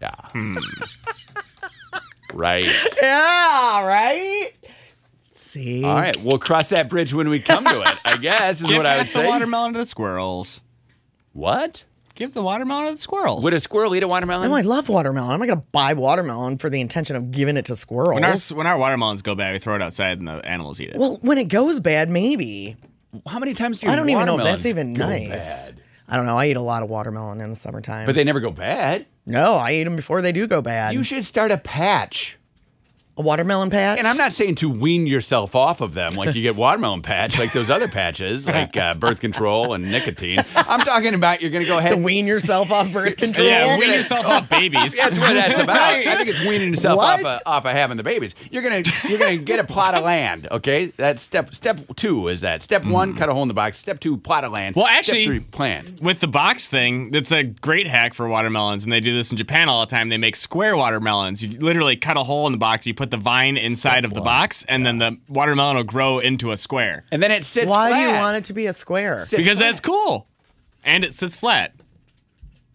Speaker 3: yeah. Hmm. right.
Speaker 2: Yeah, right? See?
Speaker 3: All right. We'll cross that bridge when we come to it. I guess is
Speaker 4: Give
Speaker 3: what I would
Speaker 4: half the
Speaker 3: say.
Speaker 4: watermelon to the squirrels.
Speaker 3: what?
Speaker 4: Give the watermelon to the squirrels.
Speaker 3: Would a squirrel eat a
Speaker 2: No, Oh, I
Speaker 3: watermelon?
Speaker 2: love watermelon. I'm not going to buy watermelon for the intention of giving it to squirrels.
Speaker 4: when our when our watermelons go bad, we throw it outside and the animals eat it.
Speaker 2: well, when it goes bad, maybe.
Speaker 3: How many times do you?
Speaker 2: I don't even know if that's even
Speaker 3: go
Speaker 2: nice.
Speaker 3: bad?
Speaker 2: I don't know. I eat a lot of watermelon in the summertime.
Speaker 3: But they never go bad.
Speaker 2: no, I eat them before they do go bad.
Speaker 3: You should start a patch.
Speaker 2: a watermelon patch.
Speaker 3: And I'm not saying to wean yourself off of them, like you get watermelon patch, like those other patches, like uh, birth control and nicotine. I'm talking about you're going to go ahead.
Speaker 2: to
Speaker 3: and-
Speaker 2: wean yourself off birth control.
Speaker 4: Yeah, wean yourself off babies.
Speaker 3: That's what that's about. I think it's weaning yourself off
Speaker 2: What?
Speaker 3: of, off of having the babies. You're gonna you're gonna get a plot of land. Okay, that's step step two. Is that
Speaker 2: Mm-hmm.
Speaker 3: step one? Cut a hole in the box. Step two, plot of land.
Speaker 4: Well,
Speaker 3: step
Speaker 4: actually-
Speaker 3: three, plant.
Speaker 4: With the box thing, that's a great hack for watermelons, and they do this in Japan all the time. They make square watermelons. You literally cut a hole in the box, you put the vine inside of the box, and then the watermelon will grow into a square.
Speaker 3: And then it sits.
Speaker 2: Why do you
Speaker 3: flat.
Speaker 2: want it to be a square?
Speaker 3: Sits
Speaker 4: because
Speaker 3: flat.
Speaker 4: that's cool, and it sits flat.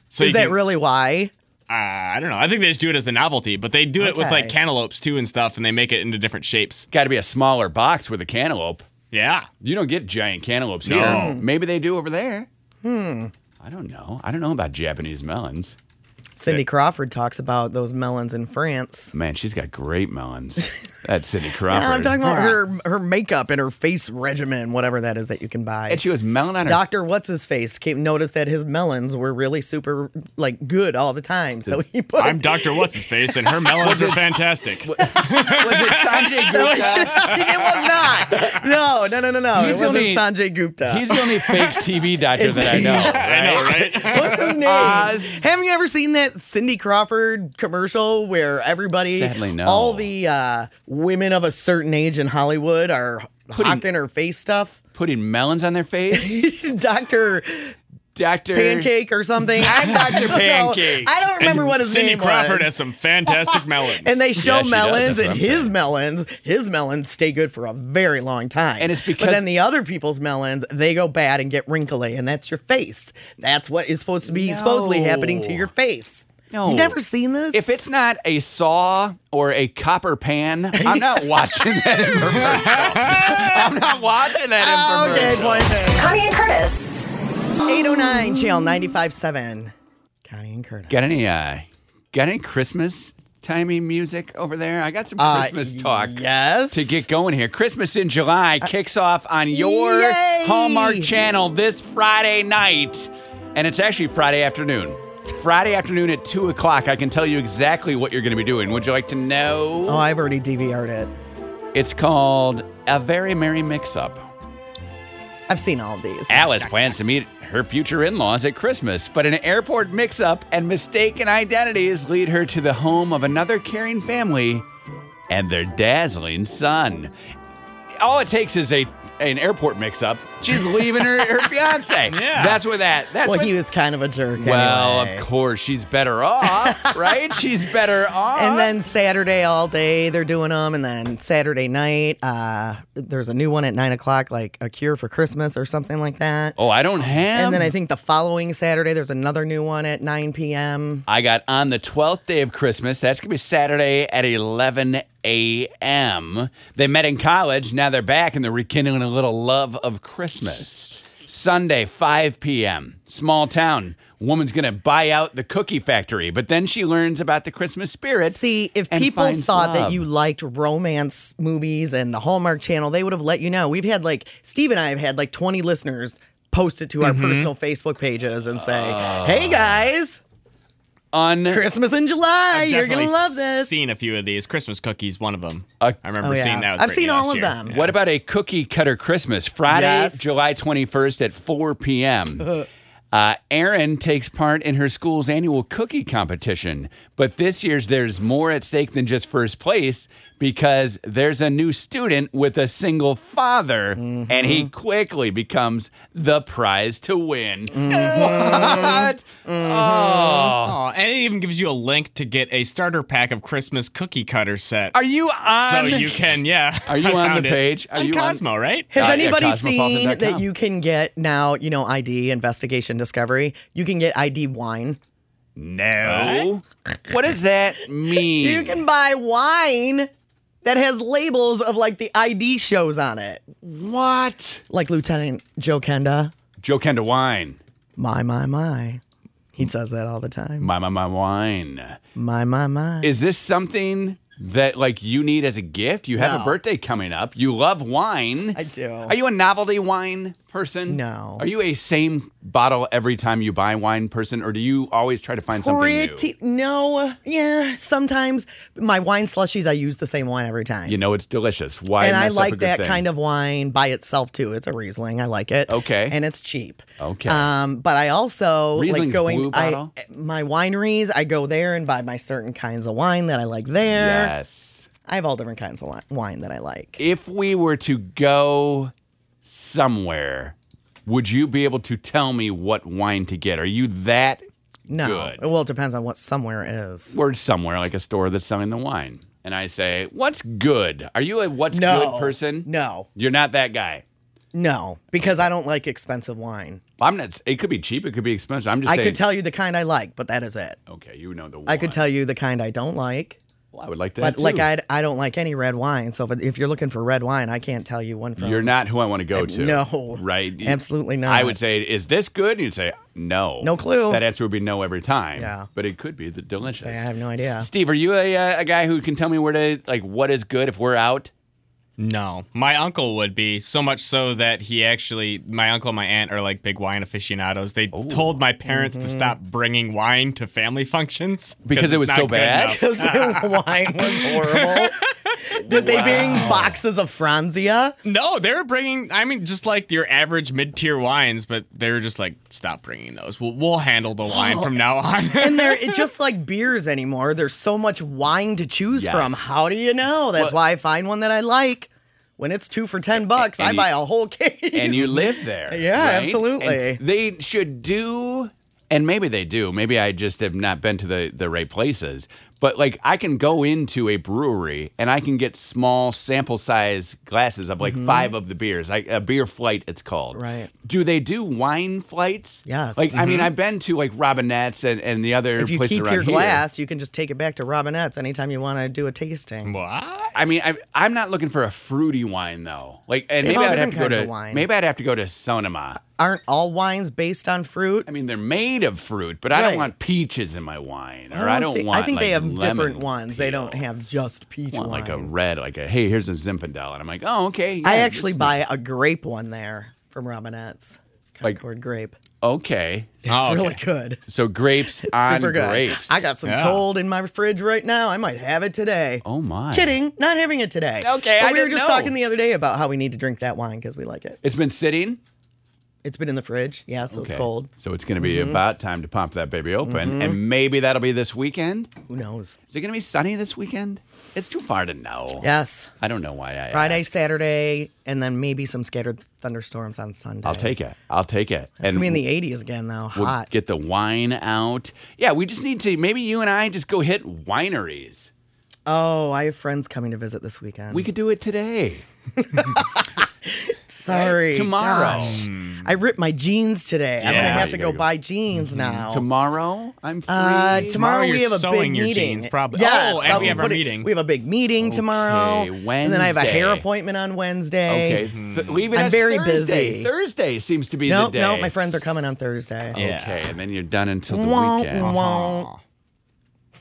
Speaker 4: So
Speaker 2: Is
Speaker 4: you
Speaker 2: that
Speaker 4: can-
Speaker 2: really why?
Speaker 4: Uh, I don't know. I think they just do it as a novelty, but they do it with
Speaker 2: Okay.
Speaker 4: like cantaloupes too and stuff, and they make it into different shapes.
Speaker 3: got to be a smaller box with a cantaloupe.
Speaker 4: Yeah.
Speaker 3: You don't get giant cantaloupes
Speaker 4: No.
Speaker 3: here. Maybe they do over there. Hmm. I don't know. I don't know about Japanese melons.
Speaker 2: Cindy Crawford talks about those melons in France.
Speaker 3: Man, she's got great melons. That's Cindy Crawford.
Speaker 2: Yeah, I'm talking about her her makeup and her face regimen, whatever that is that you can buy.
Speaker 3: And she was melon on her
Speaker 2: Doctor what's his face came noticed that his melons were really super like good all the time, so he put
Speaker 4: I'm Dr. What's His Face, and her melons are
Speaker 3: is-
Speaker 4: fantastic.
Speaker 3: Was it Sanjay Gupta?
Speaker 2: it was not. No, no, no, no, no.
Speaker 3: He's
Speaker 2: it wasn't
Speaker 3: only-
Speaker 2: Sanjay Gupta.
Speaker 3: He's the only fake TV doctor that I know.
Speaker 4: I
Speaker 3: Right?
Speaker 4: know, right?
Speaker 2: What's his name?
Speaker 3: Oz.
Speaker 2: Have you ever seen that Cindy Crawford commercial where everybody,
Speaker 3: Sadly, no.
Speaker 2: all the uh, women of a certain age in Hollywood are
Speaker 3: Putting-
Speaker 2: hawking her face stuff?
Speaker 3: Putting melons on their face?
Speaker 2: Dr.
Speaker 3: Doctor
Speaker 2: Pancake or something. I'm
Speaker 3: Dr. Pancake.
Speaker 2: I don't remember what his
Speaker 4: Cindy
Speaker 2: name
Speaker 4: Crawford
Speaker 2: was.
Speaker 4: has some fantastic melons.
Speaker 2: and they show
Speaker 3: Yeah, she does.
Speaker 2: melons,
Speaker 3: That's what
Speaker 2: and
Speaker 3: I'm
Speaker 2: his
Speaker 3: saying.
Speaker 2: melons, his melons stay good for a very long time.
Speaker 3: And it's
Speaker 2: but
Speaker 3: because-
Speaker 2: then the other people's melons, they go bad and get wrinkly, and that's your face. That's what is supposed to be supposedly
Speaker 3: No.
Speaker 2: happening to your face.
Speaker 3: No.
Speaker 2: You've never seen this?
Speaker 3: If it's not a saw or a copper pan, I'm not watching that infomercial. I'm not watching that infomercial.
Speaker 2: okay, point there.
Speaker 1: Connie and Curtis.
Speaker 2: 809 channel 957. Connie and Curtis.
Speaker 3: Got any uh, got any Christmas timey music over there? I got some
Speaker 2: Uh,
Speaker 3: Christmas talk
Speaker 2: Yes.
Speaker 3: to get going here. Christmas in July kicks off on your
Speaker 2: Yay!
Speaker 3: Hallmark Channel this Friday night, and it's actually Friday afternoon. Friday afternoon at two o'clock. I can tell you exactly what you're going to be doing. Would you like to know?
Speaker 2: Oh, I've already DVR'd it.
Speaker 3: It's called a very merry mix-up.
Speaker 2: I've seen all these.
Speaker 3: Alice plans to meet her future in laws at Christmas, but an airport mix up and mistaken identities lead her to the home of another caring family and their dazzling son. All it takes is a an airport mix up. She's leaving her, her fiance.
Speaker 4: Yeah.
Speaker 3: That's where that that's
Speaker 2: well,
Speaker 3: what,
Speaker 2: he was kind of a jerk.
Speaker 3: Well,
Speaker 2: anyway.
Speaker 3: of course, she's better off, right? She's better off.
Speaker 4: Uh-huh.
Speaker 2: And then Saturday all day they're doing them, and then Saturday night uh, there's a new one at nine o'clock, like a cure for Christmas or something like that.
Speaker 3: Oh, I don't have
Speaker 4: Um,
Speaker 2: and then I think the following Saturday there's another new one at nine p.m.
Speaker 3: I got on the 12th day of Christmas. That's going to be Saturday at 11 a.m. They met in college. Now they're back and they're rekindling a little love of Christmas. Sunday, 5 p.m. Small town. Woman's going to buy out the cookie factory, but then she learns about the Christmas spirit.
Speaker 2: See, if
Speaker 3: and
Speaker 2: people
Speaker 3: finds
Speaker 2: thought that
Speaker 3: love.
Speaker 2: you liked romance movies and the Hallmark Channel, they would have let you know. We've had like Steve and I have had like twenty listeners post it to our
Speaker 4: Mm-hmm.
Speaker 2: personal Facebook pages and say,
Speaker 4: Uh.
Speaker 2: "Hey guys,
Speaker 3: Un-
Speaker 2: Christmas in July,
Speaker 4: I've
Speaker 2: you're gonna
Speaker 4: definitely
Speaker 2: love this."
Speaker 4: Seen a few of these Christmas cookies, one of them.
Speaker 3: A-
Speaker 4: I remember
Speaker 2: Oh, yeah.
Speaker 4: seeing that. With
Speaker 2: I've
Speaker 4: Brittany
Speaker 2: seen all
Speaker 4: last
Speaker 2: of
Speaker 4: year.
Speaker 2: them.
Speaker 3: What about a cookie cutter Christmas? Friday,
Speaker 2: Yes.
Speaker 3: July 21st at 4 p.m. Uh, Erin takes part in her school's annual cookie competition, but this year's there's more at stake than just first place because there's a new student with a single father, and he quickly becomes the prize to win. What? Oh.
Speaker 4: Oh, and it even gives you a link to get a starter pack of Christmas cookie cutter sets.
Speaker 3: Are you on?
Speaker 4: So you can, yeah.
Speaker 3: Are you
Speaker 4: I
Speaker 3: on the
Speaker 4: found it.
Speaker 3: page? Are
Speaker 4: on
Speaker 3: you on-
Speaker 4: Cosmo, right?
Speaker 2: Has
Speaker 3: Uh, yeah,
Speaker 2: anybody seen
Speaker 3: cosmopolitan.com.
Speaker 2: that you can get now, you know, ID, investigation, discovery? You can get ID wine.
Speaker 3: no. What does that mean?
Speaker 2: You can buy wine that has labels of like the ID shows on it,
Speaker 3: what?
Speaker 2: like Lieutenant Joe Kenda.
Speaker 3: Joe Kenda Wine.
Speaker 2: My, my, my. He says that all the time.
Speaker 3: My, my, my wine.
Speaker 2: My, my, my.
Speaker 3: Is this something that like you need as a gift? You have a
Speaker 2: No.
Speaker 3: birthday coming up. You love wine.
Speaker 2: I do.
Speaker 3: Are you a novelty wine person?
Speaker 2: No.
Speaker 3: Are you a same bottle every time you buy wine person, or do you always try to find something new?
Speaker 2: Pretty no, yeah. Sometimes my wine slushies, I use the same wine every time.
Speaker 3: You know it's delicious. Why?
Speaker 2: and I
Speaker 3: mess up a
Speaker 2: like
Speaker 3: good
Speaker 2: that
Speaker 3: thing?
Speaker 2: kind of wine by itself too. It's a Riesling. I like it.
Speaker 3: Okay. Oh,
Speaker 2: And it's cheap.
Speaker 3: Okay.
Speaker 2: Um, but I also like
Speaker 3: Riesling's
Speaker 2: going
Speaker 3: blue
Speaker 2: I,
Speaker 3: bottle?
Speaker 2: my wineries, I go there and buy my certain kinds of wine that I like there.
Speaker 3: Yes.
Speaker 2: I have all different kinds of li- wine that I like.
Speaker 3: If we were to go somewhere, would you be able to tell me what wine to get? Are you that
Speaker 2: No.
Speaker 3: good?
Speaker 2: Well, it depends on what somewhere is.
Speaker 3: We're somewhere like a store that's selling the wine, and I say, "What's good?" Are you a what's
Speaker 2: No.
Speaker 3: good person?
Speaker 2: No.
Speaker 3: You're not that guy.
Speaker 2: No, because I don't like expensive wine.
Speaker 3: I'm not. It could be cheap. It could be expensive. I'm just
Speaker 2: I
Speaker 3: saying.
Speaker 2: could tell you the kind I like, but that is it.
Speaker 3: Okay, you know the. One.
Speaker 2: I could tell you the kind I don't like.
Speaker 3: Well, I would like that.
Speaker 2: But like
Speaker 3: too.
Speaker 2: I, I don't like any red wine. So if, if you're looking for red wine, I can't tell you one from.
Speaker 3: You're not who I want to go to.
Speaker 2: No.
Speaker 3: Right?
Speaker 2: Absolutely not.
Speaker 3: I would say, is this good? And you'd say, no.
Speaker 2: No clue.
Speaker 3: That answer would be no every time.
Speaker 2: Yeah.
Speaker 3: But it could be the delicious.
Speaker 2: I have no idea.
Speaker 3: S- Steve, are you a, uh, a guy who can tell me where to, like, what is good if we're out?
Speaker 4: No, my uncle would be so much so that he actually, my uncle and my aunt are like big wine aficionados. They told my parents
Speaker 2: Mm-hmm.
Speaker 4: to stop bringing wine to family functions
Speaker 3: Because it
Speaker 4: it's
Speaker 3: was
Speaker 4: not
Speaker 3: so
Speaker 4: good
Speaker 3: bad?
Speaker 4: enough.
Speaker 2: because their wine was horrible. Did they bring boxes of Franzia?
Speaker 4: No, they were bringing. I mean, just like your average mid-tier wines, but they were just like, stop bringing those. We'll, we'll handle the wine from now on.
Speaker 2: Oh. And they're it just like beers anymore. There's so much wine to choose
Speaker 3: Yes.
Speaker 2: from. How do you know? That's
Speaker 3: Well-
Speaker 2: why I find one that I like. When it's two for ten bucks, I
Speaker 3: you-
Speaker 2: buy a whole case.
Speaker 3: And you live there.
Speaker 2: Yeah,
Speaker 3: right?
Speaker 2: absolutely.
Speaker 3: And they should do, and maybe they do. Maybe I just have not been to the, the right places. But, like, I can go into a brewery and I can get small sample size glasses of like five of the beers, like a beer flight, it's called.
Speaker 2: Mm-hmm. Right.
Speaker 3: Do they do wine flights?
Speaker 2: Yes. Mm-hmm.
Speaker 3: Like, I mean, I've been to like Robinette's and, and the other
Speaker 2: if you
Speaker 3: places
Speaker 2: keep
Speaker 3: around
Speaker 2: your
Speaker 3: here.
Speaker 2: glass, you can just take it back to Robinette's anytime you want to do a tasting.
Speaker 4: what?
Speaker 3: I mean, I, I'm not looking for a fruity wine though. Like, and
Speaker 2: They have
Speaker 3: maybe
Speaker 2: all
Speaker 3: I'd have to
Speaker 2: different
Speaker 3: go
Speaker 2: kinds
Speaker 3: to
Speaker 2: of wine.
Speaker 3: maybe I'd have to go to Sonoma.
Speaker 2: Aren't all wines based on fruit?
Speaker 3: I mean, they're made of fruit, but I don't
Speaker 2: Right.
Speaker 3: want peaches in my wine, or I don't,
Speaker 2: think,
Speaker 3: want.
Speaker 2: I think they
Speaker 3: like,
Speaker 2: have
Speaker 3: lemon
Speaker 2: different ones. They
Speaker 3: peel.
Speaker 2: don't have just peach
Speaker 3: I want
Speaker 2: wine.
Speaker 3: like a red, like a hey, here's a Zinfandel, and I'm like, oh, okay. yeah,
Speaker 2: I
Speaker 3: this
Speaker 2: actually
Speaker 3: is-
Speaker 2: buy a grape one there from Robinette's.
Speaker 3: Like- Oh,
Speaker 2: Concord grape.
Speaker 3: Okay,
Speaker 2: It's really good.
Speaker 3: so grapes on
Speaker 2: Super good.
Speaker 3: grapes.
Speaker 2: I got some
Speaker 4: Yeah.
Speaker 2: cold in my fridge right now. I might have it today.
Speaker 3: Oh my!
Speaker 2: Kidding. Not having it today.
Speaker 3: Okay,
Speaker 2: But
Speaker 3: I
Speaker 2: we were
Speaker 3: didn't
Speaker 2: just
Speaker 3: know.
Speaker 2: talking the other day about how we need to drink that wine because we like it.
Speaker 3: It's been sitting.
Speaker 2: It's been in the fridge. Yeah, so
Speaker 3: Okay.
Speaker 2: it's cold. Mm-hmm.
Speaker 3: So it's going to be about time to pop that baby open, and maybe that'll be this weekend.
Speaker 2: Who knows?
Speaker 3: Is it going to be sunny this weekend? It's too far to know.
Speaker 2: Yes.
Speaker 3: I don't know why I.
Speaker 2: Friday,
Speaker 3: asked.
Speaker 2: Saturday, and then maybe some scattered thunderstorms on Sunday.
Speaker 3: I'll take it. I'll take it.
Speaker 2: It's gonna be in the 80s again, though.
Speaker 3: We'll
Speaker 2: Hot.
Speaker 3: get the wine out. Yeah, we just need to. Maybe you and I just go hit wineries.
Speaker 2: oh, I have friends coming to visit this weekend.
Speaker 3: We could do it today.
Speaker 2: Sorry.
Speaker 3: Tomorrow.
Speaker 2: Gosh. I ripped my jeans today. I'm gonna
Speaker 4: Yeah,
Speaker 2: have to
Speaker 3: Mm. you gotta
Speaker 2: go
Speaker 3: go- Mm-hmm.
Speaker 2: buy jeans now.
Speaker 3: Tomorrow, I'm free.
Speaker 2: Oh. Uh, tomorrow
Speaker 4: Tomorrow
Speaker 2: we
Speaker 4: you're
Speaker 2: have a big
Speaker 4: sewing your
Speaker 2: meeting.
Speaker 4: jeans, probably.
Speaker 2: Yes,
Speaker 4: Oh, and
Speaker 2: I'll
Speaker 4: we
Speaker 2: be
Speaker 4: have our
Speaker 2: putting-
Speaker 4: meeting.
Speaker 2: We have a big meeting tomorrow. And then I have a hair
Speaker 3: Wednesday.
Speaker 2: appointment on Wednesday.
Speaker 3: okay, th- leave it.
Speaker 2: Hmm. I'm
Speaker 3: as
Speaker 2: very
Speaker 3: Thursday.
Speaker 2: busy.
Speaker 3: Thursday seems to be
Speaker 2: No,
Speaker 3: the day.
Speaker 2: no, my friends are coming on Thursday.
Speaker 4: Yeah.
Speaker 3: Okay, and then you're done until the
Speaker 2: Wah,
Speaker 3: weekend. Uh-huh.
Speaker 2: wah.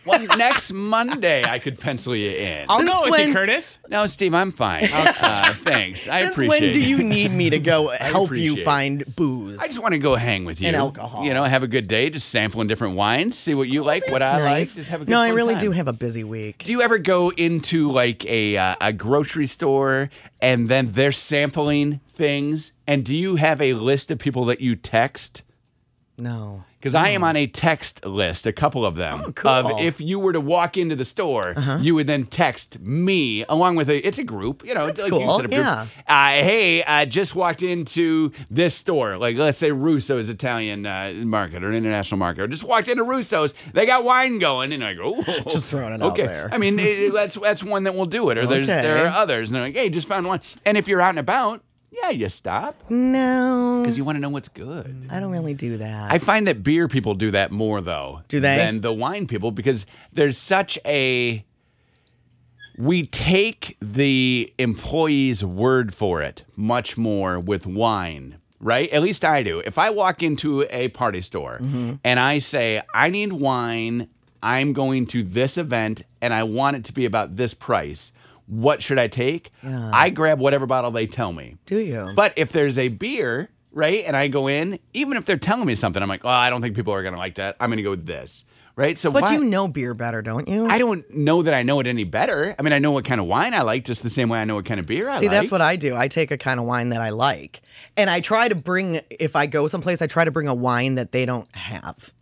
Speaker 3: Well, next Monday I could pencil you in.
Speaker 4: I'll
Speaker 2: Since
Speaker 4: go with
Speaker 2: when-
Speaker 4: you, Curtis.
Speaker 3: No, Steve, I'm fine. Uh, thanks, I
Speaker 2: Since
Speaker 3: appreciate.
Speaker 2: when do
Speaker 3: it.
Speaker 2: you need me to go help
Speaker 3: appreciate it.
Speaker 2: you find booze?
Speaker 3: I just want to go hang with you
Speaker 2: And alcohol.
Speaker 3: You know, have a good day. Just sampling different wines, see what you like, what
Speaker 2: It's
Speaker 3: I
Speaker 2: nice.
Speaker 3: like. Just have a good.
Speaker 2: no, I
Speaker 3: fun
Speaker 2: really
Speaker 3: time.
Speaker 2: do have a busy week.
Speaker 3: Do you ever go into like a uh, a grocery store and then they're sampling things? And do you have a list of people that you text?
Speaker 2: no.
Speaker 3: Because I am on a text list, a couple of them.
Speaker 2: Mm. Oh, cool. Uh-huh.
Speaker 3: Of if you were to walk into the store, you would then text me along with a. It's a group, you know.
Speaker 2: That's
Speaker 3: like You
Speaker 2: cool,
Speaker 3: set up groups.
Speaker 2: yeah.
Speaker 3: Uh, hey, I just walked into this store. Like let's say Russo's Italian uh, market or international market. Or just walked into Russo's. They got wine going, and I go. "Ooh."
Speaker 2: Just throwing it out
Speaker 3: okay.
Speaker 2: there.
Speaker 3: I mean, it- it- that's that's one that will do it. Or there's there
Speaker 2: Okay.
Speaker 3: are others, and they're like, hey, just found one. And if you're out and about, yeah, you stop
Speaker 2: No.
Speaker 3: because you want to know what's good.
Speaker 2: I don't really do that.
Speaker 3: I find that beer people do that more though.
Speaker 2: Do they?
Speaker 3: Than the wine people because there's such a we take the employee's word for it much more with wine, right? At least
Speaker 2: Mm-hmm.
Speaker 3: I do. If I walk into a party store and I say I need wine I'm going to this event and I want it to be about this price. What should I take? I grab whatever bottle they tell me.
Speaker 2: Do you?
Speaker 3: But if there's a beer, right, and I go in, even if they're telling me something, I'm like, oh, I don't think people are going to like that. I'm going to go with this, right? So,
Speaker 2: but
Speaker 3: why-
Speaker 2: you know beer better, don't you?
Speaker 3: I don't know that I know it any better. I mean, I know what kind of wine I like, just the same way I know what kind of beer I
Speaker 2: See,
Speaker 3: like.
Speaker 2: that's what I do. I take a kind of wine that I like, and I try to bring. If I go someplace, I try to bring a wine that they don't have.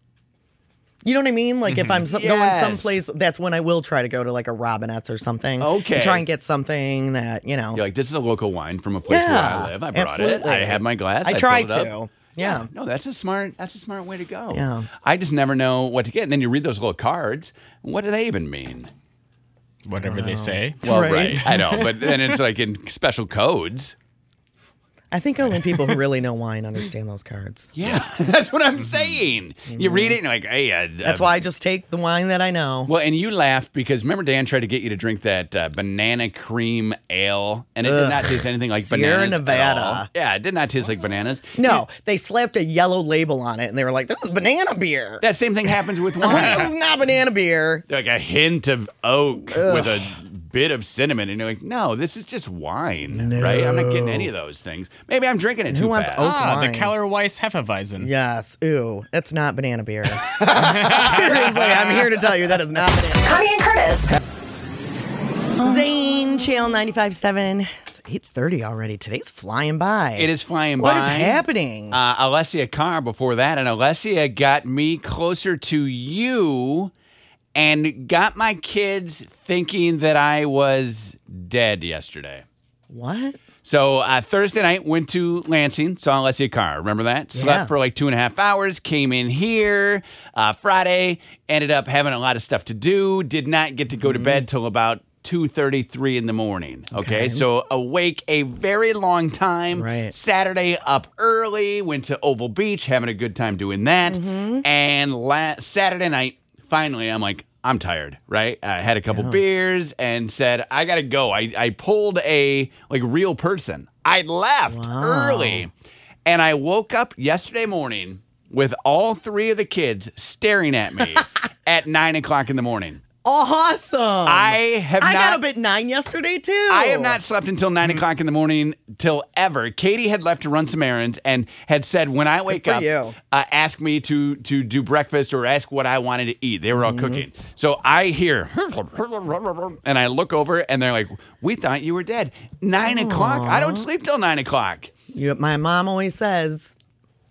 Speaker 2: You know what I mean? Like if I'm so- going
Speaker 3: Mm-hmm. Yes.
Speaker 2: someplace, that's when I will try to go to like a Robinette's or something.
Speaker 3: Okay.
Speaker 2: and try and get something that you know.
Speaker 3: You're like, this is a local wine from a place where I live. I brought it.
Speaker 2: absolutely.
Speaker 3: I have my glass.
Speaker 2: I, try
Speaker 3: filled it
Speaker 2: to.
Speaker 3: up.
Speaker 2: Yeah.
Speaker 3: No, that's a smart. That's a smart way to go.
Speaker 2: Yeah.
Speaker 3: I just never know what to get, and then you read those little cards. What do they even mean?
Speaker 4: Whatever they say.
Speaker 3: Well,
Speaker 2: Right.
Speaker 3: right. I know, but then it's like in special codes.
Speaker 2: I think only people who really know wine understand those cards.
Speaker 3: Yeah, that's what I'm saying. You read it and you're like, hey, uh,
Speaker 2: Mm-hmm. That's why I just take the wine that I know.
Speaker 3: Well, and you laughed because remember Dan tried to get you to drink that uh, banana cream ale, and it did not taste anything like
Speaker 2: Sierra
Speaker 3: bananas. at
Speaker 2: Nevada.
Speaker 3: all. Yeah, it did not taste like bananas.
Speaker 2: No, they slapped a yellow label on it, and they were like, "This is banana beer."
Speaker 3: That same thing happens with
Speaker 2: this is
Speaker 3: wine.
Speaker 2: not banana beer.
Speaker 3: like a hint of oak with a bit of cinnamon, and you're like, no, this is just wine, right? I'm not getting any of those things. Maybe I'm drinking it too
Speaker 2: Who wants
Speaker 3: fast.
Speaker 2: oak
Speaker 4: Ah,
Speaker 2: wine?
Speaker 4: the Keller Weiss Hefeweizen.
Speaker 2: Yes. Ooh, that's not banana beer. Seriously, I'm here to tell you that is not banana.
Speaker 1: Connie and Curtis.
Speaker 2: Zane, Channel 95.7. It's 8.30 already. Today's flying by.
Speaker 3: It is flying
Speaker 2: What
Speaker 3: by.
Speaker 2: is happening?
Speaker 3: uh, Alessia Carr before that, and Alessia got me closer to you and got my kids thinking that I was dead yesterday.
Speaker 2: what?
Speaker 3: So uh, Thursday night went to Lansing, saw Alessia Carr. Remember that? Slept
Speaker 2: Yeah.
Speaker 3: for like two and a half hours. Came in here uh, Friday. Ended up having a lot of stuff to do. Did not get to go to bed till about two thirty three in the morning. Okay? so awake a very long time.
Speaker 2: Right.
Speaker 3: Saturday up early. Went to Oval Beach, having a good time doing that. And la- Saturday night, finally, I'm like. I'm tired, right? I had a couple beers and said, I gotta go. I, I pulled a like real person. I left early. And I woke up yesterday morning with all three of the kids staring at me at nine o'clock in the morning.
Speaker 2: Awesome. Oh I,
Speaker 3: I have not
Speaker 2: got up at 9 yesterday, too.
Speaker 3: I have not slept until
Speaker 2: Mm-hmm.
Speaker 3: nine o'clock in the morning till ever. Katie had left to run some errands and had said, "When I wake
Speaker 2: for
Speaker 3: up,
Speaker 2: you.
Speaker 3: Uh, ask me to to do breakfast or ask what I wanted to eat." They were
Speaker 2: Mm-hmm.
Speaker 3: all cooking, so I hear and I look over and they're like, "We thought you were dead." Nine o'clock. I don't sleep till nine o'clock.
Speaker 2: You, my mom always says,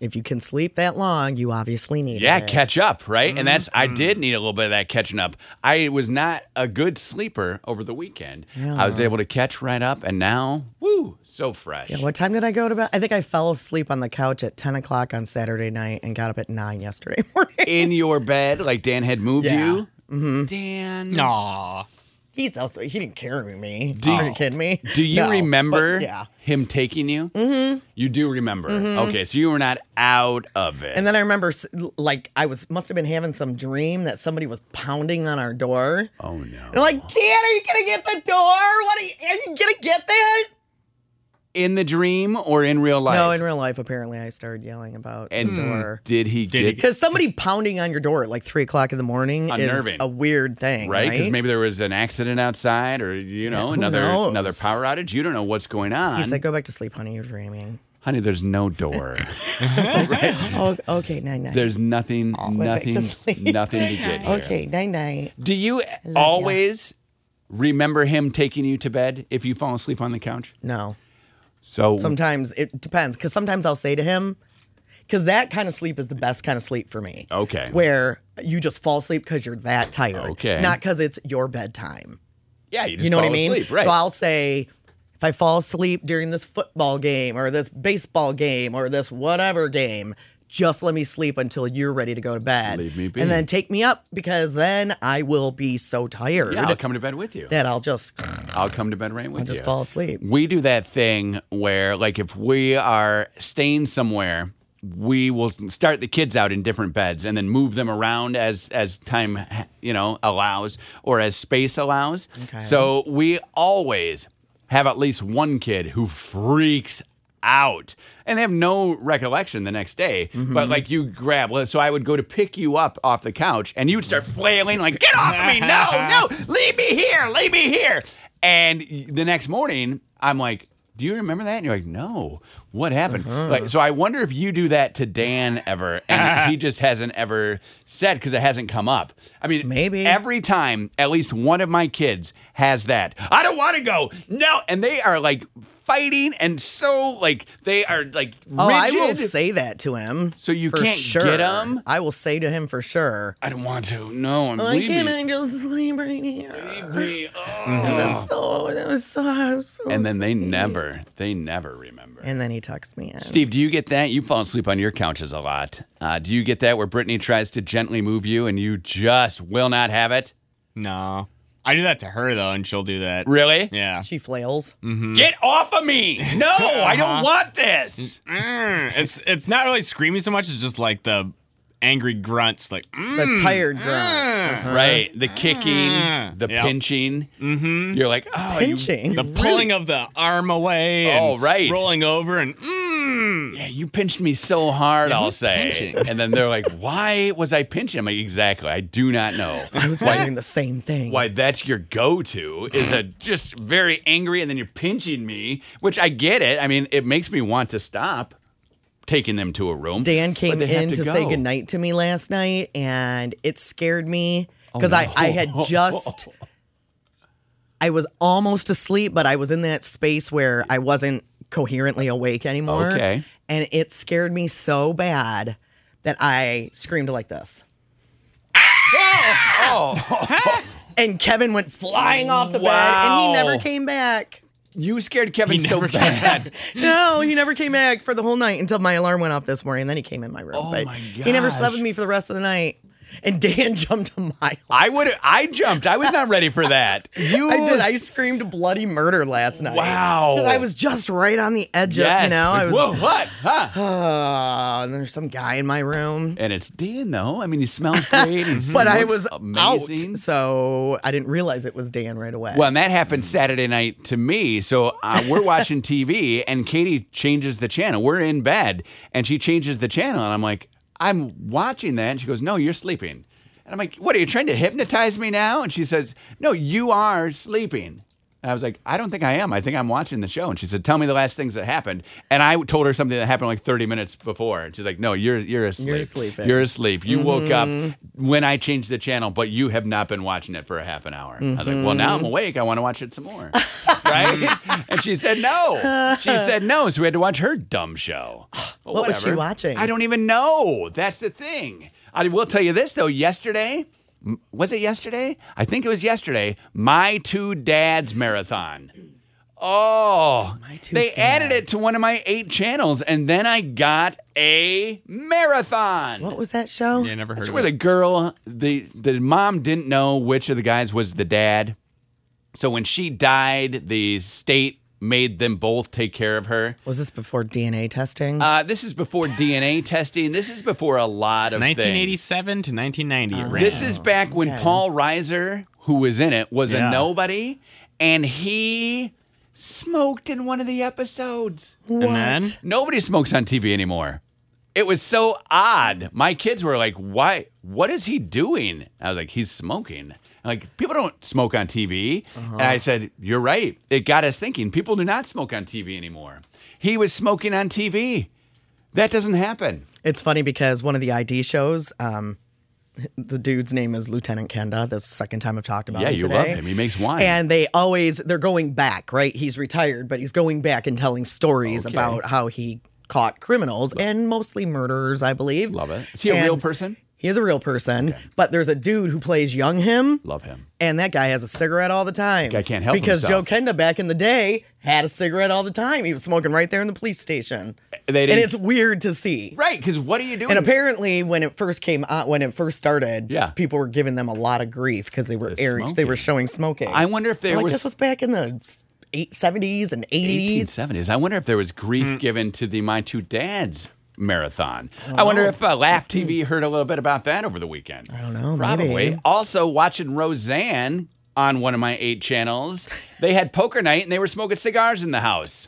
Speaker 2: if you can sleep that long, you obviously need
Speaker 3: Yeah,
Speaker 2: it.
Speaker 3: catch up, right? And that's
Speaker 2: Mm-hmm.
Speaker 3: I did need a little bit of that catching up. I was not a good sleeper over the weekend. I was able to catch right up, and now, woo, so fresh.
Speaker 2: What time did I go to bed? I think I fell asleep on the couch at 10 o'clock on Saturday night and got up at 9 yesterday morning.
Speaker 3: in your bed, like Dan had moved
Speaker 2: Yeah. Mm-hmm.
Speaker 3: you. Dan,
Speaker 4: Aw.
Speaker 2: He's also, he didn't carry me. Are you kidding me?
Speaker 3: do you
Speaker 2: No, but
Speaker 3: remember
Speaker 2: yeah. Mm-hmm.
Speaker 3: him taking you? Mm-hmm. You do remember. Okay, so you were not out of it.
Speaker 2: And then I remember, s- like, I was must have been having some dream that somebody was pounding on our door.
Speaker 3: oh no!
Speaker 2: They're like, Dan, are you gonna get the door? What are you, are you gonna get that?
Speaker 3: in the dream or in real life?
Speaker 2: No, Hmm. in real life, apparently, I started yelling about
Speaker 3: And
Speaker 2: the door
Speaker 3: did he
Speaker 4: Did he
Speaker 3: get
Speaker 2: because somebody pounding on your door at like three o'clock in the morning is
Speaker 3: Unnerving.
Speaker 2: a weird thing,
Speaker 3: right?
Speaker 2: right?
Speaker 3: Because maybe there was an accident outside, or you know,
Speaker 2: who
Speaker 3: another
Speaker 2: knows?
Speaker 3: another power outage. You don't know what's going on,
Speaker 2: he said, "Go back to sleep, honey. You're dreaming."
Speaker 3: honey. There's no door.
Speaker 2: oh, okay, night night.
Speaker 3: there's nothing,
Speaker 2: went back to
Speaker 3: nothing,
Speaker 2: sleep.
Speaker 3: nothing to get here.
Speaker 2: okay, night night.
Speaker 3: Do you
Speaker 2: ya.
Speaker 3: always remember him taking you to bed if you fall asleep on the couch?
Speaker 2: No.
Speaker 3: So
Speaker 2: Sometimes it depends because sometimes I'll say to him, because that kind of sleep is the best kind of sleep for me.
Speaker 3: Okay.
Speaker 2: Where you just fall asleep because you're that tired.
Speaker 3: Okay.
Speaker 2: Not because it's your bedtime.
Speaker 3: yeah, you just
Speaker 2: You know what I
Speaker 3: fall
Speaker 2: mean?
Speaker 3: asleep, right.
Speaker 2: So I'll say, if I fall asleep during this football game or this baseball game or this whatever game, just let me sleep until you're ready to go to bed.
Speaker 3: Leave me be.
Speaker 2: And then take me up because then I will be so tired
Speaker 3: yeah, I'll come to bed with you.
Speaker 2: that I'll just
Speaker 3: I'll come to bed right with
Speaker 2: I'll just
Speaker 3: you.
Speaker 2: fall asleep.
Speaker 3: We do that thing where, like, if we are staying somewhere, we will start the kids out in different beds and then move them around as as time you know allows or as space allows. So we always have at least one kid who freaks out. And they have no recollection the next day. But like you grab, well, so I would go to pick you up off the couch and you'd start flailing, like, get off me. No, no, leave me here, leave me here. And the next morning, I'm like, do you remember that? And you're like, no, what happened? Like, so I wonder if you do that to Dan ever, and he just hasn't ever said because it hasn't come up. I mean,
Speaker 2: Maybe.
Speaker 3: every time at least one of my kids has that. I don't want to go. No, and they are like fighting and so like they are like rigid.
Speaker 2: Oh, I will say that to him.
Speaker 3: So you
Speaker 2: for
Speaker 3: can't get
Speaker 2: sure.
Speaker 3: him?
Speaker 2: I will say to him for sure.
Speaker 3: I don't want to. No, I'm
Speaker 2: Why
Speaker 3: leaving.
Speaker 2: can't I just sleep right here?
Speaker 3: Leave me. Oh.
Speaker 2: That's so. That was so. I was so
Speaker 3: And then they never, they never remember.
Speaker 2: And then he texts me. In.
Speaker 3: Steve, do you get that? You fall asleep on your couches a lot. Uh, do you get that where Brittany tries to gently move you and you just will not have it?
Speaker 4: No. I do that to her though, and she'll do that.
Speaker 3: Really?
Speaker 4: Yeah.
Speaker 2: She flails.
Speaker 3: Get off of me! No, I don't want this.
Speaker 4: Mm, it's it's not really screaming so much. It's just like the angry grunts, like mm,
Speaker 2: The tired Uh-huh. grunt.
Speaker 3: Ah. Right, the kicking, the
Speaker 4: Yep.
Speaker 3: pinching. Mm-hmm. You're like, oh, you-
Speaker 2: Pinching.
Speaker 4: the pulling of the arm away. and
Speaker 3: Oh, right.
Speaker 4: Rolling over and mm.
Speaker 3: yeah, you pinched me so hard. I'll
Speaker 4: who's
Speaker 3: say,
Speaker 4: pinching?
Speaker 3: and then they're like, why was I pinching? I'm like, exactly. I do not know.
Speaker 2: I was wondering the same thing.
Speaker 3: why that's your go-to is a just very angry and then you're pinching me which i get it i mean it makes me want to stop taking them to a room
Speaker 2: Dan
Speaker 3: but
Speaker 2: came
Speaker 3: they have
Speaker 2: in to, say
Speaker 3: go.
Speaker 2: goodnight to me last night, and it scared me
Speaker 3: Oh,
Speaker 2: because I, I had just. I was almost asleep, but I was in that space where I wasn't coherently awake anymore.
Speaker 3: Okay.
Speaker 2: And it scared me so bad that I screamed like this. and Kevin went flying off the bed, and he
Speaker 3: Oh. Wow.
Speaker 2: never came back.
Speaker 3: you scared kevin
Speaker 4: He
Speaker 3: so
Speaker 4: never came
Speaker 3: bad
Speaker 2: No, he never came back for the whole night until my alarm went off this morning. Then he came in my room.
Speaker 3: Oh
Speaker 2: but
Speaker 3: my
Speaker 2: he never slept
Speaker 3: gosh.
Speaker 2: with me for the rest of the night. And Dan jumped on my.
Speaker 3: i would i jumped i was not ready for that you
Speaker 2: I did. I screamed bloody murder last night.
Speaker 3: Wow.
Speaker 2: Because I was just right on the edge
Speaker 3: yes
Speaker 2: of, you know, I
Speaker 3: Like,
Speaker 2: was.
Speaker 3: whoa what huh
Speaker 2: Uh, and there's some guy in my room.
Speaker 3: and it's dan though i mean he smells great he
Speaker 2: But I
Speaker 3: looks
Speaker 2: was
Speaker 3: amazing
Speaker 2: out, so I didn't realize it was Dan right away.
Speaker 3: Well, and that happened Saturday night to me. So uh, we're watching TV, and Katie changes the channel. We're in bed, and she changes the channel, and I'm like, I'm watching that, and she goes, No, you're sleeping. And I'm like, What are you trying to hypnotize me now? And she says, No, you are sleeping. And I was like, I don't think I am. I think I'm watching the show. And she said, Tell me the last things that happened. And I told her something that happened like 30 minutes before. And she's like, No, you're you're asleep.
Speaker 2: sleeping.
Speaker 3: You're asleep. You woke up
Speaker 2: Mm-hmm.
Speaker 3: when I changed the channel, but you have not been watching it for a half an hour. I was like, well, now
Speaker 2: Mm-hmm.
Speaker 3: I'm awake. I want to watch it some more. right? and she said no. She said no. So we had to watch her dumb show. But
Speaker 2: What was she
Speaker 3: whatever.
Speaker 2: watching?
Speaker 3: I don't even know. That's the thing. I will tell you this, though. Yesterday, m- was it yesterday? I think it was yesterday, my two dads marathon. Oh,
Speaker 2: Two
Speaker 3: they added it
Speaker 2: Dads.
Speaker 3: to one of my eight channels, and then I got a marathon.
Speaker 2: what was that show?
Speaker 4: Yeah, never heard
Speaker 3: That's
Speaker 4: of
Speaker 3: where the
Speaker 4: it.
Speaker 3: girl, the the mom didn't know which of the guys was the dad. So when she died, the state made them both take care of her.
Speaker 2: Was this before DNA testing?
Speaker 3: Uh, this is before DNA testing. This is before a lot of things.
Speaker 4: 1987 to
Speaker 2: Oh,
Speaker 4: 1990. it ran.
Speaker 3: This is back when Paul Reiser, who was in it, was a
Speaker 4: Yeah.
Speaker 3: nobody, and he smoked in one of the episodes.
Speaker 4: and then
Speaker 3: Nobody smokes on TV anymore. It was so odd. My kids were like, "Why? What is he doing?" I was like, "He's smoking." I'm like people don't smoke on TV,
Speaker 2: Uh-huh.
Speaker 3: and I said, "You're right." It got us thinking. People do not smoke on TV anymore. He was smoking on TV. That doesn't happen.
Speaker 2: It's funny because one of the ID shows, um, the dude's name is Lieutenant Kenda. That's the second time I've talked about
Speaker 3: yeah,
Speaker 2: him
Speaker 3: you
Speaker 2: today.
Speaker 3: love him. He makes wine.
Speaker 2: And they always they're going back, right? He's retired, but he's going back and telling stories
Speaker 3: Okay.
Speaker 2: about how he caught criminals and mostly murderers, I believe.
Speaker 3: love it. Is he a
Speaker 2: And
Speaker 3: real person?
Speaker 2: He is a real person, but there's a dude who plays young him,
Speaker 3: Love him.
Speaker 2: and that guy has a cigarette all the time.
Speaker 3: Guy can't help
Speaker 2: because
Speaker 3: himself.
Speaker 2: Joe Kenda back in the day had a cigarette all the time. He was smoking right there in the police station,
Speaker 3: They
Speaker 2: and
Speaker 3: didn't-
Speaker 2: it's weird to see.
Speaker 3: Right? Because what are you doing?
Speaker 2: And apparently, when it first came out, when it first started,
Speaker 3: Um, Yeah.
Speaker 2: people were giving them a lot of grief because they were
Speaker 3: The
Speaker 2: airing, they were showing smoking.
Speaker 3: I wonder if there
Speaker 2: like
Speaker 3: was
Speaker 2: this was back in the s- eight seventies and eighties.
Speaker 3: 1870s. I wonder if there was grief
Speaker 2: Hmm.
Speaker 3: given to the My Two Dads marathon. I wonder if uh, Laugh TV heard a little bit about that over the weekend. I
Speaker 2: Hmm. don't know,
Speaker 3: Probably.
Speaker 2: maybe.
Speaker 3: Also, watching Roseanne on one of my eight channels, they had poker night and they were smoking cigars in the house.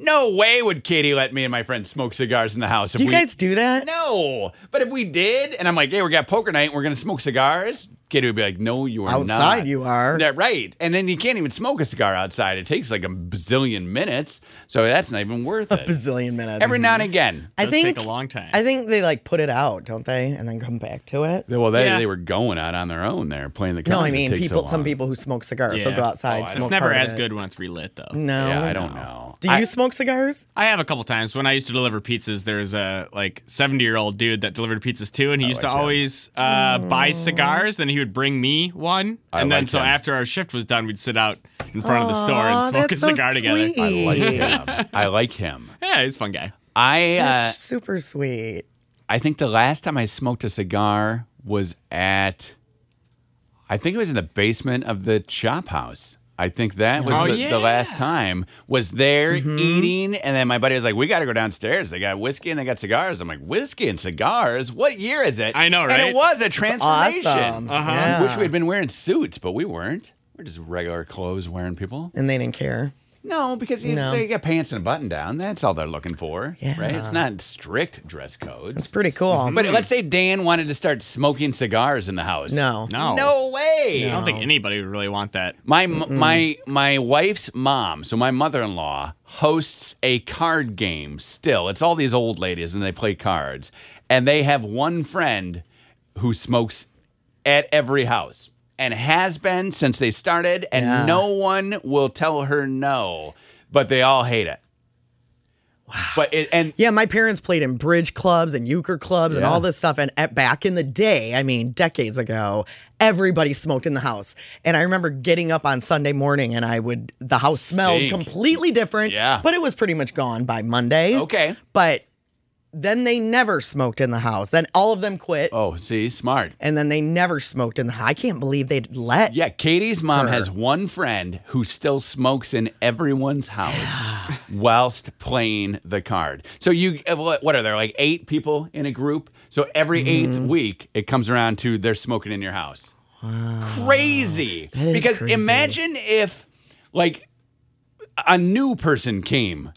Speaker 3: No way would Katie let me and my friend smoke cigars in the house. If
Speaker 2: Do you
Speaker 3: we,
Speaker 2: guys do that?
Speaker 3: No, but if we did, and I'm like, hey, we got poker night, we're gonna smoke cigars. Katie would be like, no, you are not.
Speaker 2: Outside you are.
Speaker 3: Yeah, right. And then you can't even smoke a cigar outside. It takes like a bazillion minutes, so that's not even worth it.
Speaker 2: Bazillion minutes.
Speaker 3: Every now and again.
Speaker 2: I
Speaker 4: Does
Speaker 2: think
Speaker 4: take a long time.
Speaker 2: I think they like put it out, don't they, and then come back to it.
Speaker 3: Well, they,
Speaker 4: Yeah.
Speaker 3: they were going out on their own there playing the.
Speaker 2: No,
Speaker 3: cards.
Speaker 2: I
Speaker 3: It
Speaker 2: mean
Speaker 3: takes so
Speaker 2: people. some
Speaker 3: long.
Speaker 2: people who smoke cigars, they'll
Speaker 4: Yeah.
Speaker 2: go outside.
Speaker 4: Oh,
Speaker 2: smoke
Speaker 4: it's never
Speaker 2: part of
Speaker 4: as
Speaker 2: it.
Speaker 4: good when it's relit though.
Speaker 2: No,
Speaker 3: Yeah, I don't know.
Speaker 2: Do you
Speaker 3: I-
Speaker 2: smoke cigars?
Speaker 4: I have a couple times when I used to deliver pizzas. There was a like seventy year old dude that delivered pizzas too, and he used to
Speaker 3: like him.
Speaker 4: always uh, buy cigars. Then he would bring me one,
Speaker 3: I
Speaker 4: and then
Speaker 3: like
Speaker 4: so
Speaker 3: him.
Speaker 4: after our shift was done, we'd sit out in front of the store and
Speaker 2: Aw,
Speaker 4: smoke a
Speaker 2: that's so
Speaker 4: cigar together.
Speaker 2: sweet.
Speaker 3: I like him. I like him.
Speaker 4: Yeah, he's a fun guy.
Speaker 3: I uh,
Speaker 2: That's super sweet.
Speaker 3: I think the last time I smoked a cigar was at, I think it was in the basement of the chop house. I think that was
Speaker 4: Oh,
Speaker 3: the,
Speaker 4: yeah. Mm-hmm.
Speaker 3: the last time was there eating, and then my buddy was like, "We got to go downstairs. They got whiskey and they got cigars." I'm like, "Whiskey and cigars? What year is it?"
Speaker 4: I know,
Speaker 3: And it
Speaker 4: right?
Speaker 3: was a transformation.
Speaker 2: Awesome.
Speaker 4: Uh-huh.
Speaker 2: Yeah.
Speaker 3: Wish we had been wearing suits, but we weren't. We're just regular clothes wearing people.
Speaker 2: and they didn't care.
Speaker 3: No, because you
Speaker 2: No.
Speaker 3: they got pants and a button down. That's all they're looking for,
Speaker 2: Yeah.
Speaker 3: right? It's not strict dress code.
Speaker 2: It's pretty cool.
Speaker 3: But let's say Dan wanted to start smoking cigars in the house.
Speaker 2: no.
Speaker 4: No,
Speaker 3: No way.
Speaker 4: I don't think anybody would really want that.
Speaker 3: My my my wife's mom, so my mother-in-law hosts a card game still. It's all these old ladies and they play cards. And they have one friend who smokes at every house and has been since they started and
Speaker 2: Yeah.
Speaker 3: no one will tell her no, but they all hate it. But it and
Speaker 2: Yeah, my parents played in bridge clubs and euchre clubs and
Speaker 3: Yeah.
Speaker 2: all this stuff. And at, back in the day, I mean, decades ago, everybody smoked in the house. And I remember getting up on Sunday morning and I would, the house smelled
Speaker 3: Stink.
Speaker 2: completely different.
Speaker 3: Yeah.
Speaker 2: But it was pretty much gone by Monday.
Speaker 3: okay.
Speaker 2: But then they never smoked in the house. Then all of them quit.
Speaker 3: Oh, see, smart.
Speaker 2: And then they never smoked in the house. I can't believe they'd let.
Speaker 3: Yeah, Katie's mom has one friend who still smokes in everyone's house whilst playing the card. So you, uh, what what are there like eight people in a group? So every
Speaker 2: Mm-hmm.
Speaker 3: eighth week, it comes around to they're smoking in your house. Crazy.
Speaker 2: is
Speaker 3: because
Speaker 2: crazy.
Speaker 3: imagine if, like, a new person came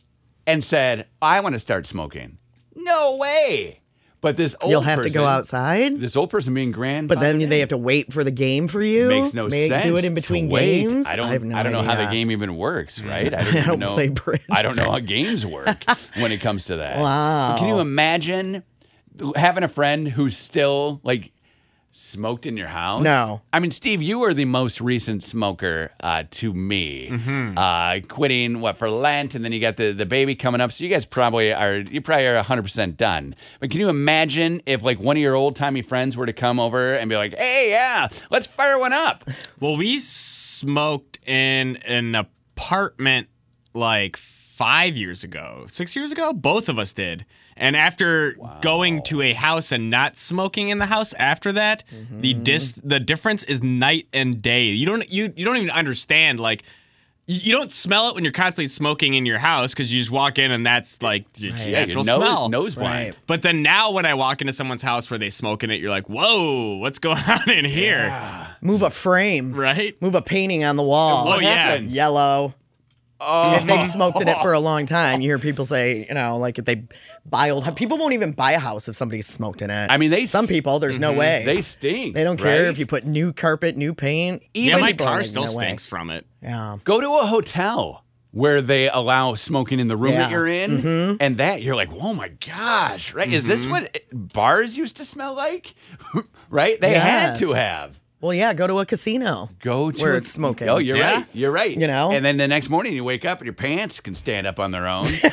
Speaker 3: and said, "I want to start smoking." No way. But this old
Speaker 2: You'll have to go
Speaker 3: person-
Speaker 2: outside.
Speaker 3: This old person being grand,
Speaker 2: But then they have to wait for the game for you.
Speaker 3: makes no
Speaker 2: May
Speaker 3: sense.
Speaker 2: Do it in
Speaker 3: to
Speaker 2: between
Speaker 3: wait.
Speaker 2: games.
Speaker 3: I don't. I,
Speaker 2: have no
Speaker 3: don't know how
Speaker 2: idea.
Speaker 3: the
Speaker 2: Mm.
Speaker 3: game even works, right? I don't, even
Speaker 2: don't
Speaker 3: know,
Speaker 2: play bridge.
Speaker 3: I don't know how games work when it comes to that.
Speaker 2: Wow.
Speaker 3: Can you imagine having a friend who's still like smoked in your house?
Speaker 2: No.
Speaker 3: I mean, Steve, you are the most recent smoker uh, to me.
Speaker 2: Mm-hmm.
Speaker 3: Uh, quitting what for Lent, and then you got the the baby coming up. So you guys probably are you probably are hundred percent done. But can you imagine if like one of your old timey friends were to come over and be like, "Hey, yeah, let's fire one up."
Speaker 4: Well, we smoked in an apartment like five years ago, six years ago. Both of us did. And after going to a house and not smoking in the house, after that, the
Speaker 3: Mm-hmm.
Speaker 4: dis the difference is night and day. You don't you you don't even understand like. You you don't smell it when you're constantly smoking in your house because you just walk in and that's like it's the
Speaker 3: Yeah,
Speaker 4: natural
Speaker 3: nose,
Speaker 4: smell.
Speaker 3: Nose blind.
Speaker 2: Right.
Speaker 4: But then now when I walk into someone's house where they smoke in it, you're like, whoa, what's going on in here?
Speaker 2: Move a frame.
Speaker 4: Right?
Speaker 2: Move a painting on the wall.
Speaker 4: Oh, yeah.
Speaker 3: happens?
Speaker 2: Yellow.
Speaker 3: Oh.
Speaker 2: If they've smoked in it for a long time, you hear people say, you know, like if they buy old. People won't even buy a house if somebody's smoked in it.
Speaker 3: I mean, they
Speaker 2: some
Speaker 3: s- Mm-hmm.
Speaker 2: people. There's no way
Speaker 3: They stink.
Speaker 2: They don't care
Speaker 3: right?
Speaker 2: if you put new carpet, new paint.
Speaker 4: Yeah,
Speaker 2: Some
Speaker 4: my
Speaker 2: people are
Speaker 4: car
Speaker 2: like,
Speaker 4: still
Speaker 2: "No way."
Speaker 4: stinks from it.
Speaker 2: Yeah.
Speaker 3: go to a hotel where they allow smoking in the room that
Speaker 2: Yeah. Mm-hmm.
Speaker 3: you're in, and that you're like, oh my gosh, right? Is this what bars used to smell like? right? They had to
Speaker 2: Yes.
Speaker 3: have.
Speaker 2: Well, yeah. Go to a casino.
Speaker 3: Go to
Speaker 2: Where
Speaker 3: a-
Speaker 2: it's smoking.
Speaker 3: Oh, you're
Speaker 4: Yeah.
Speaker 3: right. You're right.
Speaker 2: You know?
Speaker 3: And then the next morning you wake up and your pants can stand up on their own.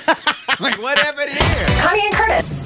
Speaker 3: like what happened here?
Speaker 1: Connie and Curtis.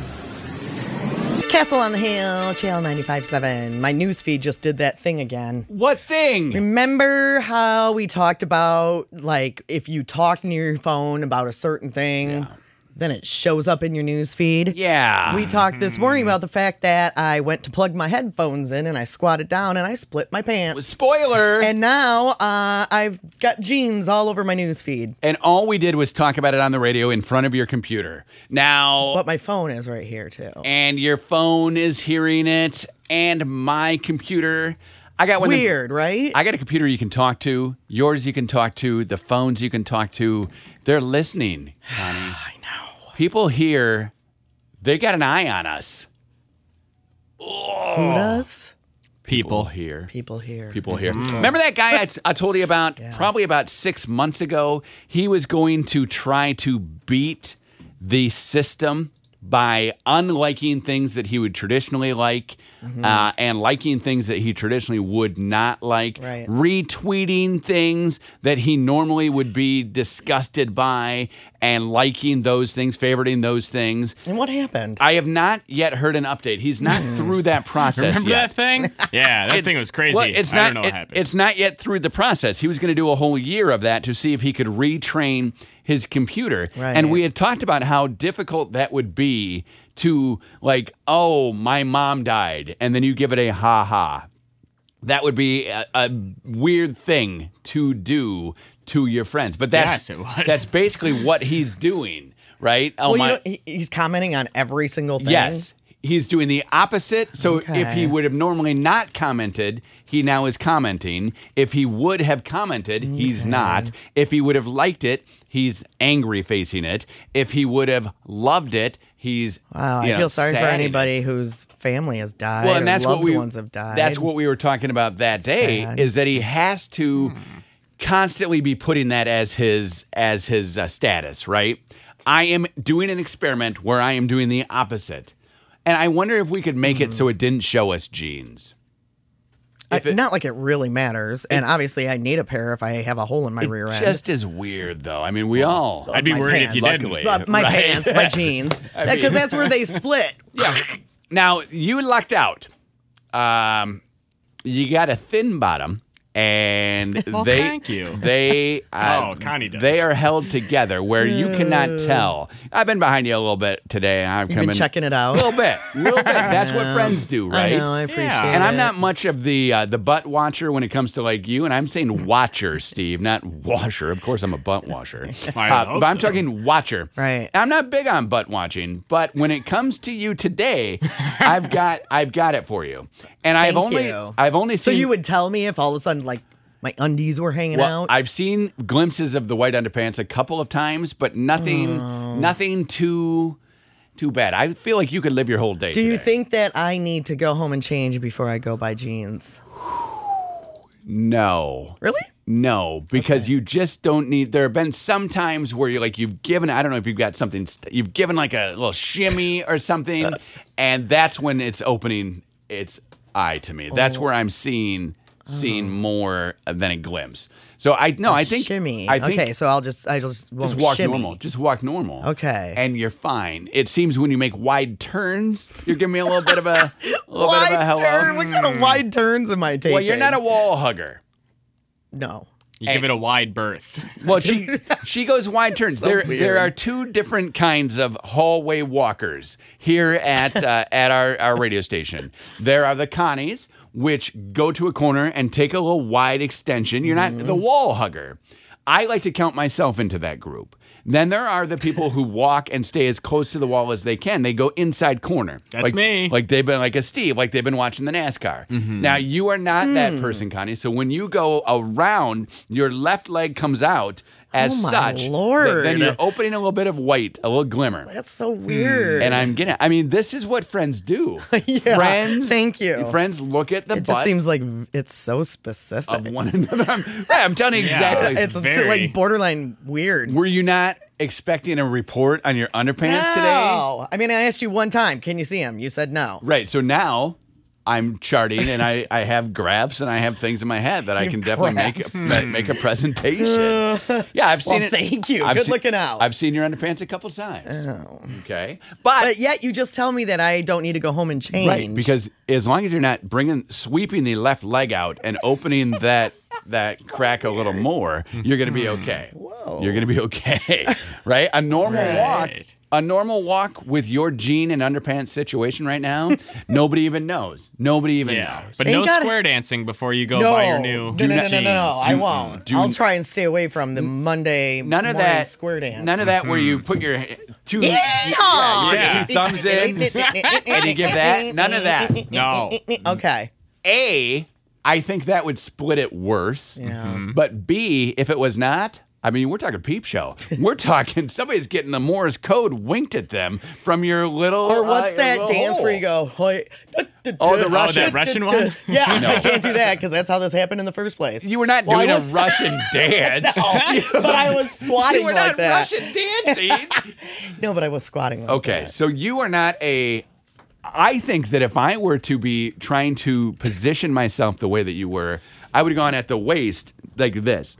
Speaker 2: Castle on the Hill, Channel 95.7. My news feed just did that thing again.
Speaker 3: What thing?
Speaker 2: Remember how we talked about like if you talk near your phone about a certain thing, then it shows up in your news feed?
Speaker 3: Yeah. Mm-hmm.
Speaker 2: We talked this morning about the fact that I went to plug my headphones in and I squatted down and I split my pants.
Speaker 3: Spoiler.
Speaker 2: And now uh, I've got jeans all over my news feed,
Speaker 3: and all we did was talk about it on the radio in front of your computer. Now
Speaker 2: but my phone is right here too.
Speaker 3: and your phone is hearing it, and my computer. I got one that-
Speaker 2: Weird, right?
Speaker 3: I got a computer you can talk to. Yours you can talk to. The phones you can talk to. They're listening, Connie. I know. People here, they got an eye on us.
Speaker 2: Who does?
Speaker 4: people.
Speaker 3: here.
Speaker 2: People here.
Speaker 3: People here.
Speaker 4: Mm-hmm.
Speaker 3: Remember that guy I, I told you about probably about six months ago? He was going to try to beat the system by unliking things that he would traditionally like
Speaker 4: Mm-hmm.
Speaker 3: uh, and liking things that he traditionally would not like,
Speaker 2: Right.
Speaker 3: retweeting things that he normally would be disgusted by and liking those things, favoriting those things.
Speaker 2: And what happened?
Speaker 3: I have not yet heard an update. He's not through that process
Speaker 4: Mm-hmm. Remember
Speaker 3: yet.
Speaker 4: that thing? Yeah, that
Speaker 3: It's-
Speaker 4: thing was crazy.
Speaker 3: well, it's
Speaker 4: I
Speaker 3: not,
Speaker 4: don't know what
Speaker 3: it-
Speaker 4: happened.
Speaker 3: It's not yet through the process. He was going to do a whole year of that to see if he could retrain his computer.
Speaker 2: Right.
Speaker 3: And we had talked about how difficult that would be to, like, oh, my mom died. And then you give it a ha ha. That would be a, a weird thing to do to your friends. But that's,
Speaker 4: Yes, it would.
Speaker 3: that's basically what he's doing, right?
Speaker 2: well,
Speaker 3: Oh,
Speaker 2: you know, he- he's commenting on every single thing.
Speaker 3: Yes. He's doing the opposite. So if he
Speaker 2: Okay.
Speaker 3: would have normally not commented, he now is commenting. If he would have commented, he's not. If he would have liked it, he's angry facing it. If he would have loved it, he's
Speaker 2: Wow, Oh, I
Speaker 3: you know,
Speaker 2: feel sorry for
Speaker 3: sad in it.
Speaker 2: anybody whose family has died.
Speaker 3: Well, and that's
Speaker 2: or loved
Speaker 3: what we
Speaker 2: ones have died.
Speaker 3: That's what we were talking about that day
Speaker 2: Sad.
Speaker 3: is that he has to constantly be putting that as his as his uh, status, right? I am doing an experiment where I am doing the opposite. And I wonder if we could make
Speaker 2: Mm-hmm.
Speaker 3: it so it didn't show us genes.
Speaker 2: I-
Speaker 3: if it-
Speaker 2: not like it really matters. and obviously, I need a pair if I have a hole in my rear end.
Speaker 3: Just as weird though. I mean, we all
Speaker 4: I'd be
Speaker 2: my
Speaker 4: worried if you
Speaker 2: pants.
Speaker 4: didn't.
Speaker 3: Luckily.
Speaker 2: But my
Speaker 3: Right.
Speaker 2: pants, my jeans, because
Speaker 3: mean-
Speaker 2: that's where they split.
Speaker 3: Yeah. Now you lucked out. Um, you got a thin bottom, and
Speaker 4: Well,
Speaker 3: they
Speaker 4: thank you.
Speaker 3: they uh,
Speaker 4: Oh, Connie does.
Speaker 3: They are held together where you cannot tell. I've been behind you a little bit today, and I've
Speaker 2: You've
Speaker 3: come
Speaker 2: been
Speaker 3: in
Speaker 2: checking it
Speaker 3: a
Speaker 2: out.
Speaker 3: little bit, little bit. That's what friends do, right?
Speaker 2: I know. I appreciate it.
Speaker 3: and I'm not much of the uh, the butt watcher when it comes to like you, and I'm saying watcher, Steve, not washer. Of course, I'm a butt washer, Uh,
Speaker 4: I hope
Speaker 3: but I'm
Speaker 4: so.
Speaker 3: talking watcher.
Speaker 2: Right.
Speaker 3: I'm not big on butt watching, but when it comes to you today, I've got I've got it for you, and I've
Speaker 2: Thank
Speaker 3: only
Speaker 2: you.
Speaker 3: I've only
Speaker 2: So
Speaker 3: seen
Speaker 2: you would tell me if all of a sudden, like, my undies were hanging
Speaker 3: well,
Speaker 2: out.
Speaker 3: I've seen glimpses of the white underpants a couple of times, but nothing
Speaker 2: Oh.
Speaker 3: nothing too too bad. I feel like you could live your whole day.
Speaker 2: Do you
Speaker 3: today.
Speaker 2: think that I need to go home and change before I go buy jeans?
Speaker 3: No.
Speaker 2: Really?
Speaker 3: No, because you just don't need. There have been some times where you're like, you've given. I don't know if you've got something. St- you've given like a little shimmy or something, and that's when it's opening its eye to me. That's
Speaker 2: Oh.
Speaker 3: where I'm seeing seeing more than a glimpse. So I no, I think
Speaker 2: shimmy.
Speaker 3: I think
Speaker 2: okay, so I'll just I just won't
Speaker 3: just walk
Speaker 2: shimmy.
Speaker 3: normal. Just walk normal.
Speaker 2: Okay.
Speaker 3: and you're fine. It seems when you make wide turns, you're giving me a little bit of a, a little bit of a
Speaker 2: Wide
Speaker 3: hello.
Speaker 2: turn. What kind of wide turns am I taking?
Speaker 3: Well, you're not a wall hugger.
Speaker 2: no.
Speaker 4: You give it a wide berth.
Speaker 3: Well, she she goes wide turns.
Speaker 2: So
Speaker 3: there there
Speaker 2: weird.
Speaker 3: are two different kinds of hallway walkers here at uh, at our, our radio station. There are the Connies, which go to a corner and take a little wide extension. You're not the wall hugger. I like to count myself into that group. Then there are the people who walk and stay as close to the wall as they can. They go inside corner.
Speaker 4: That's
Speaker 3: like,
Speaker 4: me.
Speaker 3: Like they've been like a Steve, like they've been watching the NASCAR.
Speaker 2: Mm-hmm.
Speaker 3: Now you are not that
Speaker 2: Hmm.
Speaker 3: person, Connie. So when you go around, your left leg comes out as
Speaker 2: Oh, my
Speaker 3: such. th- Then
Speaker 2: Lord.
Speaker 3: you're opening a little bit of white, a little glimmer.
Speaker 2: That's so weird.
Speaker 3: And I'm getting. I mean, this is what friends do.
Speaker 2: Yeah,
Speaker 3: friends.
Speaker 2: thank you.
Speaker 3: Friends look at the
Speaker 2: it
Speaker 3: butt
Speaker 2: just seems like it's so specific.
Speaker 3: of one another. I'm, yeah, I'm telling you exactly.
Speaker 2: it's t-
Speaker 4: very-
Speaker 2: like borderline weird.
Speaker 3: Were you not expecting a report on your underpants today?
Speaker 2: no. I mean, I asked you one time, can you see him? You said no.
Speaker 3: Right. So now I'm charting and I, I have graphs and I have things in my head that I can definitely make
Speaker 2: graphs. Hmm.
Speaker 3: a, ma- make a presentation. yeah, I've seen
Speaker 2: Well,
Speaker 3: it.
Speaker 2: thank you. Good looking out. Oh.
Speaker 3: I've seen your underpants a couple times. Okay.
Speaker 2: But yet you just tell me that I don't need to go home and change.
Speaker 3: Right, because as long as you're not bringing sweeping the left leg out and opening that that crack a little more, you're going to be okay.
Speaker 2: Hmm.
Speaker 3: Whoa. You're going to be okay. right? A normal walk,
Speaker 4: Right.
Speaker 3: a normal walk with your jean and underpants situation right now, nobody even knows. Nobody even
Speaker 4: Yeah,
Speaker 3: knows.
Speaker 4: but
Speaker 2: Ain't
Speaker 4: no
Speaker 2: that a-
Speaker 4: square dancing before you go
Speaker 2: no,
Speaker 4: buy your
Speaker 2: no,
Speaker 4: new.
Speaker 2: no, no,
Speaker 3: not-
Speaker 2: no, no, no, I
Speaker 3: Do-
Speaker 2: won't.
Speaker 3: do-
Speaker 2: I'll try and stay away from the Monday
Speaker 3: None of
Speaker 2: morning
Speaker 3: that
Speaker 2: square dance.
Speaker 3: None of that where you put your two
Speaker 2: Yeehaw!
Speaker 3: yeah, you get your thumbs in and you give that. None of that.
Speaker 4: No.
Speaker 2: Okay.
Speaker 3: A, I think that would split it worse.
Speaker 2: Yeah.
Speaker 3: But B, if it was not, I mean, we're talking peep show. We're talking somebody's getting the Morse code winked at them from your little.
Speaker 2: Or what's
Speaker 3: uh, your
Speaker 2: that
Speaker 3: little
Speaker 2: dance where
Speaker 3: hole.
Speaker 2: you go, hoi, da, da,
Speaker 3: Oh,
Speaker 2: da,
Speaker 3: the Russian-
Speaker 2: da,
Speaker 3: that
Speaker 2: da,
Speaker 4: Russian
Speaker 2: da.
Speaker 4: one?
Speaker 2: Yeah, I can't do that because that's how this happened in the first place.
Speaker 3: You were not
Speaker 2: Well, I
Speaker 3: doing
Speaker 2: was-
Speaker 3: a Russian dance.
Speaker 2: but I was squatting
Speaker 3: you were
Speaker 2: like
Speaker 3: not
Speaker 2: that.
Speaker 3: Russian dancing.
Speaker 2: No, but I was squatting like
Speaker 3: okay,
Speaker 2: that.
Speaker 3: so you are not a. I think that if I were to be trying to position myself the way that you were, I would have gone at the waist like this.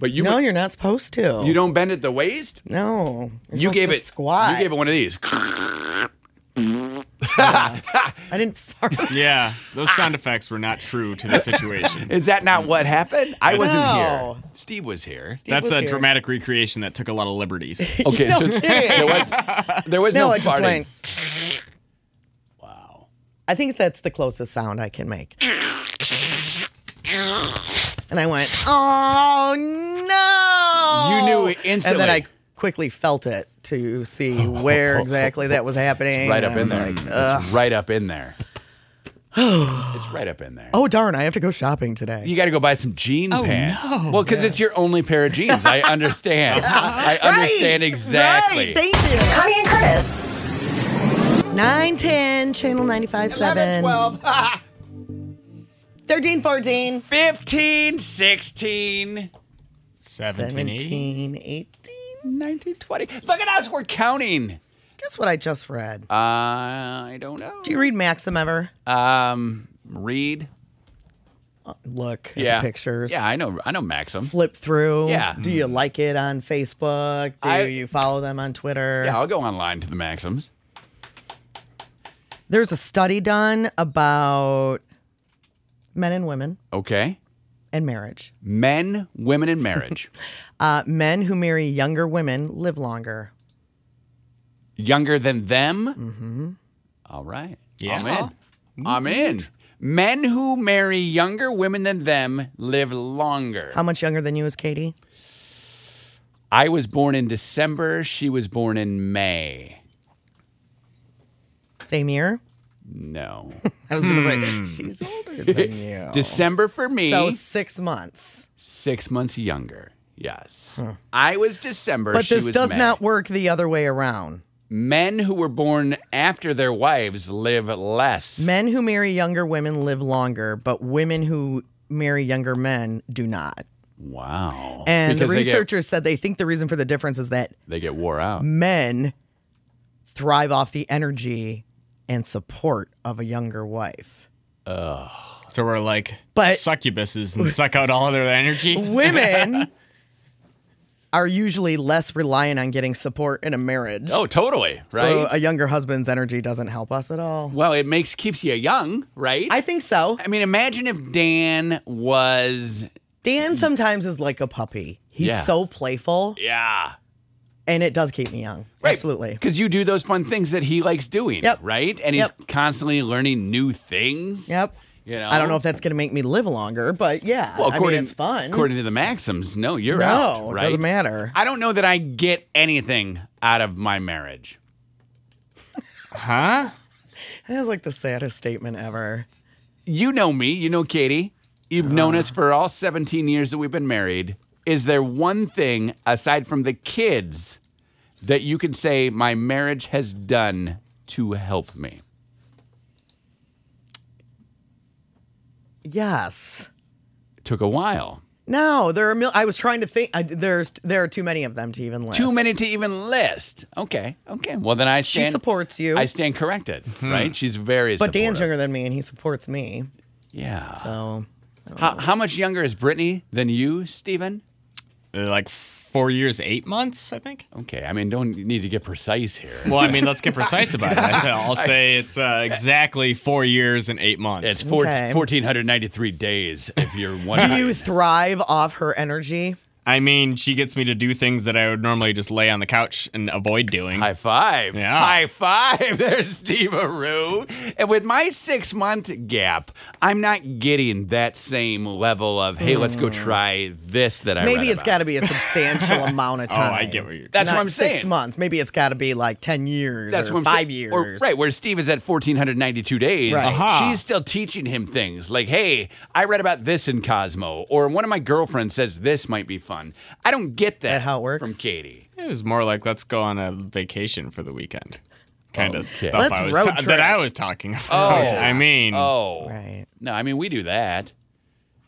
Speaker 3: But you
Speaker 2: No, you're not supposed to.
Speaker 3: you don't bend at the waist.
Speaker 2: No. You're
Speaker 3: You
Speaker 2: supposed
Speaker 3: gave
Speaker 2: to
Speaker 3: it
Speaker 2: squat.
Speaker 3: You gave it one of these.
Speaker 2: I didn't fart.
Speaker 4: Yeah, those sound effects were not true to the situation.
Speaker 3: Is that not what happened? I wasn't
Speaker 2: No.
Speaker 3: here. Steve was here.
Speaker 4: That's
Speaker 2: was
Speaker 4: a
Speaker 2: here.
Speaker 4: dramatic recreation that took a lot of liberties.
Speaker 3: Okay, so there was there was no,
Speaker 2: No, I just
Speaker 3: farting.
Speaker 2: went. Wow. I think that's the closest sound I can make. And I went, oh no!
Speaker 3: You knew it
Speaker 2: And
Speaker 3: instantly.
Speaker 2: then I quickly felt it to see where exactly that was happening.
Speaker 3: right
Speaker 2: and
Speaker 3: up
Speaker 2: I
Speaker 3: in
Speaker 2: was
Speaker 3: there.
Speaker 2: like,
Speaker 3: it's right up in there. it's right up in there.
Speaker 2: oh darn! I have to go shopping today.
Speaker 3: You got to go buy some jean
Speaker 2: Oh,
Speaker 3: pants. Well, because it's your only pair of jeans. I understand. I understand exactly.
Speaker 2: Right, thank you.
Speaker 1: Connie and Curtis.
Speaker 2: 910, channel 95 7.
Speaker 3: 11, 12,
Speaker 2: 13, 14,
Speaker 3: 15, 16,
Speaker 4: 1780.
Speaker 2: 17, 18.
Speaker 3: 19, 20. Look at us. We're counting.
Speaker 2: Guess what I just read?
Speaker 3: Uh, I don't know.
Speaker 2: Do you read Maxim ever?
Speaker 3: Um, read.
Speaker 2: Look at
Speaker 3: yeah.
Speaker 2: the pictures.
Speaker 3: Yeah, I know. I know Maxim.
Speaker 2: flip through?
Speaker 3: Yeah.
Speaker 2: Do you like it on Facebook? Do
Speaker 3: I-
Speaker 2: you follow them on Twitter?
Speaker 3: Yeah, I'll go online to the Maxims.
Speaker 2: There's a study done about men and women
Speaker 3: Okay.
Speaker 2: and marriage.
Speaker 3: Men, women, and marriage.
Speaker 2: Uh, men who marry younger women live longer.
Speaker 3: Younger than them. Mm-hmm. All right.
Speaker 4: Yeah.
Speaker 3: I'm in. I'm in. Men who marry younger women than them live longer.
Speaker 2: How much younger than you is Katie?
Speaker 3: I was born in December. She was born in May.
Speaker 2: Same year?
Speaker 3: No.
Speaker 2: I was going to say, she's older than you.
Speaker 3: December for me.
Speaker 2: Oh. so six months.
Speaker 3: six months younger. Yes. I was December.
Speaker 2: But
Speaker 3: she
Speaker 2: this
Speaker 3: was
Speaker 2: does
Speaker 3: May.
Speaker 2: not work the other way around.
Speaker 3: Men who were born after their wives live less.
Speaker 2: Men who marry younger women live longer, but women who marry younger men do not.
Speaker 3: Wow.
Speaker 2: And
Speaker 3: Because
Speaker 2: the
Speaker 3: they get-
Speaker 2: researchers said they think the reason for the difference is that
Speaker 3: they get wore out.
Speaker 2: men thrive off the energy and support of a younger wife.
Speaker 4: So we're like
Speaker 2: But-
Speaker 4: succubuses and suck out all of their energy.
Speaker 2: Women are usually less reliant on getting support in a marriage.
Speaker 3: Oh, totally.
Speaker 2: So uh,
Speaker 3: Right.
Speaker 2: a younger husband's energy doesn't help us at all.
Speaker 3: well, it makes keeps you young, right?
Speaker 2: I think so.
Speaker 3: I mean, imagine if Dan was
Speaker 2: Dan sometimes is like a puppy. He's
Speaker 3: Yeah.
Speaker 2: so playful
Speaker 3: yeah.
Speaker 2: and it does keep me young.
Speaker 3: Right.
Speaker 2: Absolutely.
Speaker 3: Because you do those fun things that he likes doing.
Speaker 2: Yep.
Speaker 3: Right? And he's
Speaker 2: Yep.
Speaker 3: constantly learning new things.
Speaker 2: Yep.
Speaker 3: You know?
Speaker 2: I don't know if that's going to make me live longer, but yeah,
Speaker 3: well,
Speaker 2: I mean,
Speaker 3: according,
Speaker 2: it's fun.
Speaker 3: According to the Maxims, no, you're
Speaker 2: no,
Speaker 3: out.
Speaker 2: it
Speaker 3: Right?
Speaker 2: doesn't matter.
Speaker 3: I don't know that I get anything out of my marriage.
Speaker 4: Huh?
Speaker 2: That was like the saddest statement ever.
Speaker 3: You know me, you know Katie. You've
Speaker 2: Uh.
Speaker 3: known us for all 17 years that we've been married. Is there one thing aside from the kids that you can say my marriage has done to help me?
Speaker 2: Yes.
Speaker 3: Took a while.
Speaker 2: No, there are. A mil- I was trying to think. I, there's there are too many of them to even list.
Speaker 3: Too many to even list. Okay. Okay. Well, then I
Speaker 2: She
Speaker 3: stand
Speaker 2: supports you,
Speaker 3: I stand corrected, right? She's very
Speaker 2: but Dan's
Speaker 3: supportive.
Speaker 2: younger than me, and he supports me.
Speaker 3: Yeah.
Speaker 2: So
Speaker 3: How, how much younger is Brittany than you, Stephen?
Speaker 4: They're uh, like four years, eight months, I think.
Speaker 3: Okay. I mean, don't need to get precise here.
Speaker 4: Well, I mean, let's get precise about it. I'll say it's uh, exactly four years and eight months.
Speaker 3: It's four,
Speaker 2: Okay.
Speaker 3: 1,493 days if you're one.
Speaker 2: do you thrive off her energy?
Speaker 4: I mean, she gets me to do things that I would normally just lay on the couch and avoid doing.
Speaker 3: High five.
Speaker 4: Yeah.
Speaker 3: High five. There's Steve Aru. And with my six month gap, I'm not getting that same level of, hey, let's go try this that I
Speaker 2: Maybe
Speaker 3: read
Speaker 2: it's
Speaker 3: about.
Speaker 2: got to be a substantial amount of
Speaker 4: Oh, I
Speaker 2: time.
Speaker 4: get what you're-
Speaker 3: That's
Speaker 2: Not
Speaker 3: what I'm saying.
Speaker 2: Six months. Maybe it's got to be like ten years.
Speaker 3: That's
Speaker 2: or
Speaker 3: what I'm
Speaker 2: five
Speaker 3: saying.
Speaker 2: years.
Speaker 3: Or- right, where Steve is at 1,492 days.
Speaker 2: Right.
Speaker 4: Uh-huh.
Speaker 3: She's still teaching him things like, hey, I read about this in Cosmo, or one of my girlfriends says this might be fun. I don't get that,
Speaker 2: that how it works?
Speaker 3: from Katie.
Speaker 4: It was more like let's go on a vacation for the weekend. Kind
Speaker 3: Oh,
Speaker 4: of stuff
Speaker 2: Let's
Speaker 4: I was
Speaker 2: road
Speaker 4: ta-
Speaker 2: trip.
Speaker 4: that I was talking about. I mean,
Speaker 3: Oh.
Speaker 2: Right.
Speaker 3: No, I mean, we do that.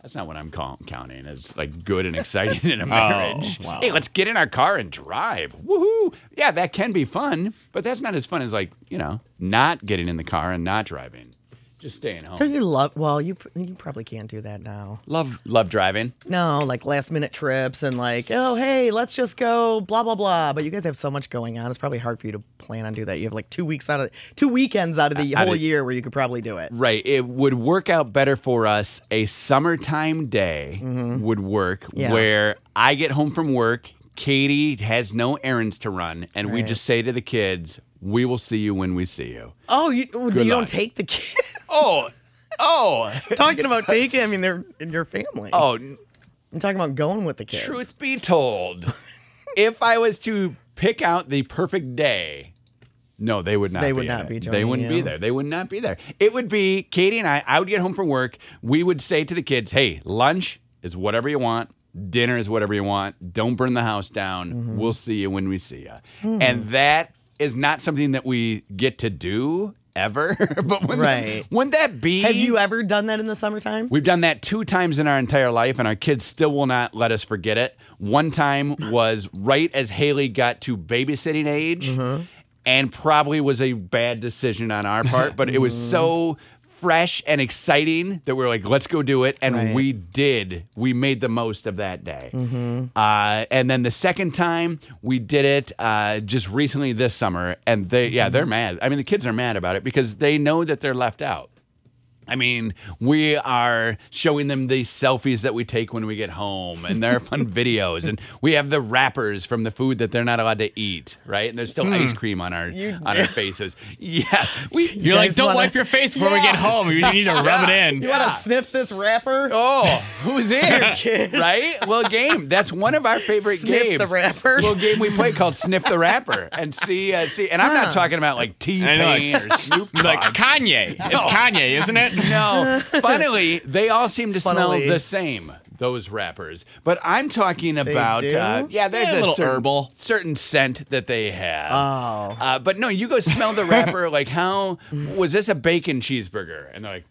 Speaker 3: That's not what I'm call- counting as like good and exciting in a marriage.
Speaker 4: Oh, wow.
Speaker 3: Hey, let's get in our car and drive. Woohoo! Yeah, that can be fun, but that's not as fun as like, you know, not getting in the car and not driving. Just staying home.
Speaker 2: Don't you love? Well, you pr- you probably can't do that now.
Speaker 3: Love love driving.
Speaker 2: No, like last minute trips and like, oh hey, let's just go blah blah blah. But you guys have so much going on; it's probably hard for you to plan on do that. You have like two weeks out of two weekends out of the
Speaker 3: out
Speaker 2: whole
Speaker 3: of-
Speaker 2: year where you could probably do it.
Speaker 3: Right. It would work out better for us. A summertime day would work
Speaker 2: Yeah.
Speaker 3: where I get home from work, Katie has no errands to run, and we just say to the kids, we will see you when we see you.
Speaker 2: Oh, you you
Speaker 3: luck.
Speaker 2: don't take the kid.
Speaker 3: Oh, oh,
Speaker 2: talking about taking, I mean they're in your family.
Speaker 3: oh,
Speaker 2: I'm talking about going with the kids.
Speaker 3: truth be told, if I was to pick out the perfect day, no, they would not.
Speaker 2: They
Speaker 3: be
Speaker 2: would
Speaker 3: in
Speaker 2: not
Speaker 3: it.
Speaker 2: be
Speaker 3: They
Speaker 2: joining
Speaker 3: wouldn't be
Speaker 2: you.
Speaker 3: there. They would not be there. It would be Katie and I. I would get home from work. We would say to the kids, "Hey, lunch is whatever you want. Dinner is whatever you want. Don't burn the house down.
Speaker 2: Mm-hmm.
Speaker 3: We'll see you when we see you."
Speaker 2: Hmm.
Speaker 3: And that is not something that we get to do ever. but wouldn't,
Speaker 2: Right.
Speaker 3: wouldn't that be?
Speaker 2: Have you ever done that in the summertime?
Speaker 3: We've done that two times in our entire life, and our kids still will not let us forget it. One time was right as Haley got to babysitting age, and probably was a bad decision on our part, but it was so fresh and exciting that we were like, let's go do it. And
Speaker 2: Right.
Speaker 3: we did. We made the most of that day. Uh, and then the second time we did it uh, just recently this summer, and they, yeah, they're mad. I mean, the kids are mad about it because they know that they're left out. I mean, we are showing them the selfies that we take when we get home, and there are fun videos, and we have the wrappers from the food that they're not allowed to eat, right? And there's still ice
Speaker 2: Hmm.
Speaker 3: cream on our on our faces. Yeah, we.
Speaker 4: you're
Speaker 2: You
Speaker 4: like,
Speaker 2: guys
Speaker 4: don't
Speaker 2: wanna-
Speaker 4: wipe your face before we get home. You need to rub it in.
Speaker 2: You want to sniff this wrapper?
Speaker 3: Oh, who's here?
Speaker 2: kid.
Speaker 3: right? Well, game. That's one of our favorite
Speaker 2: Sniff the
Speaker 3: games.
Speaker 2: wrapper.
Speaker 3: Little game we play called Sniff the Rapper, and see, uh, see, and I'm not talking about like T Pain or Snoop Dogg.
Speaker 4: Like Kanye. It's Kanye, isn't it?
Speaker 3: No. Funnily, they all seem to
Speaker 2: Funnily.
Speaker 3: smell the same. Those rappers, but I'm talking about
Speaker 2: do?
Speaker 3: uh, yeah. There's
Speaker 4: Yeah, a
Speaker 3: a,
Speaker 4: little
Speaker 3: certain,
Speaker 4: herbal.
Speaker 3: certain scent that they have.
Speaker 2: Oh.
Speaker 3: Uh, but no, you go smell the wrapper. like, how was this a bacon cheeseburger? And they're like,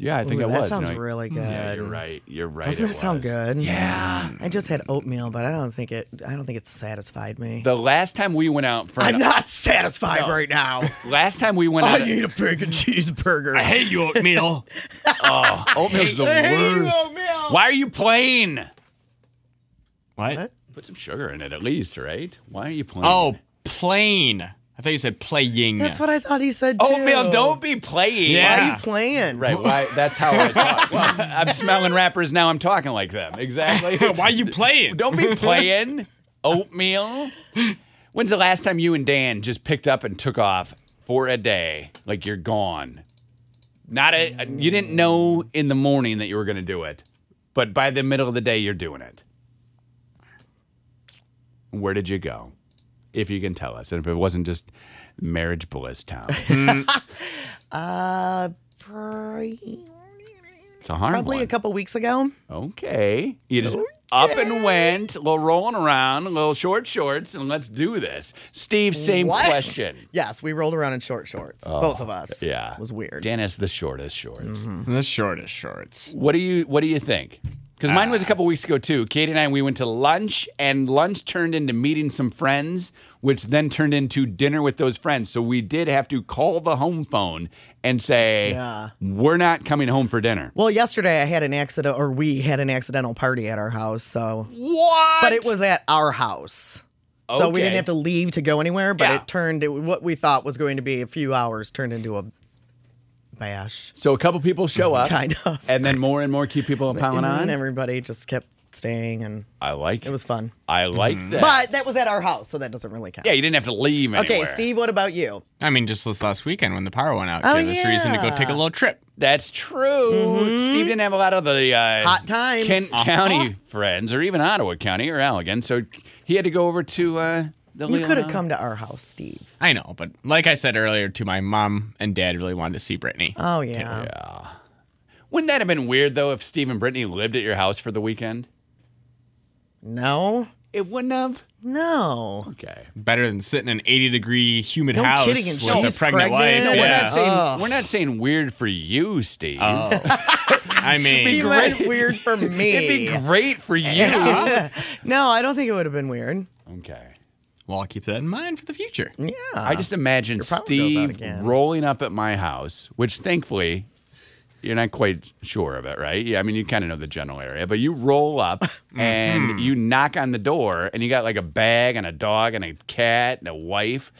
Speaker 3: Yeah, I think
Speaker 2: Ooh,
Speaker 3: it
Speaker 2: that
Speaker 3: was. And
Speaker 2: sounds
Speaker 3: they're like, "Mm,
Speaker 2: really good.
Speaker 3: Yeah, you're right. You're right.
Speaker 2: Doesn't
Speaker 3: it
Speaker 2: that sound
Speaker 3: was."
Speaker 2: good?
Speaker 3: Yeah.
Speaker 2: I just had oatmeal, but I don't think it. I don't think it satisfied me.
Speaker 3: The last time we went out for
Speaker 2: I'm
Speaker 3: an,
Speaker 2: not satisfied
Speaker 3: No.
Speaker 2: right now.
Speaker 3: last time we went
Speaker 2: I
Speaker 3: out,
Speaker 2: need a bacon cheeseburger.
Speaker 4: I hate you, oatmeal.
Speaker 3: oatmeal's oh, the
Speaker 2: I hate you,
Speaker 3: worst.
Speaker 2: oatmeal.
Speaker 3: Why are you playing?
Speaker 4: What?
Speaker 3: Put some sugar in it at least, right? Why are you playing?
Speaker 4: Oh, plain. I thought you said playing.
Speaker 2: That's what I thought he said too.
Speaker 3: Oatmeal, Oh, don't be playing.
Speaker 4: Yeah.
Speaker 2: Why are you playing?
Speaker 3: Right, why, that's how I talk. Well, I'm smelling rappers now. I'm talking like them. Exactly.
Speaker 4: Why you playing?
Speaker 3: Don't be playing oatmeal. When's the last time you and Dan just picked up and took off for a day? Like you're gone. Not a. You didn't know in the morning that you were going to do it, but by the middle of the day, you're doing it. Where did you go? If you can tell us, and if it wasn't just marriage bliss town,
Speaker 2: Probably
Speaker 3: it's a hard one.
Speaker 2: a couple weeks ago.
Speaker 3: Okay. You just up and went, a little rolling around, a little short shorts, and let's do this. Steve, same
Speaker 2: What?
Speaker 3: question.
Speaker 2: Yes, we rolled around in short shorts, both of us.
Speaker 3: Oh, Yeah.
Speaker 2: it was weird.
Speaker 3: Dan has the shortest shorts.
Speaker 2: Mm-hmm.
Speaker 4: The shortest shorts.
Speaker 3: What do you what do you think? Because mine was a couple weeks ago too. Katie and I we went to lunch, and lunch turned into meeting some friends, which then turned into dinner with those friends. So we did have to call the home phone and say,
Speaker 2: Yeah.
Speaker 3: "We're not coming home for dinner."
Speaker 2: Well, yesterday I had an accident, or we had an accidental party at our house. So,
Speaker 3: What?
Speaker 2: but it was at our house, so we
Speaker 3: Okay.
Speaker 2: didn't have to leave to go anywhere. But
Speaker 3: Yeah.
Speaker 2: it turned it, what we thought was going to be a few hours turned into a bash,
Speaker 3: so a couple people show up,
Speaker 2: kind of.
Speaker 3: and then more and more keep people piling
Speaker 2: and
Speaker 3: on.
Speaker 2: everybody just kept staying, and
Speaker 3: I like
Speaker 2: it was fun.
Speaker 3: I like that.
Speaker 2: But that was at our house, so that doesn't really count.
Speaker 3: yeah, you didn't have to leave anywhere.
Speaker 2: okay, Steve, what about you?
Speaker 4: I mean, just this last weekend when the power went out,
Speaker 2: Oh,
Speaker 4: gave us reason to go take a
Speaker 2: yeah.
Speaker 4: little trip.
Speaker 3: That's true. Steve didn't have a lot of the uh,
Speaker 2: Mm-hmm. Hot times.
Speaker 3: Kent
Speaker 2: Uh-huh.
Speaker 3: County friends, or even Ottawa County or Allegan, so he had to go over to uh, the.
Speaker 2: You could have
Speaker 3: Leelanau.
Speaker 2: come to our house, Steve.
Speaker 4: I know, but like I said earlier, to my mom and dad, really wanted to see Brittany.
Speaker 2: Oh yeah.
Speaker 3: Wouldn't that have been weird though if Steve and Brittany lived at your house for the weekend?
Speaker 2: No,
Speaker 3: It wouldn't have.
Speaker 2: no.
Speaker 3: Okay.
Speaker 4: Better than sitting in an 80 degree humid
Speaker 2: No
Speaker 4: house
Speaker 2: kidding, and
Speaker 4: with a
Speaker 2: she's
Speaker 4: pregnant,
Speaker 2: pregnant?
Speaker 4: wife.
Speaker 2: No,
Speaker 3: We're,
Speaker 4: yeah.
Speaker 3: not saying,
Speaker 2: Ugh. Oh.
Speaker 3: we're not saying weird for you, Steve.
Speaker 4: I mean,
Speaker 2: You
Speaker 3: great.
Speaker 2: went weird for me.
Speaker 3: It'd be great for you.
Speaker 2: No, I don't think it would have been weird.
Speaker 3: Okay.
Speaker 4: well, I'll keep that in mind for the future.
Speaker 2: Yeah.
Speaker 3: I just imagine
Speaker 2: Uh-huh. power goes out
Speaker 3: Steve
Speaker 2: again.
Speaker 3: rolling up at my house, which thankfully you're not quite sure of it, right? Yeah, I mean, you kind of know the general area, but you roll up
Speaker 2: Mm-hmm.
Speaker 3: and you knock on the door, and you got like a bag and a dog and a cat and a wife.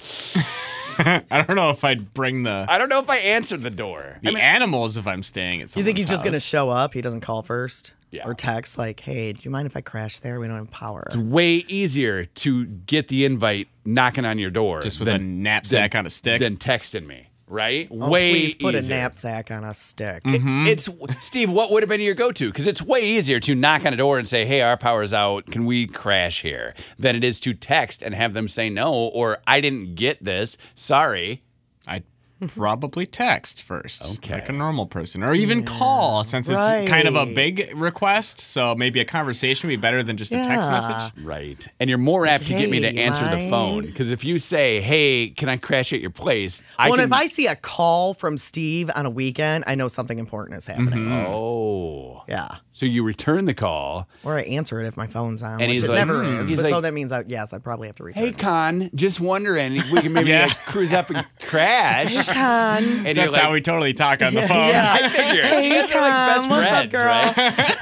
Speaker 4: I don't know if I'd bring the,
Speaker 3: I don't know if I answered the door.
Speaker 4: the animals if I'm staying at
Speaker 2: you
Speaker 4: someone's
Speaker 2: think he's just
Speaker 4: house.
Speaker 2: gonna show up? He doesn't call first,
Speaker 3: Yeah.
Speaker 2: or text like, "Hey, do you mind if I crash there? We don't have power."
Speaker 3: Way easier to get the invite knocking on your door
Speaker 4: just with
Speaker 3: than,
Speaker 4: a knapsack on a stick?
Speaker 3: than texting me, right?
Speaker 2: Oh,
Speaker 3: Way
Speaker 2: please put
Speaker 3: easier. Mm-hmm.
Speaker 2: a knapsack on a stick.
Speaker 4: Hmm?
Speaker 3: It's Steve. What would have been your go-to? Because it's way easier to knock on a door and say, "Hey, our power's out. Can we crash here?" than it is to text and have them say no or "I didn't get this. Sorry."
Speaker 4: I'd probably text first,
Speaker 3: Okay.
Speaker 4: like a normal person, or even call since
Speaker 2: right.
Speaker 4: it's kind of a big request. So maybe a conversation would be better than just a
Speaker 2: Yeah.
Speaker 4: text message.
Speaker 3: Right. And you're more apt to get me to
Speaker 2: Hey,
Speaker 3: answer the
Speaker 2: mind?
Speaker 3: phone because if you say, "Hey, can I crash at your place?" I
Speaker 2: well, and
Speaker 3: can.
Speaker 2: if I see a call from Steve on a weekend, I know something important is happening.
Speaker 3: Mm-hmm. oh.
Speaker 2: Yeah.
Speaker 3: So you return the call.
Speaker 2: Or I answer it if my phone's on,
Speaker 3: And
Speaker 2: which
Speaker 3: he's
Speaker 2: it
Speaker 3: like- "Hmm."
Speaker 2: never is.
Speaker 3: he's
Speaker 2: But so
Speaker 3: like-
Speaker 2: that means, I, yes, I probably have to return.
Speaker 3: Hey, Con. Just wondering, if we can maybe
Speaker 4: Yeah.
Speaker 3: like, cruise up and crash.
Speaker 2: Con.
Speaker 3: And
Speaker 4: That's
Speaker 3: you're like,
Speaker 4: how we totally talk on the phone.
Speaker 3: I
Speaker 2: Yeah.
Speaker 3: figure. You
Speaker 2: Hey,
Speaker 3: guys are like best
Speaker 2: Con. What's up,
Speaker 3: friends, right?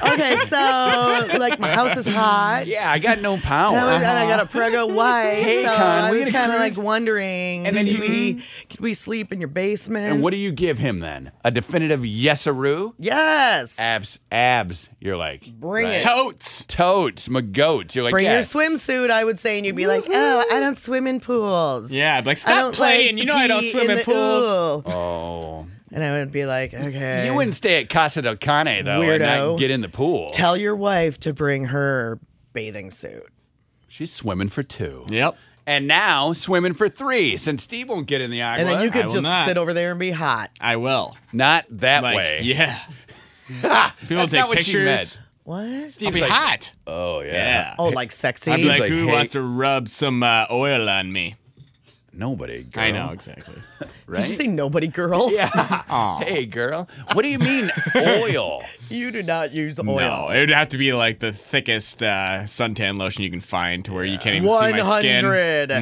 Speaker 2: girl? okay, so, like, my house is hot.
Speaker 3: Yeah, I got no power.
Speaker 2: And I- and I got a preggo wife,
Speaker 3: Hey,
Speaker 2: so
Speaker 3: Con,
Speaker 2: I
Speaker 3: we
Speaker 2: was
Speaker 3: gonna
Speaker 2: kind of like
Speaker 3: cruise?
Speaker 2: wondering,
Speaker 3: And then
Speaker 2: could
Speaker 3: you-
Speaker 2: we, could we sleep in your basement?
Speaker 3: And what do you give him then? A definitive yes-a-roo?
Speaker 2: yes,
Speaker 3: Abs, abs. You're like,
Speaker 2: bring it.
Speaker 4: Totes.
Speaker 3: totes, McGoats. You're like,
Speaker 2: Bring
Speaker 3: yeah.
Speaker 2: your swimsuit, I would say, and you'd be like, "Oh, I don't swim in pools."
Speaker 4: Yeah, I'd be like
Speaker 2: I
Speaker 4: stop
Speaker 2: don't
Speaker 4: playing.
Speaker 2: like
Speaker 4: you know I don't
Speaker 2: pee
Speaker 4: swim in
Speaker 2: the
Speaker 4: pools.
Speaker 2: pool."
Speaker 3: oh.
Speaker 2: And I would be like, "Okay."
Speaker 3: You wouldn't stay at Casa del Cane, though, and not
Speaker 2: Weirdo.
Speaker 3: get in the pool.
Speaker 2: tell your wife to bring her bathing suit.
Speaker 3: She's swimming for two.
Speaker 4: Yep.
Speaker 3: And now swimming for three, since Steve won't get in the aqua.
Speaker 2: And then you
Speaker 4: I
Speaker 2: could
Speaker 4: will
Speaker 2: just
Speaker 4: not.
Speaker 2: sit over there and be hot.
Speaker 4: I will.
Speaker 3: Not that
Speaker 4: Like,
Speaker 3: way.
Speaker 4: yeah. People
Speaker 3: That's
Speaker 4: take
Speaker 3: not what she
Speaker 4: pictures.
Speaker 3: meant.
Speaker 2: What?
Speaker 4: I'll
Speaker 3: Steve's
Speaker 4: be
Speaker 3: like,
Speaker 4: hot.
Speaker 3: Oh, yeah.
Speaker 4: Yeah.
Speaker 2: Oh, like sexy.
Speaker 4: I'd be like,
Speaker 3: like,
Speaker 4: who
Speaker 3: hey-
Speaker 4: wants to rub some uh, oil on me?
Speaker 3: Nobody, girl.
Speaker 4: I know exactly.
Speaker 3: Right?
Speaker 2: Did you say nobody, girl?
Speaker 3: yeah. hey, girl. What do you mean oil?
Speaker 2: You do not use oil.
Speaker 4: No, it would have to be like the thickest uh, suntan lotion you can find to where you can't even see
Speaker 2: One
Speaker 4: my skin.
Speaker 2: hundred.
Speaker 3: Uh,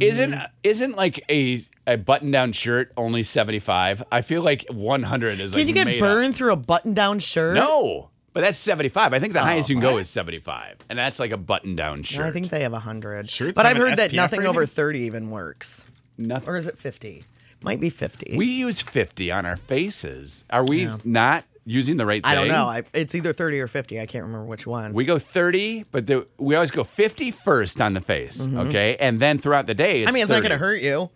Speaker 3: Isn't
Speaker 2: Mm-hmm.
Speaker 3: isn't like a a button down shirt only seventy five? I feel like one hundred is.
Speaker 2: Can
Speaker 3: like
Speaker 2: you get
Speaker 3: made
Speaker 2: burned through a button-down shirt?
Speaker 3: Up. No, but that's seventy five. I think the highest you can go is seventy five, and that's like a button down shirt.
Speaker 2: No, Oh, I think they have hundred.
Speaker 4: Shirts
Speaker 2: But
Speaker 4: have
Speaker 2: I've
Speaker 4: an
Speaker 2: heard that
Speaker 4: SPF
Speaker 2: nothing
Speaker 4: rating?
Speaker 2: over thirty even works.
Speaker 3: nothing.
Speaker 2: Or is it fifty? Might be fifty.
Speaker 3: We use fifty on our faces. Are we not using the right thing?
Speaker 2: I don't know. I, it's either thirty or fifty. I can't remember which one.
Speaker 3: we go 30, but the, we always go 50 first on the face, okay? And then throughout the day, it's
Speaker 2: Mm-hmm. I mean, it's not
Speaker 3: 30.
Speaker 2: going to hurt you.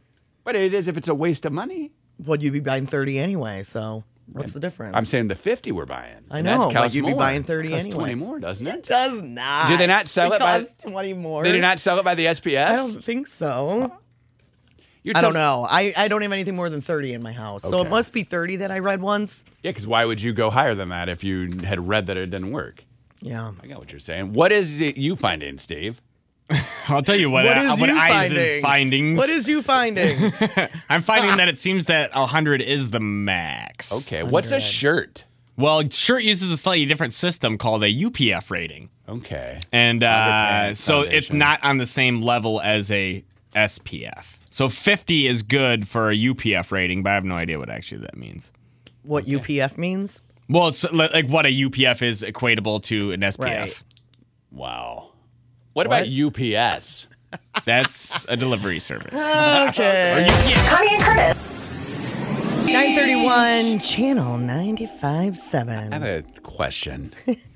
Speaker 3: But it is if it's a waste of money.
Speaker 2: Well, you'd be buying thirty anyway. So what's the difference?
Speaker 3: I'm saying the 50 we're buying.
Speaker 2: I
Speaker 3: and that's
Speaker 2: know, but
Speaker 3: costs
Speaker 2: you'd be
Speaker 3: more.
Speaker 2: buying 30
Speaker 3: Costs
Speaker 2: anyway.
Speaker 3: 20 more, doesn't
Speaker 2: It does not.
Speaker 3: Do they not sell it by-
Speaker 2: costs twenty more?
Speaker 3: They do not sell it by the SPS.
Speaker 2: I don't think so.
Speaker 3: You're
Speaker 2: I don't
Speaker 3: tell-
Speaker 2: know. I, I don't have anything more than thirty in my house, so
Speaker 3: Okay.
Speaker 2: it must be thirty that I read once.
Speaker 3: Yeah, because why would you go higher than that if you had read that it didn't work?
Speaker 2: Yeah.
Speaker 3: I got what you're saying. What is it you finding, Steve?
Speaker 4: I'll tell you what.
Speaker 2: What
Speaker 4: uh,
Speaker 2: is
Speaker 4: what
Speaker 2: you
Speaker 4: Isa's
Speaker 2: finding?
Speaker 4: findings.
Speaker 2: What is you finding?
Speaker 4: I'm finding that it seems that 100 is the max.
Speaker 3: Okay, what's a
Speaker 2: Underhead.
Speaker 3: shirt?
Speaker 4: Well, shirt uses a slightly different system called a UPF rating,
Speaker 3: Okay.
Speaker 4: and uh,
Speaker 3: Underpants
Speaker 4: so it's
Speaker 3: Foundation.
Speaker 4: not on the same level as a SPF. So 50 is good for a UPF rating, but I have no idea what actually that means.
Speaker 2: what UPF means?
Speaker 4: Well, it's li- like what a UPF is equatable to an SPF.
Speaker 2: Right.
Speaker 3: Wow. What, about UPS?
Speaker 4: That's a delivery service.
Speaker 2: Okay.
Speaker 1: Connie and Curtis.
Speaker 2: Nine thirty-one. 941 Channel 95.7.
Speaker 3: I have a question.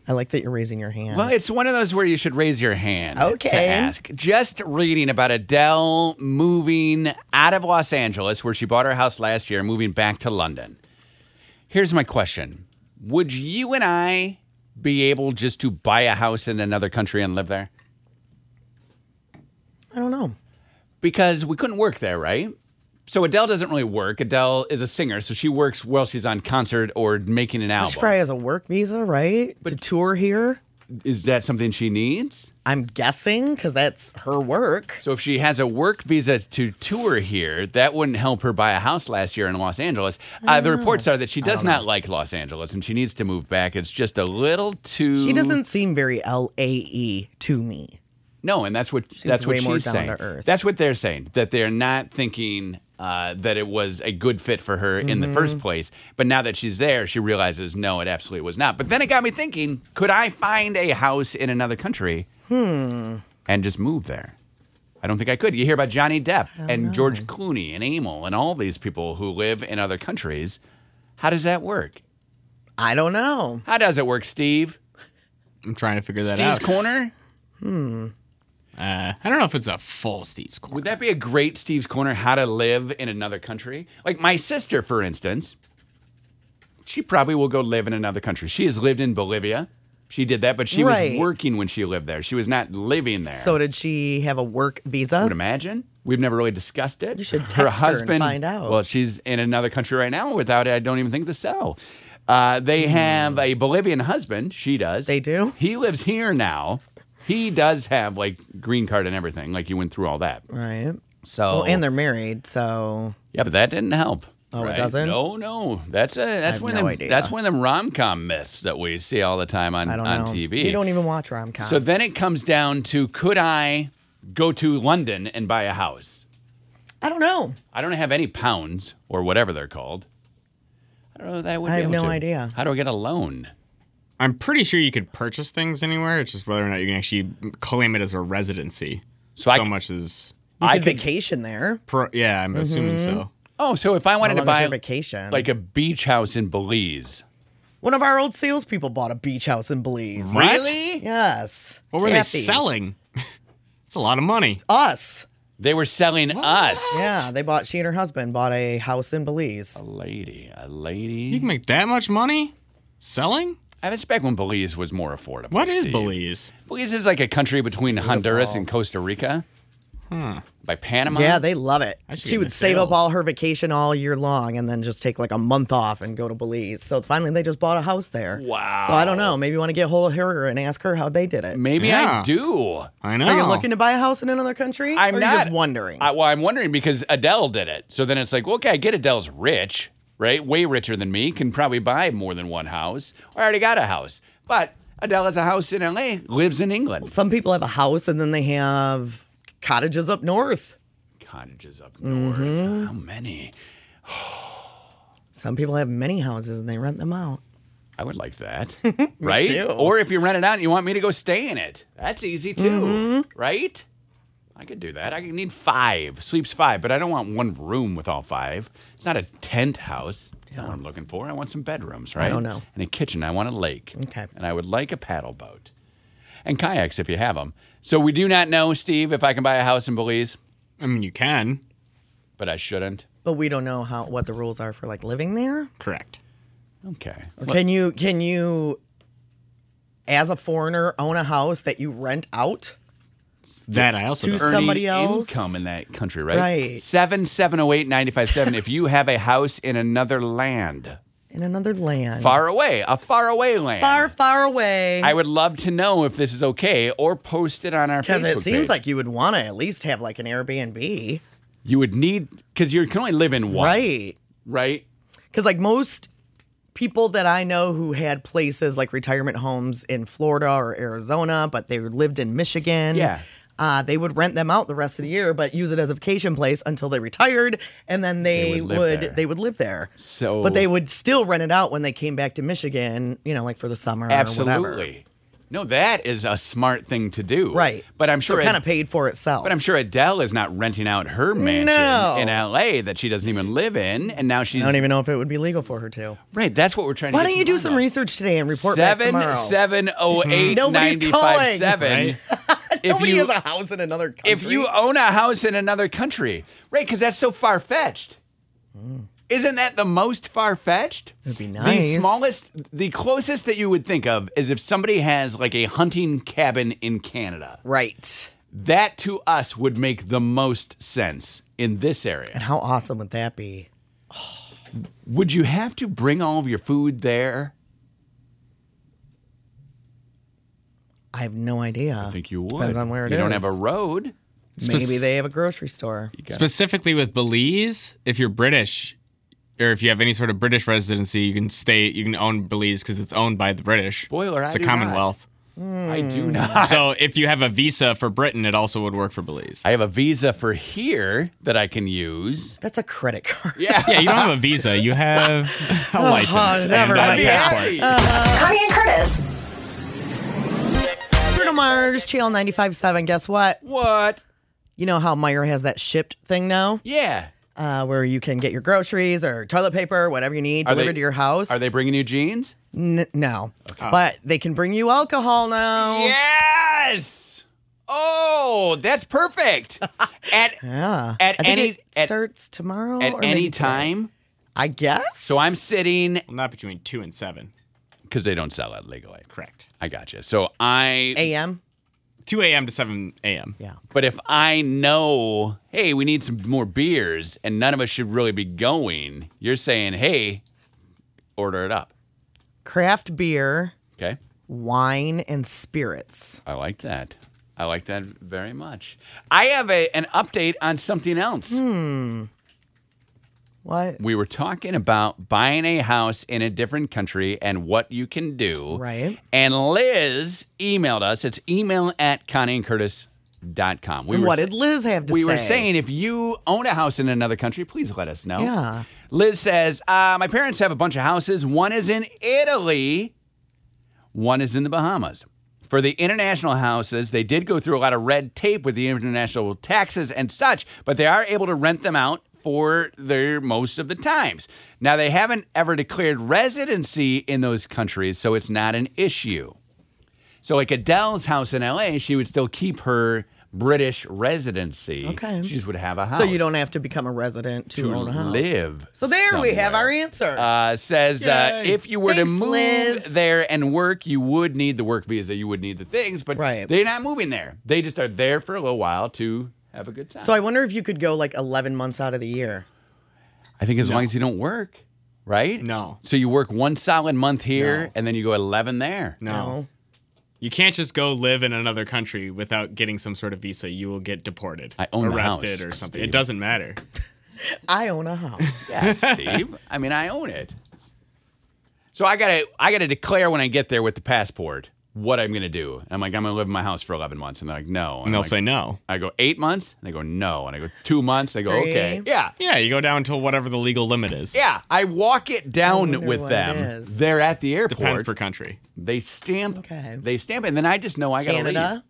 Speaker 2: I like that you're raising your hand.
Speaker 3: Well, it's one of those where you should raise your hand.
Speaker 2: Okay.
Speaker 3: To ask. Just reading about Adele moving out of Los Angeles, where she bought her house last year, moving back to London. Here's my question Would you and I be able just to buy a house in another country and live there?
Speaker 2: I don't know.
Speaker 3: Because we couldn't work there, right? So Adele doesn't really work. Adele is a singer, so she works while she's on concert or making an album.
Speaker 2: She probably has a work visa, right? to tour here.
Speaker 3: Is that something she needs?
Speaker 2: I'm guessing because that's her work.
Speaker 3: So if she has a work visa to tour here, that wouldn't help her buy a house last year in Los Angeles. Uh, the
Speaker 2: Ah.
Speaker 3: reports are that she does not like Los Angeles and she needs to move back. It's just a little too.
Speaker 2: She doesn't seem very LAE to me.
Speaker 3: No, and that's what that's what
Speaker 2: way more
Speaker 3: she's
Speaker 2: down
Speaker 3: saying.
Speaker 2: to earth.
Speaker 3: That's what they're saying that they're not thinking uh, that it was a good fit for her in the
Speaker 2: Mm-hmm.
Speaker 3: first place. But now that she's there, she realizes no, it absolutely was not. But then it got me thinking: could I find a house in another country
Speaker 2: Hmm.
Speaker 3: and just move there? I don't think I could. You hear about Johnny Depp
Speaker 2: Oh,
Speaker 3: and George Clooney and Emil and all these people who live in other countries. How does that work?
Speaker 2: I don't know.
Speaker 3: How does it work, Steve?
Speaker 4: I'm trying to figure that
Speaker 3: Steve's
Speaker 4: out.
Speaker 3: Corner?
Speaker 4: Uh, I don't know if it's a full Steve's corner.
Speaker 3: Would that be a great Steve's Corner? How to live in another country? Like my sister, for instance, she probably will go live in another country. She has lived in Bolivia. She did that, but she
Speaker 2: Right.
Speaker 3: was working when she lived there. She was not living there.
Speaker 2: So did she have a work visa?
Speaker 3: I would imagine. We've never really discussed it.
Speaker 2: You should text her and find out.
Speaker 3: Well, she's in another country right now. Without it, I don't even think the cell. Uh, they have a Bolivian husband. She does.
Speaker 2: Hmm. They do?
Speaker 3: He lives here now. He does have like green card and everything. Like you went through all that.
Speaker 2: Right.
Speaker 3: So
Speaker 2: Well, and they're married, so
Speaker 3: Yeah, but that didn't help.
Speaker 2: Oh, it doesn't?
Speaker 3: No, no. That's a that's
Speaker 2: have
Speaker 3: one
Speaker 2: no
Speaker 3: of them,
Speaker 2: idea.
Speaker 3: that's one of them rom com myths that we see all the time on,
Speaker 2: I don't
Speaker 3: on
Speaker 2: know.
Speaker 3: TV.
Speaker 2: You don't even watch rom com.
Speaker 3: so then it comes down to could I go to London and buy a house?
Speaker 2: I don't know.
Speaker 3: I don't have any pounds or whatever they're called. I don't know that I would
Speaker 2: I
Speaker 3: be
Speaker 2: have
Speaker 3: able
Speaker 2: no
Speaker 3: to.
Speaker 2: idea.
Speaker 3: How do I get a loan?
Speaker 4: I'm pretty sure you could purchase things anywhere. It's just whether or not you can actually claim it as a residency. So,
Speaker 3: I c-
Speaker 4: much as,
Speaker 2: You
Speaker 3: I
Speaker 2: could
Speaker 3: could-
Speaker 2: vacation there.
Speaker 4: pro- yeah, I'm assuming so.
Speaker 3: Oh, so if I wanted
Speaker 2: How
Speaker 3: to
Speaker 2: long is
Speaker 3: buy
Speaker 2: your vacation?
Speaker 3: like a beach house in Belize.
Speaker 2: One of our old salespeople bought a beach house in Belize.
Speaker 4: What?
Speaker 3: Really?
Speaker 2: Yes.
Speaker 4: What were they
Speaker 2: Kathy.
Speaker 4: selling? It's a lot of money.
Speaker 2: Us.
Speaker 3: They were selling us.
Speaker 2: Yeah, they bought. She and her husband bought a house in Belize.
Speaker 3: A lady, a lady.
Speaker 4: You can make that much money selling?
Speaker 3: I was back when Belize was more affordable.
Speaker 4: What is
Speaker 3: Steve.
Speaker 4: Belize?
Speaker 3: Belize is like a country between Honduras and Costa Rica. By Panama.
Speaker 2: Yeah, they love it.
Speaker 4: I should get
Speaker 2: She
Speaker 4: in
Speaker 2: would
Speaker 4: the
Speaker 2: save up
Speaker 4: sales.
Speaker 2: all her vacation all year long and then just take like a month off and go to Belize. So finally, they just bought a house there.
Speaker 3: Wow.
Speaker 2: So I don't know. Maybe you want to get hold of her and ask her how they did it.
Speaker 3: Maybe I
Speaker 4: Yeah.
Speaker 3: do.
Speaker 4: I know.
Speaker 2: Are you looking to buy a house in another country?
Speaker 3: I'm
Speaker 2: or are you
Speaker 3: not
Speaker 2: just wondering.
Speaker 3: I, well, I'm wondering because Adele did it. So then it's like, well, okay, I get Adele's rich, right? Way richer than me. Can probably buy more than one house. I already got a house, but Adele has a house in L.A. Lives in England.
Speaker 2: Some people have a house and then they have cottages up north.
Speaker 3: Cottages up north.
Speaker 2: Mm-hmm.
Speaker 3: How many?
Speaker 2: Some people have many houses and they rent them out.
Speaker 3: I would like that, right?
Speaker 2: too.
Speaker 3: Or if you rent it out and you want me to go stay in it, that's easy too,
Speaker 2: Mm-hmm.
Speaker 3: right? I could do that. I could need five, sleeps five, but I don't want one room with all five. It's not a tent house. That's not what I'm looking for. I want some bedrooms, right?
Speaker 2: don't know.
Speaker 3: And a kitchen. I want a lake.
Speaker 2: Okay.
Speaker 3: And I would like a paddle boat and kayaks if you have them. So we do not know, Steve, if I can buy a house in Belize,
Speaker 4: I mean, you can.
Speaker 3: but I shouldn't.
Speaker 2: But we don't know how what the rules are for like living there.
Speaker 4: Correct.
Speaker 3: Okay.
Speaker 2: Or can you can you as a foreigner own a house that you rent out?
Speaker 4: That I also
Speaker 2: Two
Speaker 4: don't.
Speaker 2: s- somebody else.
Speaker 3: income in that country, right?
Speaker 2: Right.
Speaker 3: Seven seven oh eight ninety five seven. If you have a house in another land,
Speaker 2: In another land.
Speaker 3: far away, a far away land,
Speaker 2: far, far away.
Speaker 3: I would love to know if this is okay, or post it on our.
Speaker 2: Because it
Speaker 3: Facebook
Speaker 2: seems
Speaker 3: page.
Speaker 2: like you would want to at least have like an Airbnb,
Speaker 3: you would need because you can only live in one,
Speaker 2: right?
Speaker 3: Right.
Speaker 2: Because like most people that I know who had places like retirement homes in Florida or Arizona, but they lived in Michigan.
Speaker 3: Yeah.
Speaker 2: Uh, they would rent them out the rest of the year, but use it as a vacation place until they retired, and then they,
Speaker 3: They would live
Speaker 2: would,
Speaker 3: there.
Speaker 2: they would live there.
Speaker 3: So-
Speaker 2: but they would still rent it out when they came back to Michigan, you know, like for the summer. Or whatever.
Speaker 3: Absolutely. No, that is a smart thing to do.
Speaker 2: Right.
Speaker 3: But I'm sure
Speaker 2: so it kind of
Speaker 3: Ad-
Speaker 2: paid for itself.
Speaker 3: But I'm sure Adele is not renting out her mansion
Speaker 2: No.
Speaker 3: in LA that she doesn't even live in and now she's
Speaker 2: I don't even know if it would be legal for her to.
Speaker 3: Right, that's what we're trying
Speaker 2: Why
Speaker 3: to
Speaker 2: don't you do some
Speaker 3: research?
Speaker 2: research today and report back
Speaker 3: Seven
Speaker 2: tomorrow?
Speaker 3: seven oh eight
Speaker 2: Nobody's
Speaker 3: ninety five seven. If
Speaker 2: Nobody
Speaker 3: you
Speaker 2: has a house in another country.
Speaker 3: if you own a house in another country, right? Because that's so far fetched. Isn't that the most far fetched?
Speaker 2: Mm. That'd be nice.
Speaker 3: The smallest, the closest that you would think of is if somebody has like a hunting cabin in Canada.
Speaker 2: right.
Speaker 3: That to us would make the most sense in this area.
Speaker 2: How awesome would that be?
Speaker 3: Would you have to bring all of your food there?
Speaker 2: I have no idea.
Speaker 3: I think you would.
Speaker 2: Depends on where it
Speaker 3: you don't
Speaker 2: is.
Speaker 3: have a road.
Speaker 2: Maybe they have a grocery store.
Speaker 4: Specifically with Belize, if you're British or if you have any sort of British residency, you can stay, you can own Belize because it's owned by the British.
Speaker 3: Spoiler, I
Speaker 4: it's a
Speaker 3: do not.
Speaker 4: Commonwealth.
Speaker 3: I do
Speaker 2: Hmm.
Speaker 3: not.
Speaker 4: so if you have a visa for Britain, it also would work for Belize.
Speaker 3: I have a visa for here that I can use.
Speaker 2: That's a credit card.
Speaker 3: Yeah.
Speaker 4: yeah, you don't have a visa. You have a
Speaker 3: Oh,
Speaker 4: license
Speaker 2: never
Speaker 4: and a
Speaker 2: mind.
Speaker 4: passport.
Speaker 2: Uh.
Speaker 1: Connie and Curtis.
Speaker 2: Bruno Mars, Channel 95.7. Guess what?
Speaker 3: What?
Speaker 2: You know how Meyer has that shipped thing now,
Speaker 3: Yeah.
Speaker 2: uh, where you can get your groceries or toilet paper, whatever you need,
Speaker 3: Are
Speaker 2: delivered
Speaker 3: they-
Speaker 2: to your house.
Speaker 3: Are they bringing you jeans?
Speaker 2: N- no, but they can bring you alcohol now.
Speaker 3: Yes. Oh, that's perfect. At
Speaker 2: Yeah.
Speaker 3: At
Speaker 2: I think
Speaker 3: any-
Speaker 2: it
Speaker 3: at-
Speaker 2: starts tomorrow
Speaker 3: at
Speaker 2: or maybe
Speaker 3: any
Speaker 2: today.
Speaker 3: time.
Speaker 2: I guess.
Speaker 3: So I'm sitting
Speaker 4: Well, not between two and seven.
Speaker 3: because they don't sell it legally.
Speaker 4: Correct.
Speaker 3: I gotcha. So I.
Speaker 2: a.m.
Speaker 4: 2 a.m. to 7 a.m.
Speaker 2: Yeah.
Speaker 3: But if I know, hey, we need some more beers, and none of us should really be going, you're saying, hey, order it up.
Speaker 2: Craft beer,
Speaker 3: Okay.
Speaker 2: wine, and spirits.
Speaker 3: I like that. I like that very much. I have a, an update on something else.
Speaker 2: Hmm. What?
Speaker 3: We were talking about buying a house in a different country and what you can do.
Speaker 2: Right.
Speaker 3: And Liz emailed us. It's email at connieandcurtis.com. We
Speaker 2: And
Speaker 3: were
Speaker 2: what
Speaker 3: sa-
Speaker 2: did Liz have to
Speaker 3: we
Speaker 2: say?
Speaker 3: were saying if you own a house in another country, please let us know.
Speaker 2: Yeah.
Speaker 3: Liz says, uh, My parents have a bunch of houses. One is in Italy, one is in the Bahamas. For the international houses, they did go through a lot of red tape with the international taxes and such, but they are able to rent them out for their most of the times. Now, they haven't ever declared residency in those countries, so it's not an issue. So, like Adele's house in LA, she would still keep her British residency.
Speaker 2: Okay.
Speaker 3: She just would have a house.
Speaker 2: So you don't have to become a resident to,
Speaker 3: To
Speaker 2: own a house.
Speaker 3: live
Speaker 2: So there we have
Speaker 3: somewhere.
Speaker 2: our answer.
Speaker 3: Uh, says uh,
Speaker 4: Yay.
Speaker 3: if you were
Speaker 2: Thanks,
Speaker 3: to move
Speaker 2: Liz.
Speaker 3: there and work, you would need the work visa, you would need the things, but
Speaker 2: Right.
Speaker 3: they're not moving there. They just are there for a little while to have a good time.
Speaker 2: so I wonder if you could go like 11 months out of the year.
Speaker 3: I think as long as you don't work, right?
Speaker 4: No.
Speaker 3: So you work one solid month here
Speaker 4: No.
Speaker 3: and then you go 11 there.
Speaker 4: No. You can't just go live in another country without getting some sort of visa. You will get deported,
Speaker 3: I own the
Speaker 4: arrested,
Speaker 3: house,
Speaker 4: or something.
Speaker 3: Steve.
Speaker 4: It doesn't matter.
Speaker 2: I own a house.
Speaker 3: Yeah, Steve. I mean, I own it. So I gotta, I gotta declare when I get there with the passport what I'm gonna do. I'm like, I'm gonna live in my house for 11 months, and they're like, no.
Speaker 4: And
Speaker 3: i
Speaker 4: they'll say no.
Speaker 3: I go eight months, and they go no, and I go two months, they go
Speaker 2: Three.
Speaker 3: okay, yeah,
Speaker 4: Yeah, you go down to whatever the legal limit is.
Speaker 3: yeah. I walk it down
Speaker 2: wonder
Speaker 3: with
Speaker 2: what it
Speaker 3: them.
Speaker 2: is.
Speaker 3: They're at the airport.
Speaker 4: Depends per country.
Speaker 3: they stamp,
Speaker 2: Okay.
Speaker 3: they stamp, it, and then I just know I gotta Uh,
Speaker 2: Canada?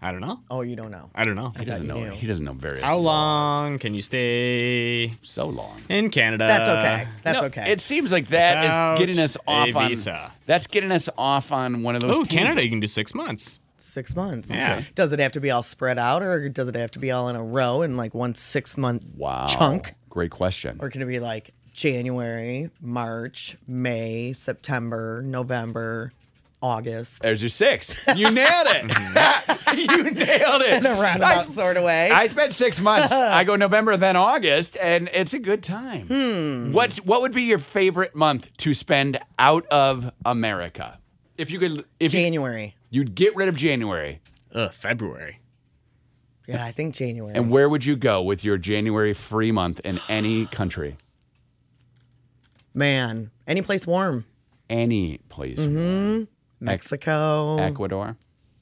Speaker 4: I don't know.
Speaker 2: Oh, you don't know.
Speaker 4: I don't know.
Speaker 3: leave. He doesn't
Speaker 2: you
Speaker 3: know.
Speaker 2: knew.
Speaker 3: He doesn't know various.
Speaker 4: How
Speaker 3: laws.
Speaker 4: long can you stay
Speaker 3: So long.
Speaker 4: in Canada?
Speaker 2: That's okay. That's
Speaker 3: No,
Speaker 2: okay.
Speaker 3: It seems like that is
Speaker 4: Without
Speaker 3: getting us
Speaker 4: a
Speaker 3: off on.
Speaker 4: visa.
Speaker 3: That's getting us off on one of those.
Speaker 4: Oh, Canada,
Speaker 3: tangents.
Speaker 4: you can do six months.
Speaker 2: Six months.
Speaker 4: Yeah.
Speaker 2: Does it have to be all spread out or does it have to be all in a row in like one six month
Speaker 3: Wow.
Speaker 2: chunk?
Speaker 3: Great question.
Speaker 2: Or can it be like January, March, May, September, November, August?
Speaker 3: There's your six. You nailed it. you nailed it.
Speaker 2: In a roundabout sort of way.
Speaker 3: Uh, I spent six months. I go November, then August, and it's a good time. What What would be your favorite month to spend out of America? If you could, if you,
Speaker 2: January.
Speaker 3: you'd get rid of January,
Speaker 4: Ugh, February.
Speaker 2: Yeah, I think January.
Speaker 3: and where would you go with your January free month in any country,
Speaker 2: Man, any place warm.
Speaker 3: any place?
Speaker 2: Mexico.
Speaker 3: Ecuador,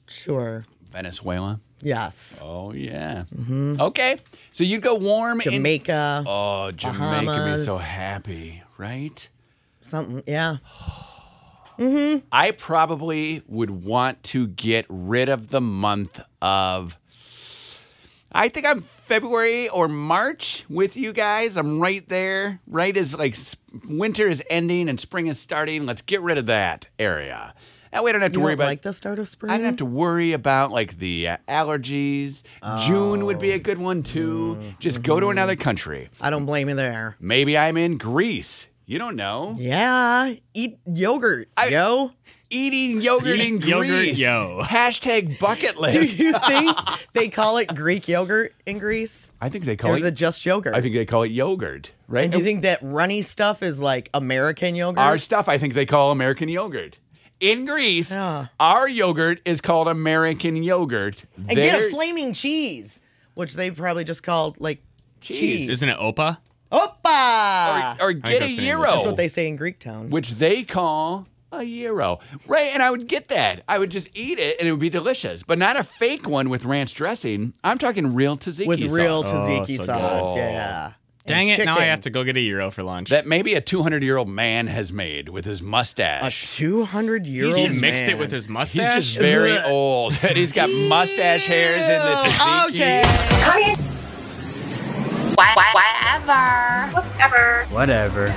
Speaker 2: sure.
Speaker 3: Venezuela.
Speaker 2: Yes.
Speaker 3: Oh yeah. Okay, so you'd go warm in
Speaker 2: Jamaica.
Speaker 3: Oh, Jamaica would be
Speaker 2: Bahamas.
Speaker 3: so happy, right?
Speaker 2: Something. Yeah.
Speaker 3: I probably would want to get rid of the month of. I think I'm February or March with you guys. I'm right there. Right as like s- winter is ending and spring is starting. Let's get rid of that area. That way I don't have to
Speaker 2: You
Speaker 3: worry
Speaker 2: don't
Speaker 3: about
Speaker 2: like the start of spring?
Speaker 3: I don't have to worry about like the uh, allergies. June would be a good one too. Just go to another country.
Speaker 2: I don't blame you there.
Speaker 3: Maybe I'm in Greece. You don't know.
Speaker 2: Yeah, eat yogurt,
Speaker 3: I-
Speaker 2: yo.
Speaker 3: Eating yogurt
Speaker 4: Eat
Speaker 3: in
Speaker 4: yogurt,
Speaker 3: Greece.
Speaker 4: yo.
Speaker 3: Hashtag bucket
Speaker 2: Do
Speaker 3: list.
Speaker 2: you think they call it Greek yogurt in Greece?
Speaker 3: I think they
Speaker 2: Or
Speaker 3: call
Speaker 2: is
Speaker 3: it.
Speaker 2: it just yogurt?
Speaker 3: I think they call it yogurt, right?
Speaker 2: and do you think that runny stuff is like American yogurt?
Speaker 3: our stuff, I think they call American yogurt. In Greece, our yogurt is called American yogurt.
Speaker 2: and get a flaming cheese, which they probably just called like cheese.
Speaker 4: Isn't it Opa?
Speaker 2: Oppa!
Speaker 3: or, oh. or get a
Speaker 4: that's the
Speaker 3: euro.
Speaker 4: English.
Speaker 2: That's what they say in Greek town.
Speaker 3: which they call a euro. Right, and I would get that. I would just eat it and it would be delicious, but not a fake one with ranch dressing. I'm talking real tzatziki
Speaker 2: With real
Speaker 3: sauce. Oh,
Speaker 2: tzatziki
Speaker 4: so
Speaker 2: sauce, yeah.
Speaker 4: Dang it!
Speaker 2: And
Speaker 4: Now I
Speaker 2: chicken.
Speaker 4: have to go get a euro for lunch.
Speaker 3: that maybe a 200 year old man has made with his
Speaker 2: A
Speaker 3: mustache.
Speaker 2: 200 year old
Speaker 4: he mixed it with his
Speaker 3: He's
Speaker 4: mustache.
Speaker 3: just very old, and he's got mustache hairs in the tzatziki.
Speaker 2: Okay.
Speaker 1: Kanye,
Speaker 7: Whatever.
Speaker 5: Ever.
Speaker 7: Whatever.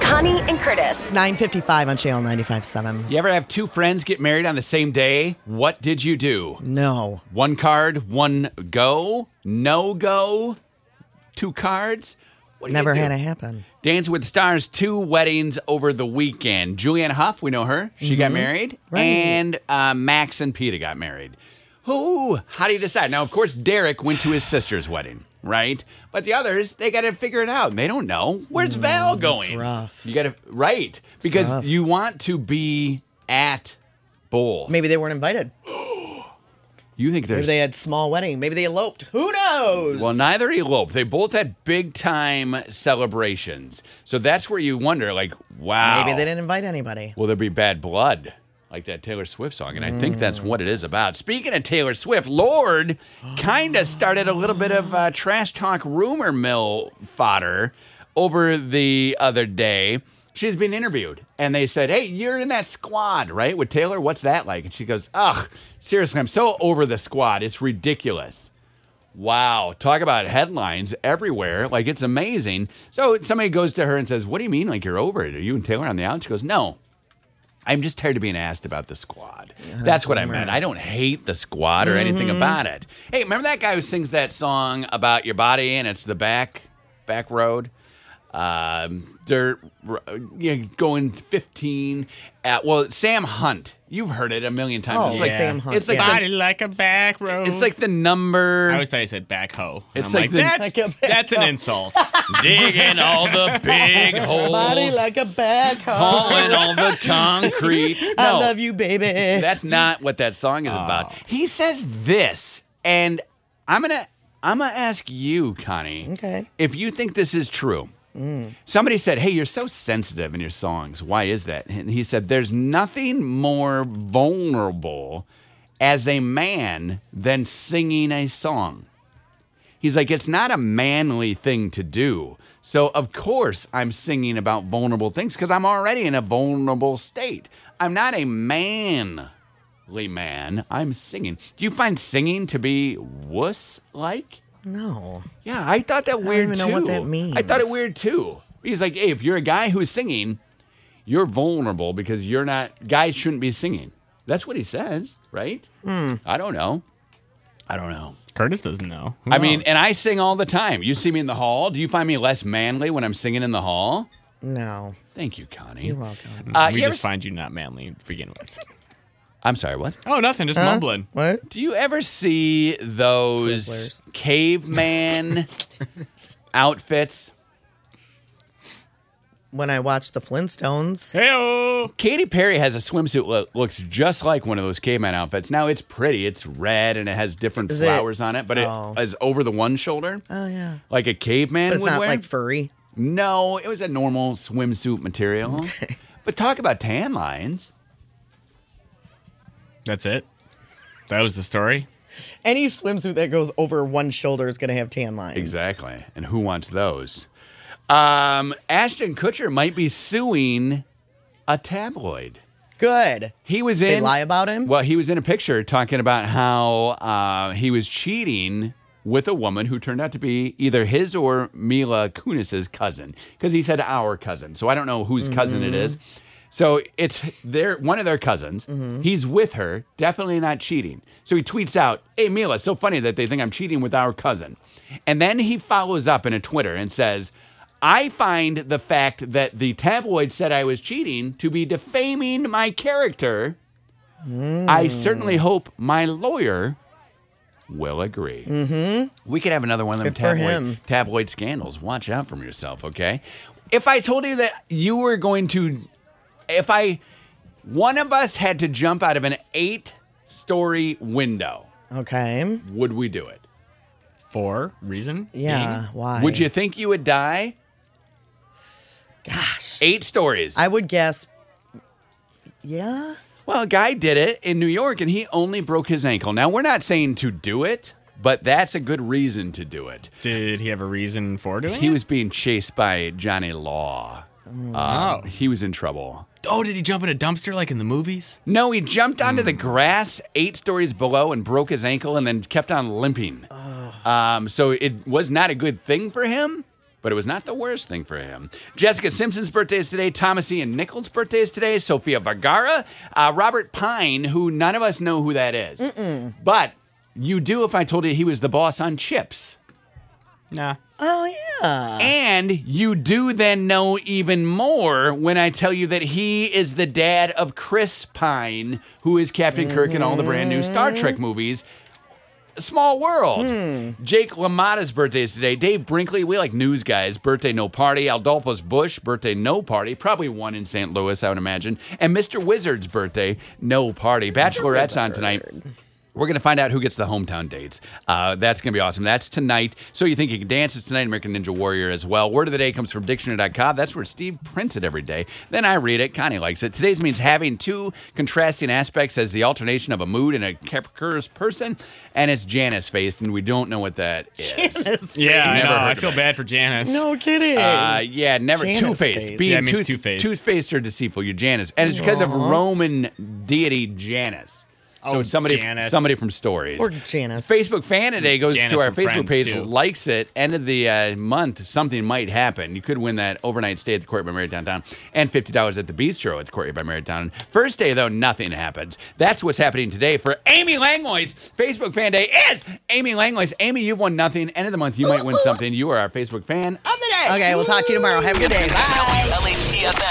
Speaker 1: Connie and Curtis.
Speaker 2: 955 on Channel 95.7.
Speaker 3: You ever have two friends get married on the same day? What did you do?
Speaker 2: No.
Speaker 3: One card, one go, no go, two cards. What do you
Speaker 2: Never
Speaker 3: do?
Speaker 2: had it happen.
Speaker 3: Dance with the Stars, two weddings over the weekend. Julianne Hough, we know her. She got married.
Speaker 2: Mm-hmm. Right.
Speaker 3: And uh, Max and PETA got married. Ooh, how do you decide? Now, of course, Derek went to his sister's wedding, right? But the others, they got to figure it out. They don't know. Where's Val going?
Speaker 2: Mm, rough.
Speaker 3: You got to, right? because
Speaker 2: rough.
Speaker 3: you want to be at both.
Speaker 2: Maybe they weren't invited.
Speaker 3: You think
Speaker 2: Maybe
Speaker 3: there's.
Speaker 2: they had small wedding. Maybe they eloped. Who knows?
Speaker 3: Well, neither eloped. They both had big time celebrations. So that's where you wonder, like, wow.
Speaker 2: Maybe they didn't invite anybody.
Speaker 3: Will there be bad blood? Like that Taylor Swift song. And I think that's what it is about. Speaking of Taylor Swift, Lord kind of started a little bit of uh, trash talk rumor mill fodder over the other day. She's been interviewed and they said, Hey, you're in that squad, right? With Taylor, what's that like? And she goes, Ugh, seriously, I'm so over the squad. It's ridiculous. Wow. Talk about headlines everywhere. Like it's amazing. So somebody goes to her and says, What do you mean? Like you're over it? Are you and Taylor on the out? She goes, No, I'm just tired of being asked about the squad. That's what I meant. I don't hate the squad or
Speaker 2: Mm-hmm.
Speaker 3: anything about it. Hey, remember that guy who sings that song about your body and it's the back back road? Um, they're uh, yeah, going 15. At, well, Sam Hunt. You've heard it a million times.
Speaker 2: Oh,
Speaker 3: it's like,
Speaker 2: Sam Hunt,
Speaker 3: It's like,
Speaker 2: yeah.
Speaker 4: Body like a back road.
Speaker 3: the, it's like the number.
Speaker 4: I always thought you said backhoe. And
Speaker 3: It's
Speaker 4: I'm
Speaker 3: like
Speaker 4: like,
Speaker 3: the-
Speaker 4: that's
Speaker 2: Like a backhoe.
Speaker 4: that's an insult.
Speaker 3: digging all the big holes.
Speaker 2: Body like a backhoe.
Speaker 3: hauling all the concrete.
Speaker 2: I
Speaker 3: No.
Speaker 2: love you, Oh. baby.
Speaker 3: That's not what that song is about. He says this, and I'm gonna I'm gonna ask you, Connie,
Speaker 2: Okay.
Speaker 3: if you think this is true. Somebody said, "Hey, you're so sensitive in your songs. Why is that?" And he said, "There's nothing more vulnerable as a man than singing a song." He's like, it's not a manly thing to do. So, of course, I'm singing about vulnerable things because I'm already in a vulnerable state. I'm not a manly man. I'm singing. Do you find singing to be wuss like?
Speaker 2: No.
Speaker 3: Yeah, I thought that weird
Speaker 2: even
Speaker 3: too.
Speaker 2: know what that
Speaker 3: I thought it
Speaker 2: means.
Speaker 3: weird too. He's like, hey, if you're a guy who's singing, you're vulnerable because you're not, guys shouldn't be singing. That's what he says, right?
Speaker 2: Hmm.
Speaker 3: I don't know. I don't know.
Speaker 4: Curtis doesn't know. Who
Speaker 3: I mean,
Speaker 4: knows?
Speaker 3: and I sing all the time. You see me in the hall. Do you find me less manly when I'm singing in the hall?
Speaker 2: No.
Speaker 3: Thank you, Connie.
Speaker 2: You're welcome.
Speaker 3: Uh,
Speaker 4: we
Speaker 3: you ever
Speaker 4: just
Speaker 3: s-
Speaker 4: find you not manly to begin with.
Speaker 3: I'm sorry, what?
Speaker 4: Oh, nothing. Just mumbling.
Speaker 2: What?
Speaker 3: Do you ever see those
Speaker 2: Twizzlers.
Speaker 3: caveman outfits?
Speaker 2: When I watched the Flintstones.
Speaker 4: Hey,
Speaker 3: Katy Perry has a swimsuit that looks just like one of those caveman outfits. Now it's pretty. It's red and it has different
Speaker 2: Is it-
Speaker 3: flowers on it, but
Speaker 2: Oh.
Speaker 3: it is over the one shoulder,
Speaker 2: Oh, yeah.
Speaker 3: like a caveman
Speaker 2: But it's
Speaker 3: would
Speaker 2: not
Speaker 3: wear.
Speaker 2: like furry.
Speaker 3: no, it was a normal swimsuit material. But talk about tan lines.
Speaker 4: That's it. That was the story.
Speaker 2: Any swimsuit that goes over one shoulder is going to have tan lines.
Speaker 3: Exactly. And who wants those? Um, Ashton Kutcher might be suing a tabloid.
Speaker 2: Good.
Speaker 3: He was in.
Speaker 2: They lie about him?
Speaker 3: Well, he was in a picture talking about how uh, he was cheating with a woman who turned out to be either his or Mila Kunis's cousin, because he said our cousin. So I don't know whose cousin
Speaker 2: Mm-hmm.
Speaker 3: it is. So it's their one of their cousins.
Speaker 2: Mm-hmm.
Speaker 3: He's with her, definitely not cheating. So he tweets out, "Hey Mila, it's so funny that they think I'm cheating with our cousin," and then he follows up in a Twitter and says. I find the fact that the tabloid said I was cheating to be defaming my character I
Speaker 2: Hmm.
Speaker 3: certainly hope my lawyer will agree. Mm-hmm. We could have another one of them
Speaker 2: Good for
Speaker 3: tabloid,
Speaker 2: him.
Speaker 3: tabloid scandals. Watch out from yourself, okay? If I told you that you were going to, if I, one of us had to jump out of an eight story window,
Speaker 2: Okay.
Speaker 3: would we do it?
Speaker 4: For reason?
Speaker 2: Yeah.
Speaker 4: being-
Speaker 2: Why?
Speaker 3: Would you think you would die?
Speaker 2: Gosh.
Speaker 3: Eight stories.
Speaker 2: I would guess. Yeah.
Speaker 3: Well, a guy did it in New York and he only broke his ankle. Now, we're not saying to do it, but that's a good reason to do it.
Speaker 4: Did he have a reason for doing
Speaker 3: He
Speaker 4: it?
Speaker 3: was being chased by Johnny Law.
Speaker 4: Oh.
Speaker 3: He was in trouble.
Speaker 4: Oh, did he jump in a dumpster like in the movies?
Speaker 3: No, he jumped onto the grass eight stories below and broke his ankle and then kept on limping. Um, so it was not a good thing for him, but it was not the worst thing for him. Jessica Simpson's birthday is today. Thomas Ian Nichols' birthday is today. Sophia Vergara. Uh, Robert Pine, who none of us know who that is. But you do if I told you he was the boss on Chips.
Speaker 4: Nah.
Speaker 2: Oh yeah.
Speaker 3: And you do then know even more when I tell you that he is the dad of Chris Pine, who is Captain Kirk in all the brand new Star Trek movies. Small world. Jake LaMotta's birthday is today. Dave Brinkley, we like news guys. Birthday no party. Adolphus Bush, birthday no party. Probably one in St. Louis, I would imagine. And Mr. Wizard's birthday, no party. Bachelorette's on tonight. We're going to find out who gets the hometown dates. Uh, that's going to be awesome. That's tonight. So You Think You Can Dance is tonight, American Ninja Warrior as well. Word of the day comes from dictionary.com. That's where Steve prints it every day. Then I read it. Connie likes it. Today's means having two contrasting aspects as the alternation of a mood and a Capricorn's person. And it's Janice faced, and we don't know what that is.
Speaker 2: It's
Speaker 4: Yeah,
Speaker 2: fake.
Speaker 4: I
Speaker 3: Never
Speaker 4: know.
Speaker 3: heard
Speaker 4: I
Speaker 3: of
Speaker 4: feel bad for Janice.
Speaker 2: No kidding.
Speaker 3: Uh, yeah, never
Speaker 2: Janus
Speaker 3: two-faced.
Speaker 2: faced.
Speaker 3: Being
Speaker 4: Yeah, it means
Speaker 3: tooth-
Speaker 4: two-faced.
Speaker 3: two-faced or deceitful. You Janus, and it's because of Roman deity Janus. So
Speaker 4: Oh,
Speaker 3: it's somebody,
Speaker 4: Janus.
Speaker 3: somebody from stories
Speaker 2: Or Janus.
Speaker 3: Facebook fan today goes
Speaker 4: Janus
Speaker 3: to our
Speaker 4: from
Speaker 3: Facebook
Speaker 4: Friends,
Speaker 3: page,
Speaker 4: too.
Speaker 3: likes it. End of the uh, month, something might happen. You could win that overnight stay at the Courtyard by Marriott Downtown and fifty dollars at the Bistro at the Courtyard by Marriott Downtown. First day though, nothing happens. That's what's happening today for Amy Langlois. Facebook fan day is Amy Langlois. Amy, you've won nothing. End of the month, you might win something. You are our Facebook fan
Speaker 2: okay. We'll talk to you tomorrow. Have a good day. Bye.
Speaker 7: LHTFM.